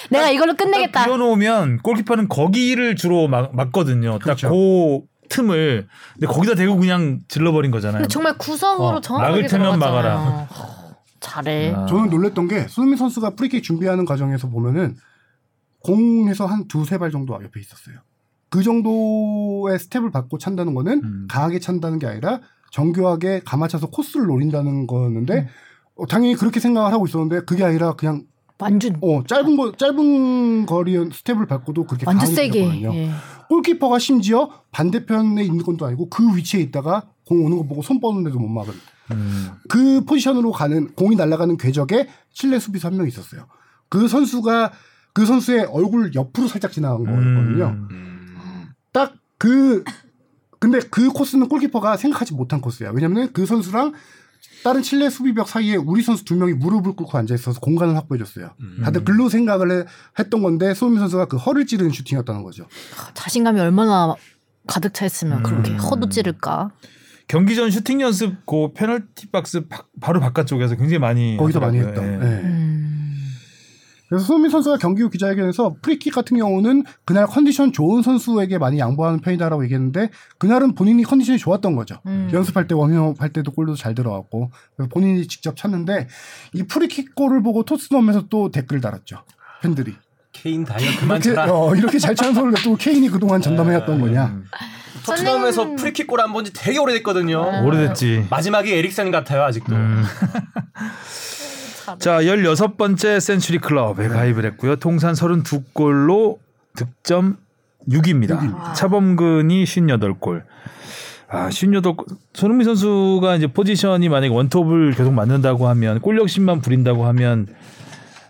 [SPEAKER 1] 내가 이걸로 끝내겠다.
[SPEAKER 3] 비워놓으면 골키퍼는 거기를 주로 막, 막거든요.
[SPEAKER 4] 그렇죠.
[SPEAKER 3] 딱 그 틈을. 근데 거기다 대고 그냥 질러버린 거잖아요.
[SPEAKER 1] 근데 정말 구성으로
[SPEAKER 3] 어,
[SPEAKER 1] 정확하게
[SPEAKER 3] 막을 테면
[SPEAKER 1] 들어갔잖아요.
[SPEAKER 3] 막아라.
[SPEAKER 1] 허, 잘해.
[SPEAKER 3] 아.
[SPEAKER 4] 저는 놀랬던 게 손흥민 선수가 프리킥 준비하는 과정에서 보면은 공에서 한 두세 발 정도 옆에 있었어요. 그 정도의 스텝을 받고 찬다는 거는
[SPEAKER 3] 음.
[SPEAKER 4] 강하게 찬다는 게 아니라 정교하게 감아차서 코스를 노린다는 거였는데
[SPEAKER 1] 음.
[SPEAKER 4] 어, 당연히 그렇게 생각을 하고 있었는데 그게 아니라 그냥
[SPEAKER 1] 완전
[SPEAKER 4] 어 짧은 거 짧은 거리 스텝을 밟고도 그렇게
[SPEAKER 1] 완전
[SPEAKER 4] 강하게
[SPEAKER 1] 세게.
[SPEAKER 4] 때렸거든요.
[SPEAKER 1] 예.
[SPEAKER 4] 골키퍼가 심지어 반대편에 있는 건도 아니고 그 위치에 있다가 공 오는 거 보고 손 뻗는데도 못 막은
[SPEAKER 3] 음.
[SPEAKER 4] 그 포지션으로 가는 공이 날아가는 궤적에 실내 수비수 한 명 있었어요. 그 선수가 그 선수의 얼굴 옆으로 살짝
[SPEAKER 3] 음.
[SPEAKER 4] 지나간 거거든요. 딱 그 근데 그 코스는 골키퍼가 생각하지 못한 코스야. 왜냐면 그 선수랑 다른 칠레 수비벽 사이에 우리 선수 두 명이 무릎을 꿇고 앉아 있어서 공간을 확보해 줬어요.
[SPEAKER 3] 음.
[SPEAKER 4] 다들 글로 생각을 해- 했던 건데 소민 선수가 그 허를 찌르는 슈팅이었다는 거죠.
[SPEAKER 1] 자신감이 얼마나 가득 차 있으면 그렇게
[SPEAKER 3] 음.
[SPEAKER 1] 허도 찌를까?
[SPEAKER 3] 경기 전 슈팅 연습 그 페널티 박스 바, 바로 바깥쪽에서 굉장히 많이
[SPEAKER 4] 거기서 많이
[SPEAKER 3] 하더라고요.
[SPEAKER 4] 했던.
[SPEAKER 3] 예.
[SPEAKER 4] 예.
[SPEAKER 1] 음.
[SPEAKER 4] 그래서 소민 선수가 경기 후 기자회견에서 프리킥 같은 경우는 그날 컨디션 좋은 선수에게 많이 양보하는 편이다라고 얘기했는데 그날은 본인이 컨디션이 좋았던 거죠.
[SPEAKER 1] 음.
[SPEAKER 4] 연습할 때 워밍업할 때도 골도 잘 들어갔고 그래서 본인이 직접 찼는데 이 프리킥 골을 보고 토트넘에서 또 댓글 달았죠. 팬들이
[SPEAKER 2] 케인 다이어 그만
[SPEAKER 4] 이렇게
[SPEAKER 2] 쳐라.
[SPEAKER 4] 어, 이렇게 잘 차는 소리를 또 케인이 그동안
[SPEAKER 3] 네,
[SPEAKER 4] 전담해왔던 거냐.
[SPEAKER 3] 음.
[SPEAKER 2] 토트넘에서
[SPEAKER 1] 선생님-
[SPEAKER 2] 프리킥 골 안 본지 되게
[SPEAKER 4] 아. 네.
[SPEAKER 2] 오래됐거든요.
[SPEAKER 3] 오래됐지.
[SPEAKER 2] 마지막에 에릭센 같아요 아직도.
[SPEAKER 3] 음. 자, 16번째 센츄리 클럽에 가입을 했고요. 통산 32골로 득점 6입니다. 차범근이 58골. 아, 58골. 손흥민 선수가 이제 포지션이 만약에 원톱을 계속 맞는다고 하면 골 욕심만 부린다고 하면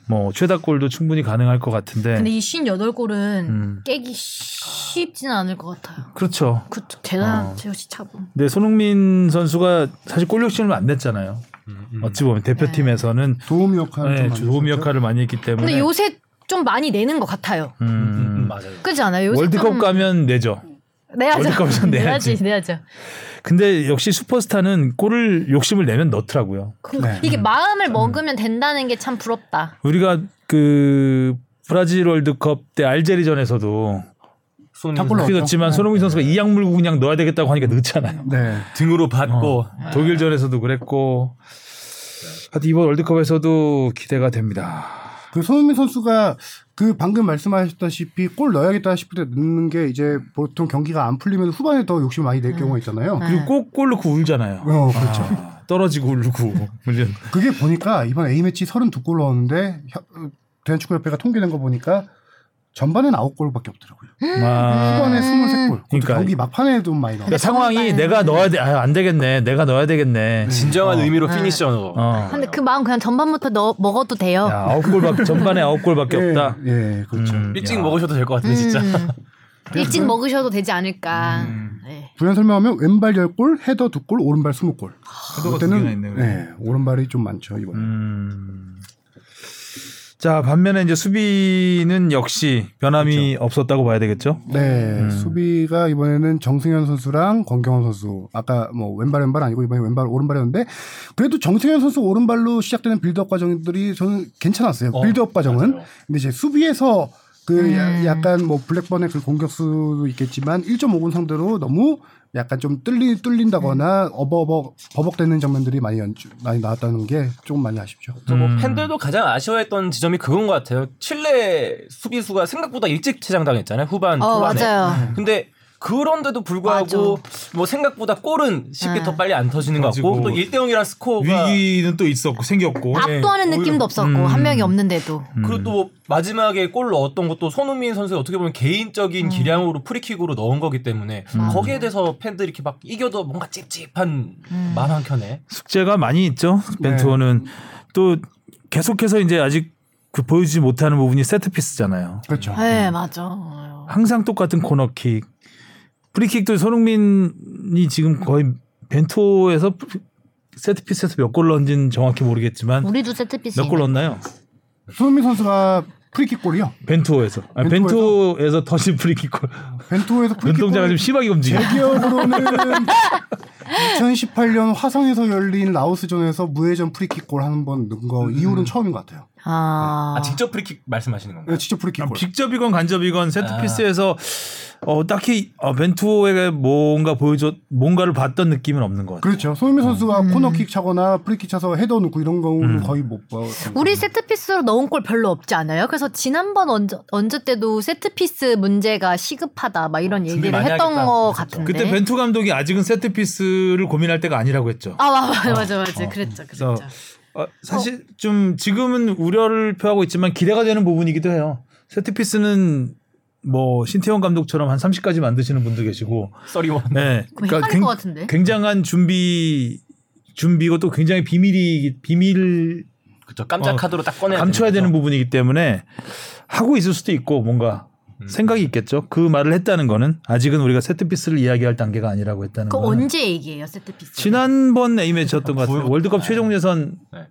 [SPEAKER 3] 뭐 최다골도 충분히 가능할 것 같은데.
[SPEAKER 1] 근데 이 58골은
[SPEAKER 3] 음.
[SPEAKER 1] 깨기 쉽지는 않을 것 같아요.
[SPEAKER 3] 그렇죠.
[SPEAKER 1] 그 대단하죠, 시차분.
[SPEAKER 3] 근데 손흥민 선수가 사실 골 욕심을 안 냈잖아요. 어찌 보면 대표팀에서는
[SPEAKER 4] 도움 역할을
[SPEAKER 3] 음, 네,
[SPEAKER 4] 좀
[SPEAKER 3] 좋은
[SPEAKER 4] 많이 했었죠.
[SPEAKER 3] 역할을 많이 했기 때문에.
[SPEAKER 1] 근데 요새 좀 많이 내는 것 같아요.
[SPEAKER 3] 네. 음,
[SPEAKER 2] 음, 음, 맞아요.
[SPEAKER 1] 그렇지 않아요? 요새
[SPEAKER 3] 월드컵
[SPEAKER 1] 좀
[SPEAKER 3] 가면 내죠.
[SPEAKER 1] 내야죠.
[SPEAKER 3] 월드컵에서 내야지.
[SPEAKER 1] 내야지, 내야죠.
[SPEAKER 3] 근데 역시 슈퍼스타는 골을 욕심을 내면 넣더라고요.
[SPEAKER 1] 그-
[SPEAKER 4] 네.
[SPEAKER 1] 이게 마음을 먹으면 된다는 게 참 부럽다.
[SPEAKER 3] 우리가 그 브라질 월드컵 때 알제리전에서도
[SPEAKER 2] 손흥민
[SPEAKER 4] 탁골로
[SPEAKER 2] 선수.
[SPEAKER 3] 그렇게 넣었지만 손흥민 선수가 이양 물고 그냥 넣어야 되겠다고 하니까 넣잖아요. 어.
[SPEAKER 4] 네.
[SPEAKER 2] 등으로 받고
[SPEAKER 3] 네. 독일전에서도 그랬고 하여튼 이번 월드컵에서도 기대가 됩니다.
[SPEAKER 4] 그 손흥민 선수가 그 방금 말씀하셨다시피 골 넣어야겠다 싶을 때 넣는 게 이제 보통 경기가 안 풀리면 후반에 더 욕심 많이 낼 경우가 있잖아요.
[SPEAKER 1] 네.
[SPEAKER 3] 그리고 꼭 골 넣고 울잖아요.
[SPEAKER 4] 어, 그렇죠.
[SPEAKER 3] 아, 떨어지고 울고 물론
[SPEAKER 4] 그게 보니까 이번 A매치 32골 넣었는데 혀- 어, 대한축구협회가 통계낸 거 보니까 전반엔 9골밖에 없더라고요.
[SPEAKER 3] 막
[SPEAKER 4] 후반에 23골. 그러니까
[SPEAKER 3] 그러니까
[SPEAKER 4] 경기 막판에 좀 많이
[SPEAKER 3] 아. 그러니까
[SPEAKER 4] 넣었어요.
[SPEAKER 3] 상황이 내가 넣어야 돼. 아안 되겠네. 내가 넣어야 되겠네.
[SPEAKER 2] 진정한
[SPEAKER 3] 어.
[SPEAKER 2] 의미로
[SPEAKER 1] 아.
[SPEAKER 2] 피니셔.
[SPEAKER 3] 어.
[SPEAKER 1] 근데 그 마음 그냥 전반부터 넣 먹어도 돼요.
[SPEAKER 3] 야, 아홉 골밖 전반에 아홉 골밖에 없다.
[SPEAKER 4] 예, 예, 그렇죠.
[SPEAKER 3] 음,
[SPEAKER 2] 일찍
[SPEAKER 3] 야.
[SPEAKER 2] 먹으셔도 될 것 같은데 진짜.
[SPEAKER 1] 음. 일찍 먹으셔도 되지 않을까. 네.
[SPEAKER 4] 부연 설명하면 왼발 10골, 헤더 2골, 오른발 20골.
[SPEAKER 3] 헤더가 두 개나 있네요.
[SPEAKER 4] 예, 오른발이 좀 많죠, 이번에.
[SPEAKER 3] 음. 자 반면에 이제 수비는 역시 변함이 없었다고 봐야 되겠죠.
[SPEAKER 4] 네,
[SPEAKER 3] 음.
[SPEAKER 4] 수비가 이번에는 정승현 선수랑 권경원 선수. 아까 뭐 왼발 왼발 아니고 이번에 왼발 오른발이었는데 그래도 정승현 선수 오른발로 시작되는 빌드업 과정들이 저는 괜찮았어요. 빌드업 과정은. 근데 이제 수비에서 그 야- 약간 뭐 블랙번의 그 공격수도 있겠지만 1.5군 상대로 너무 약간 좀 뚫리 뚫린다거나 어버버 버벅대는 장면들이 많이 연주, 많이 나왔다는 게 조금 많이 아쉽죠.
[SPEAKER 2] 그래서
[SPEAKER 3] 음.
[SPEAKER 2] 뭐 팬들도 가장 아쉬워했던 지점이 그건 것 같아요. 칠레 수비수가 생각보다 일찍 퇴장당했잖아요. 후반
[SPEAKER 1] 어
[SPEAKER 2] 초반에. 음.
[SPEAKER 1] 맞아요.
[SPEAKER 2] 근데 그런데도 불구하고 뭐 생각보다 골은
[SPEAKER 1] 네.
[SPEAKER 2] 쉽게 더 빨리 안 터지는 것 같고
[SPEAKER 3] 터지고.
[SPEAKER 2] 또 1대 0이라는 스코어가
[SPEAKER 3] 위기는 또 있었고 생겼고.
[SPEAKER 1] 네.
[SPEAKER 3] 네.
[SPEAKER 1] 압도하는 느낌도 없었고 한 명이 없는데도
[SPEAKER 3] 음.
[SPEAKER 2] 그리고 또뭐 마지막에 골 넣었던 것도 손흥민 선수의 어떻게 보면
[SPEAKER 1] 음.
[SPEAKER 2] 개인적인 기량으로 프리킥으로 넣은 거기 때문에
[SPEAKER 3] 음. 아.
[SPEAKER 2] 거기에 대해서 팬들이 이렇게 막 이겨도 뭔가 찝찝한
[SPEAKER 1] 음.
[SPEAKER 2] 말 한 켠에
[SPEAKER 3] 숙제가 많이 있죠. 벤투호는 또 계속해서 이제 아직 그 보여주지 못하는 부분이 세트 피스잖아요.
[SPEAKER 4] 그렇죠.
[SPEAKER 1] 네 맞아.
[SPEAKER 3] 항상 똑같은 코너킥. 프리킥도 손흥민이 지금 거의 벤투호에서 세트 피스에서 몇 골 넣은지는 정확히
[SPEAKER 1] 어,
[SPEAKER 3] 모르겠지만
[SPEAKER 7] 우리도 세트피스.
[SPEAKER 3] 몇 골 넣었나요?
[SPEAKER 4] 손흥민 선수가 프리킥 골이요.
[SPEAKER 3] 벤투호에서. 아,
[SPEAKER 4] 벤투호에서?
[SPEAKER 3] 벤투호에서 터진 프리킥 골.
[SPEAKER 4] 벤투에서 프리킥
[SPEAKER 3] 눈동자가
[SPEAKER 4] 골을
[SPEAKER 3] 좀 심하게 움직여.
[SPEAKER 4] 제 기억으로는 2018년 화성에서 열린 라오스전에서 무회전 프리킥골 한 번 넣은 거 이후로는 처음인 것 같아요.
[SPEAKER 1] 아,
[SPEAKER 2] 아, 직접 아, 프리킥 말씀하시는 건가요?
[SPEAKER 4] 네, 진짜 프리킥골.
[SPEAKER 3] 직접이건 간접이건 세트피스에서 어, 딱히 어, 벤투호에게 뭔가 보여줬 뭔가를 봤던 느낌은 없는 것 같아요.
[SPEAKER 4] 그렇죠. 손흥민 선수가 코너킥 차거나 프리킥 차서 헤더 넣고 이런 경우는 거의 못 봐.
[SPEAKER 1] 우리 세트피스로 넣은 골 별로 없지 않아요? 그래서 지난번 언제, 언제 때도 세트피스 문제가 시급하다 막 이런 얘기를
[SPEAKER 2] 많이
[SPEAKER 1] 했던
[SPEAKER 2] 하겠다.
[SPEAKER 1] 거
[SPEAKER 2] 그렇죠.
[SPEAKER 1] 같은데.
[SPEAKER 3] 그때 벤투 감독이 아직은 세트피스를 고민할 때가 아니라고 했죠.
[SPEAKER 1] 아 맞아 맞아 맞아 그랬죠
[SPEAKER 3] 어, 그래서
[SPEAKER 1] 그랬죠.
[SPEAKER 3] 어, 사실 좀 지금은 우려를 표하고 있지만 기대가 되는 부분이기도 해요. 세트피스는 뭐 신태용 감독처럼 한 30까지 만드시는 분도 계시고,
[SPEAKER 2] 써리원
[SPEAKER 3] 네,
[SPEAKER 1] 헷갈릴
[SPEAKER 3] 굉-
[SPEAKER 1] 것 같은데.
[SPEAKER 3] 굉장한 준비 준비고 또 굉장히 비밀이 비밀
[SPEAKER 2] 그쵸 깜짝
[SPEAKER 3] 어,
[SPEAKER 2] 카드로 딱 꺼내야
[SPEAKER 3] 감춰야
[SPEAKER 2] 되는
[SPEAKER 3] 되는
[SPEAKER 2] 거죠.
[SPEAKER 3] 부분이기 때문에 하고 있을 수도 있고 뭔가 생각이 있겠죠. 그 말을 했다는 거는 아직은 우리가 세트피스를 이야기할 단계가 아니라고 했다는
[SPEAKER 1] 그
[SPEAKER 3] 거는
[SPEAKER 1] 언제 얘기해요 세트피스?
[SPEAKER 3] 음. 지난번 A매치였던 것 같아요. 월드컵 최종 예선
[SPEAKER 2] 네.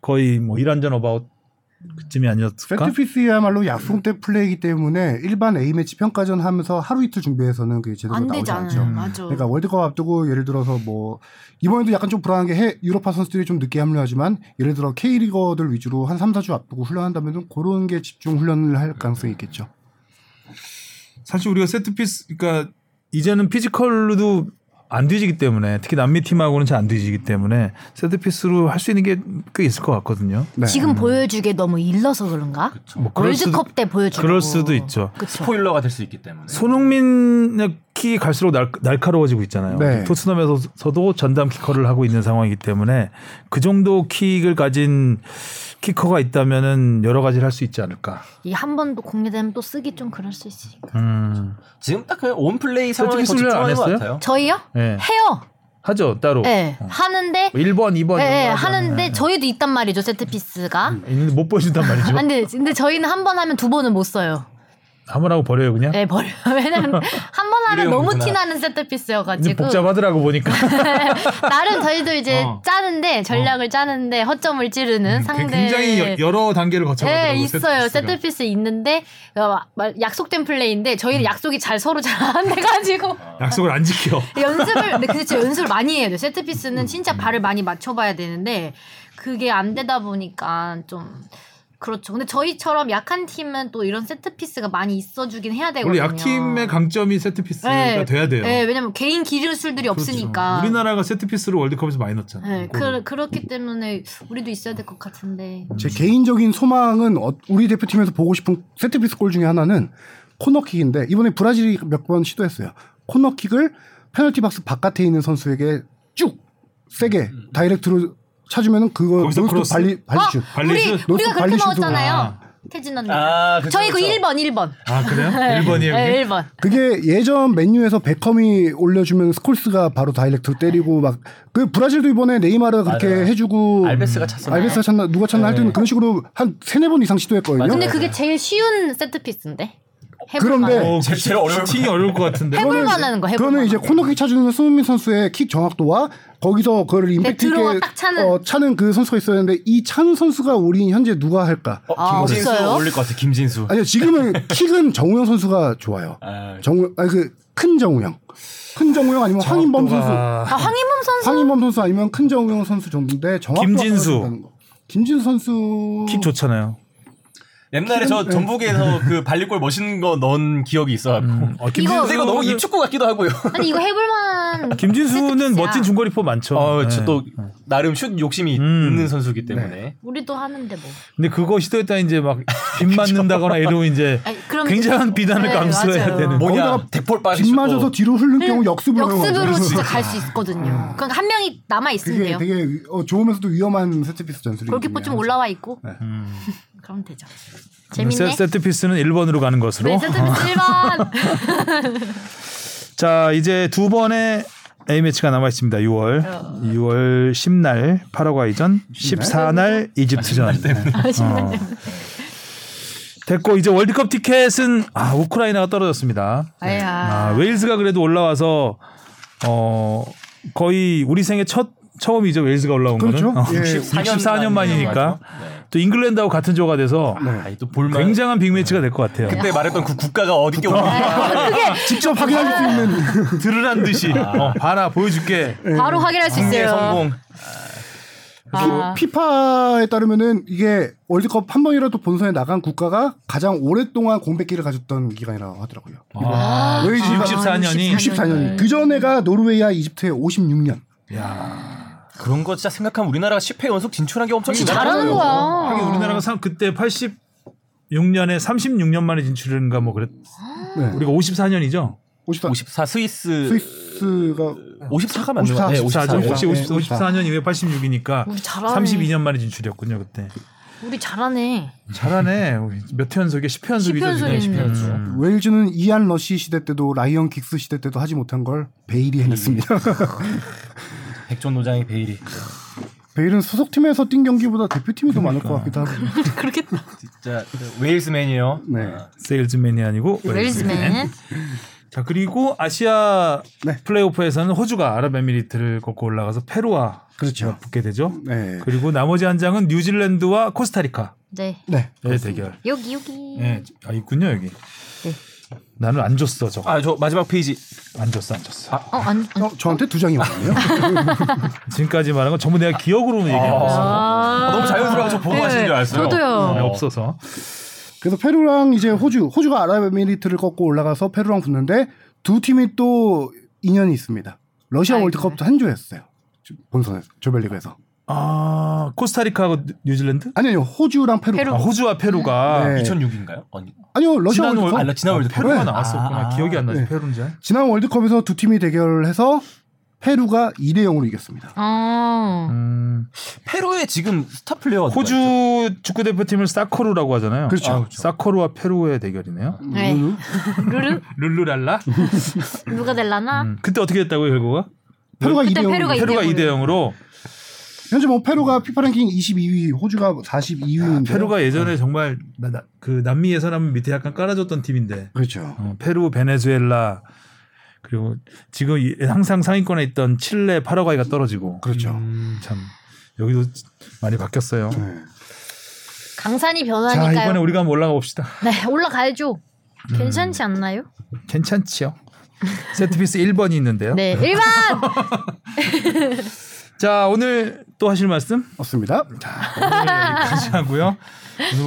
[SPEAKER 3] 거의 뭐 1안전 어바웃 그쯤이 아니었을까?
[SPEAKER 4] 세트피스야말로 약속 때 플레이이기 때문에 일반 A매치 평가전 하면서 하루 이틀 준비해서는 그게 제대로
[SPEAKER 1] 안
[SPEAKER 4] 나오지
[SPEAKER 1] 되잖아요. 음.
[SPEAKER 4] 않죠.
[SPEAKER 1] 맞아.
[SPEAKER 4] 그러니까 월드컵 앞두고 예를 들어서 뭐 이번에도 약간 좀 불안한 게 해, 유로파 선수들이 좀 늦게 합류하지만 예를 들어 K리거들 위주로 한 3, 4주 앞두고 훈련한다면 그런 게 집중 훈련을 할 가능성이 있겠죠.
[SPEAKER 3] 사실 우리가 세트피스 그러니까 이제는 피지컬로도 안 뒤지기 때문에 특히 남미 팀하고는 잘 안 뒤지기 때문에 세트피스로 할 수 있는 게 꽤 있을 것 같거든요.
[SPEAKER 4] 네.
[SPEAKER 1] 지금 보여주게 너무 일러서 그런가?
[SPEAKER 3] 뭐 음. 그럴 수도-
[SPEAKER 1] 월드컵 때 보여주고.
[SPEAKER 3] 그럴 수도 있죠.
[SPEAKER 1] 그쵸.
[SPEAKER 2] 스포일러가 될 수 있기 때문에
[SPEAKER 3] 손흥민의 키 갈수록 날, 날카로워지고 있잖아요.
[SPEAKER 4] 네.
[SPEAKER 3] 토트넘에서도 전담 키커를 하고 있는 상황이기 때문에 그 정도 킥을 가진 키커가 있다면은 여러 가지를 할 수 있지 않을까.
[SPEAKER 1] 이 한 번도 공개되면 또 쓰기 좀 그럴 수 있으니까.
[SPEAKER 3] 음.
[SPEAKER 2] 지금 딱 그냥 온플레이 상황에 더
[SPEAKER 3] 솔직히 훈련 안
[SPEAKER 2] 집중하는 것
[SPEAKER 3] 했어요?
[SPEAKER 2] 같아요
[SPEAKER 1] 저희요?
[SPEAKER 3] 예.
[SPEAKER 1] 해요.
[SPEAKER 3] 하죠 따로.
[SPEAKER 1] 예. 하는데
[SPEAKER 3] 뭐 1번, 2번
[SPEAKER 1] 예,
[SPEAKER 3] 이런
[SPEAKER 1] 예,
[SPEAKER 3] 거 하지
[SPEAKER 1] 하는데
[SPEAKER 3] 않아요. 네. 음.
[SPEAKER 1] 저희도 있단 말이죠 세트피스가.
[SPEAKER 3] 있는데 못 보여준단 말이죠.
[SPEAKER 1] 아니 근데, 근데 저희는 한 번 하면 두 번은 못 써요.
[SPEAKER 3] 하물하고 버려요 그냥.
[SPEAKER 1] 예, 버려요. 왜냐면 한 번 하면 너무
[SPEAKER 2] 일회용이구나.
[SPEAKER 1] 티나는
[SPEAKER 3] 이제
[SPEAKER 1] 세트피스여가지고.
[SPEAKER 3] 복잡하더라고 보니까
[SPEAKER 1] 나름 저희도 이제
[SPEAKER 3] 어. 음, 그
[SPEAKER 1] 짜는데 전략을 짜는데 허점을 찌르는 상대.
[SPEAKER 3] 여러 단계를
[SPEAKER 1] 네,
[SPEAKER 3] 거쳐가더라고요.
[SPEAKER 1] 있어요. 세트피스 있는데 어, 말- 약속된 플레이인데
[SPEAKER 3] 음.
[SPEAKER 1] 저희는 약속이 잘 서로 잘 안 돼가지고
[SPEAKER 3] 아. 약속을 안 지켜.
[SPEAKER 1] 네, 연습을 근데 그치 연습을 많이 해야 돼. 요 세트피스는 진짜 발을 많이 맞춰봐야 되는데 그게 안 되다 보니까 좀 그렇죠. 근데 저희처럼 약한 팀은 또 이런 세트피스가 많이 있어주긴 해야 되거든요.
[SPEAKER 3] 강점이 세트피스가 그렇죠.
[SPEAKER 1] 네, 네, 왜냐면 개인 기술들이 없으니까.
[SPEAKER 3] 우리나라가 세트피스로 월드컵에서 많이 넣었잖아요.
[SPEAKER 1] 네, 그, 그렇기 때문에 우리도 있어야 될 것 같은데.
[SPEAKER 4] 제 개인적인 소망은 어- 우리 대표팀에서 보고 싶은 세트피스 골 중에 하나는 코너킥인데 이번에 브라질이 몇 번 시도했어요. 코너킥을 페널티 박스 바깥에 있는 선수에게 쭉 세게 다이렉트로 차주면은 그거
[SPEAKER 3] 음. 거기서
[SPEAKER 4] 논스톱
[SPEAKER 3] 크로스?
[SPEAKER 4] 발리 발리슛.
[SPEAKER 1] 어, 우리
[SPEAKER 3] 발리슛?
[SPEAKER 1] 우리가
[SPEAKER 4] 노트
[SPEAKER 1] 그렇게
[SPEAKER 4] 발리슛으로.
[SPEAKER 1] 넣었잖아요.
[SPEAKER 3] 아.
[SPEAKER 1] 태진 언니.
[SPEAKER 2] 아 그쵸,
[SPEAKER 1] 저희 그
[SPEAKER 2] 그쵸.
[SPEAKER 1] 1번 1번.
[SPEAKER 3] 아 그래요? 1번이에요.
[SPEAKER 1] 네, 1번.
[SPEAKER 4] 그게 예전 맨유에서 베컴이 올려주면 스콜스가 바로 다이렉트로 때리고 막 그 브라질도 이번에 네이마르 그렇게
[SPEAKER 2] 맞아요.
[SPEAKER 3] 음.
[SPEAKER 4] 해주고 음,
[SPEAKER 2] 알베스가 찼었나요? 네.
[SPEAKER 4] 알베스가 찼나 누가 찼나 할 때는 그런 식으로 한 세네 번 이상 시도했거든요.
[SPEAKER 1] 근데 그게 제일 쉬운 세트 피스인데. 해볼 만한.
[SPEAKER 4] 그런데
[SPEAKER 3] 어,
[SPEAKER 2] 제- 제일 어려울
[SPEAKER 3] 팅이 어려울 것 같은데.
[SPEAKER 1] 해볼 만한 거 해볼
[SPEAKER 4] 그거는
[SPEAKER 1] 만한
[SPEAKER 4] 이제 코너킥 차주는 손흥민 선수의 킥 정확도와 거기서 그거를 임팩트
[SPEAKER 1] 네, 들어가
[SPEAKER 4] 있게
[SPEAKER 1] 딱 차는.
[SPEAKER 4] 어, 차는 그 선수가 있었는데 이 찬 선수가 우리 현재 누가 할까?
[SPEAKER 1] 아,
[SPEAKER 2] 김진수
[SPEAKER 1] 없어요?
[SPEAKER 2] 올릴 것 같아. 김진수.
[SPEAKER 4] 아니요 지금은 킥은 정우영 선수가 좋아요.
[SPEAKER 2] 아,
[SPEAKER 4] 정우 아니 그 큰 정우영, 큰 정우영 아니면 황인범 선수,
[SPEAKER 3] 정확도가-
[SPEAKER 1] 아, 황인범 선수
[SPEAKER 4] 황인범 선수 아니면 큰 정우영 선수 정도인데 정확도
[SPEAKER 3] 김진수.
[SPEAKER 4] 김진수 선수
[SPEAKER 1] 음.
[SPEAKER 3] 킥 좋잖아요.
[SPEAKER 2] 옛날에 저
[SPEAKER 3] 네.
[SPEAKER 2] 전북에서 그 발리골 멋있는 거 넣은 기억이 있어갖고.
[SPEAKER 3] 어,
[SPEAKER 1] 이거- 그
[SPEAKER 2] 근데 이거 너무 입축구 같기도 하고요.
[SPEAKER 1] 아니 이거 해볼만.
[SPEAKER 3] 김진수는
[SPEAKER 1] 세트피스야.
[SPEAKER 3] 멋진 중거리포 많죠.
[SPEAKER 2] 어,
[SPEAKER 3] 네.
[SPEAKER 1] 그렇죠.
[SPEAKER 2] 저 또 나름 슛 욕심이
[SPEAKER 3] 음.
[SPEAKER 2] 있는 선수기 때문에.
[SPEAKER 1] 우리도 하는데 뭐.
[SPEAKER 3] 근데 그거 시도했다 이제 막 빗 맞는다거나 이러면 이제
[SPEAKER 1] 아니, 그럼
[SPEAKER 3] 굉장한 비난을
[SPEAKER 1] 네,
[SPEAKER 3] 감수해야
[SPEAKER 1] 맞아요.
[SPEAKER 3] 되는.
[SPEAKER 2] 뭐냐?
[SPEAKER 4] 거기다가
[SPEAKER 2] 대폴 빠지
[SPEAKER 4] 빗 맞아서 뒤로 흐른 그 경우 역습으로
[SPEAKER 1] 네, 역습으로
[SPEAKER 4] 가죠.
[SPEAKER 1] 진짜 갈 수 있거든요. 그러니까 한 명이 남아 있으면
[SPEAKER 4] 그게
[SPEAKER 1] 돼요.
[SPEAKER 4] 되게 어, 좋으면서도 위험한 세트피스 전술이
[SPEAKER 1] 그렇게 보면 올라와 있고.
[SPEAKER 4] 네.
[SPEAKER 3] 음.
[SPEAKER 1] 그럼 되죠. 재밌네.
[SPEAKER 3] 세- 세트피스는 1번으로 가는 것으로.
[SPEAKER 1] 네, 세트피스
[SPEAKER 3] 아,
[SPEAKER 1] 1번.
[SPEAKER 3] 자 이제 두 번의 A 매치가 남아 있습니다. 6월
[SPEAKER 1] 어.
[SPEAKER 3] 6월 10날 파라과이전, 14날
[SPEAKER 1] 아,
[SPEAKER 3] 이집트전. 어. 됐고 이제 월드컵 티켓은 아 우크라이나가 떨어졌습니다. 아,
[SPEAKER 1] 아야.
[SPEAKER 3] 웨일스가 그래도 올라와서 어 거의 우리 생애 첫 처음이죠 웨일스가 올라온
[SPEAKER 4] 그렇죠.
[SPEAKER 3] 거는 어,
[SPEAKER 4] 예.
[SPEAKER 3] 64년 네. 만이니까 또 잉글랜드하고 같은 조가 돼서
[SPEAKER 2] 아니, 또 볼만.
[SPEAKER 3] 네. 굉장한 빅매치가 될 것 같아요.
[SPEAKER 2] 그때 말했던 그 국가가 어디 게 오는지.
[SPEAKER 4] 직접 확인할 수 있는
[SPEAKER 3] 그 들으란 듯이 어, 봐라 보여줄게.
[SPEAKER 1] 바로 확인할 수
[SPEAKER 2] 국내
[SPEAKER 1] 있어요.
[SPEAKER 2] 성공.
[SPEAKER 1] 아.
[SPEAKER 3] 그
[SPEAKER 4] 피파에 따르면은 이게 월드컵 한 번이라도 본선에 나간 국가가 가장 오랫동안 공백기를 가졌던 기간이라고 하더라고요.
[SPEAKER 3] 아,
[SPEAKER 4] 웨일즈
[SPEAKER 3] 64년이
[SPEAKER 1] 네.
[SPEAKER 4] 64년이 그 전에가 노르웨이와 이집트의 56년.
[SPEAKER 2] 그런 거 진짜 생각하면 우리나라가 10회 연속 진출한 게 엄청
[SPEAKER 4] 그
[SPEAKER 1] 잘하는
[SPEAKER 2] 대단하잖아요.
[SPEAKER 1] 거야.
[SPEAKER 3] 하긴 우리나라가 삼- 그때 86년에 36년 만에 진출인가 뭐 그랬.
[SPEAKER 4] 네.
[SPEAKER 3] 우리가 54년이죠.
[SPEAKER 4] 54.
[SPEAKER 2] 54 스위스
[SPEAKER 4] 스위스가
[SPEAKER 2] 54가 맞는 거 같아요.
[SPEAKER 4] 54,
[SPEAKER 2] 54죠.
[SPEAKER 4] 54.
[SPEAKER 3] 혹시
[SPEAKER 4] 54.
[SPEAKER 3] 54년 이후에 86이니까
[SPEAKER 1] 우리 잘하네.
[SPEAKER 3] 32년 만에 진출이었군요 그때.
[SPEAKER 1] 우리 잘하네.
[SPEAKER 3] 잘하네. 몇 회 연속에 10회 연속이죠.
[SPEAKER 1] 10회
[SPEAKER 3] 지금.
[SPEAKER 1] 연속이네.
[SPEAKER 3] 음.
[SPEAKER 4] 웨일즈는 이안 러시 시대 때도 라이언 긱스 시대 때도 하지 못한 걸 베일이 해냈습니다.
[SPEAKER 2] 백전 노장의 베일이.
[SPEAKER 4] 베일은 소속팀에서 뛴 경기보다 대표팀이 더 많을 것 같기도 하고.
[SPEAKER 2] 진짜 그 웨일스맨이에요.
[SPEAKER 4] 네.
[SPEAKER 2] 아,
[SPEAKER 3] 세일즈맨이 아니고
[SPEAKER 1] 네, 웰즈맨.
[SPEAKER 3] 자 그리고 아시아
[SPEAKER 4] 네.
[SPEAKER 3] 플레이오프에서는 호주가 아랍에미리트를 걷고 올라가서 페루와
[SPEAKER 4] 그렇죠.
[SPEAKER 3] 붙게 되죠.
[SPEAKER 4] 네.
[SPEAKER 3] 그리고 나머지 한 장은 뉴질랜드와 코스타리카의
[SPEAKER 1] 네.
[SPEAKER 4] 네.
[SPEAKER 3] 대결.
[SPEAKER 1] 여기 여기.
[SPEAKER 3] 예, 아 있군요 여기.
[SPEAKER 1] 네.
[SPEAKER 3] 나는 안 줬어 저거.
[SPEAKER 2] 아, 저 마지막 페이지.
[SPEAKER 3] 안 줬어 안 줬어.
[SPEAKER 1] 어, 안, 안.
[SPEAKER 4] 어, 저한테 두 장이 왔네요.
[SPEAKER 3] 지금까지 말한 건 전부 내가 기억으로 얘기한 거
[SPEAKER 2] 아, 너무 자연스러워. 저
[SPEAKER 3] 뭐
[SPEAKER 2] 보고 하신 줄 알았어요.
[SPEAKER 1] 네. 저도요.
[SPEAKER 3] 어. 없어서.
[SPEAKER 4] 그래서 페루랑 이제 호주, 호주가 아랍에미리트를 꺾고 올라가서 페루랑 붙는데 두 팀이 또 인연이 있습니다. 러시아
[SPEAKER 1] 아이고.
[SPEAKER 4] 월드컵도 한 조였어요. 본선에서 조별리그에서.
[SPEAKER 3] 아 코스타리카하고 뉴- 뉴질랜드?
[SPEAKER 4] 아니 아니요. 호주랑 페루.
[SPEAKER 3] 아, 호주와 페루가
[SPEAKER 4] 네.
[SPEAKER 2] 2006인가요? 아니,
[SPEAKER 4] 아니요. 러시아
[SPEAKER 3] 지난 월
[SPEAKER 4] 월드컵.
[SPEAKER 2] 아, 나 지난 월드
[SPEAKER 3] 페루가 나왔었구나.
[SPEAKER 2] 아,
[SPEAKER 3] 기억이 안 나지
[SPEAKER 4] 네.
[SPEAKER 3] 페루인지.
[SPEAKER 4] 지난 월드컵에서 두 팀이 대결을 해서 페루가 2대 0으로 이겼습니다.
[SPEAKER 1] 어.
[SPEAKER 3] 음,
[SPEAKER 2] 페루에 지금 스타 플레이어
[SPEAKER 3] 호주 축구 대표팀을 사코루라고 하잖아요.
[SPEAKER 4] 그렇죠.
[SPEAKER 3] 아, 사코루와 페루의 대결이네요.
[SPEAKER 1] 네.
[SPEAKER 4] 음.
[SPEAKER 1] 루루?
[SPEAKER 3] 음. 룰루랄라.
[SPEAKER 1] 누가 될라나?
[SPEAKER 3] 음, 그때 어떻게 됐다고요 결과가?
[SPEAKER 4] 페루가 2대
[SPEAKER 1] 그때
[SPEAKER 4] 0.
[SPEAKER 1] 페루가
[SPEAKER 4] 으로
[SPEAKER 3] 페루가 2대 0으로.
[SPEAKER 4] 현재 뭐 페루가 피파 랭킹 22위, 호주가 42위인데.
[SPEAKER 3] 아, 페루가 예전에 정말 나- 나- 그 남미 예선하면 밑에 약간 깔아줬던 팀인데.
[SPEAKER 4] 그렇죠.
[SPEAKER 3] 어, 페루, 베네수엘라 그리고 지금 이- 항상 상위권에 있던 칠레, 파라과이가 떨어지고
[SPEAKER 4] 그렇죠.
[SPEAKER 3] 참 여기도 많이 바뀌었어요.
[SPEAKER 4] 네.
[SPEAKER 1] 강산이
[SPEAKER 3] 자
[SPEAKER 1] 변하니까요.
[SPEAKER 3] 이번에 우리가 한번 올라가 봅시다.
[SPEAKER 1] 네, 올라가야죠. 괜찮지
[SPEAKER 3] 음.
[SPEAKER 1] 않나요?
[SPEAKER 3] 괜찮지요? 세트피스 1번이 있는데요.
[SPEAKER 1] 네, 1번!
[SPEAKER 3] 자 오늘 또 하실 말씀
[SPEAKER 4] 없습니다.
[SPEAKER 3] 예, 여기까지 하고요.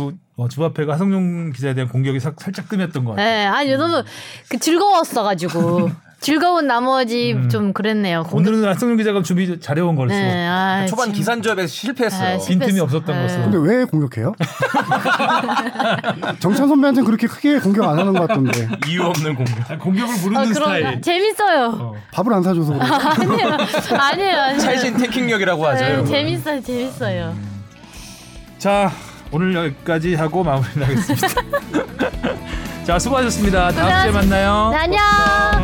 [SPEAKER 3] 오늘 어, 주바페가 하성룡 기자에 대한 공격이 사- 살짝 뜸했던 것 같아요.
[SPEAKER 1] 네, 아니 너무 그 즐거웠어가지고 즐거운 나머지 좀 그랬네요. 공격-
[SPEAKER 3] 음. 오늘은 뭐 하성룡 기자가 준비 잘해온 걸로
[SPEAKER 1] 네, 아,
[SPEAKER 2] 초반
[SPEAKER 1] 진-
[SPEAKER 2] 기산조합에서 실패했어요.
[SPEAKER 1] 아, 진-
[SPEAKER 3] 빈틈이 없었던
[SPEAKER 4] 근데
[SPEAKER 3] 것으로.
[SPEAKER 4] 왜 공격해요? 정찬 선배한테는 그렇게 크게 공격 안 하는 것 같던데.
[SPEAKER 2] 이유 없는 공격.
[SPEAKER 3] 공격을 부르는
[SPEAKER 1] 아, 그런
[SPEAKER 3] 스타일.
[SPEAKER 1] 재밌어요.
[SPEAKER 4] 밥을 안 사줘서 그래.
[SPEAKER 1] 아니에요, 아니에요, 아니에요.
[SPEAKER 2] 찰진 태킹력이라고 하죠.
[SPEAKER 1] 네,
[SPEAKER 2] 여러분.
[SPEAKER 1] 재밌어요, 재밌어요. 네,
[SPEAKER 3] 자 오늘 여기까지 하고 마무리하겠습니다. 자 어, 수고하셨습니다. 다음 주에 만나요.
[SPEAKER 1] 네, 안녕.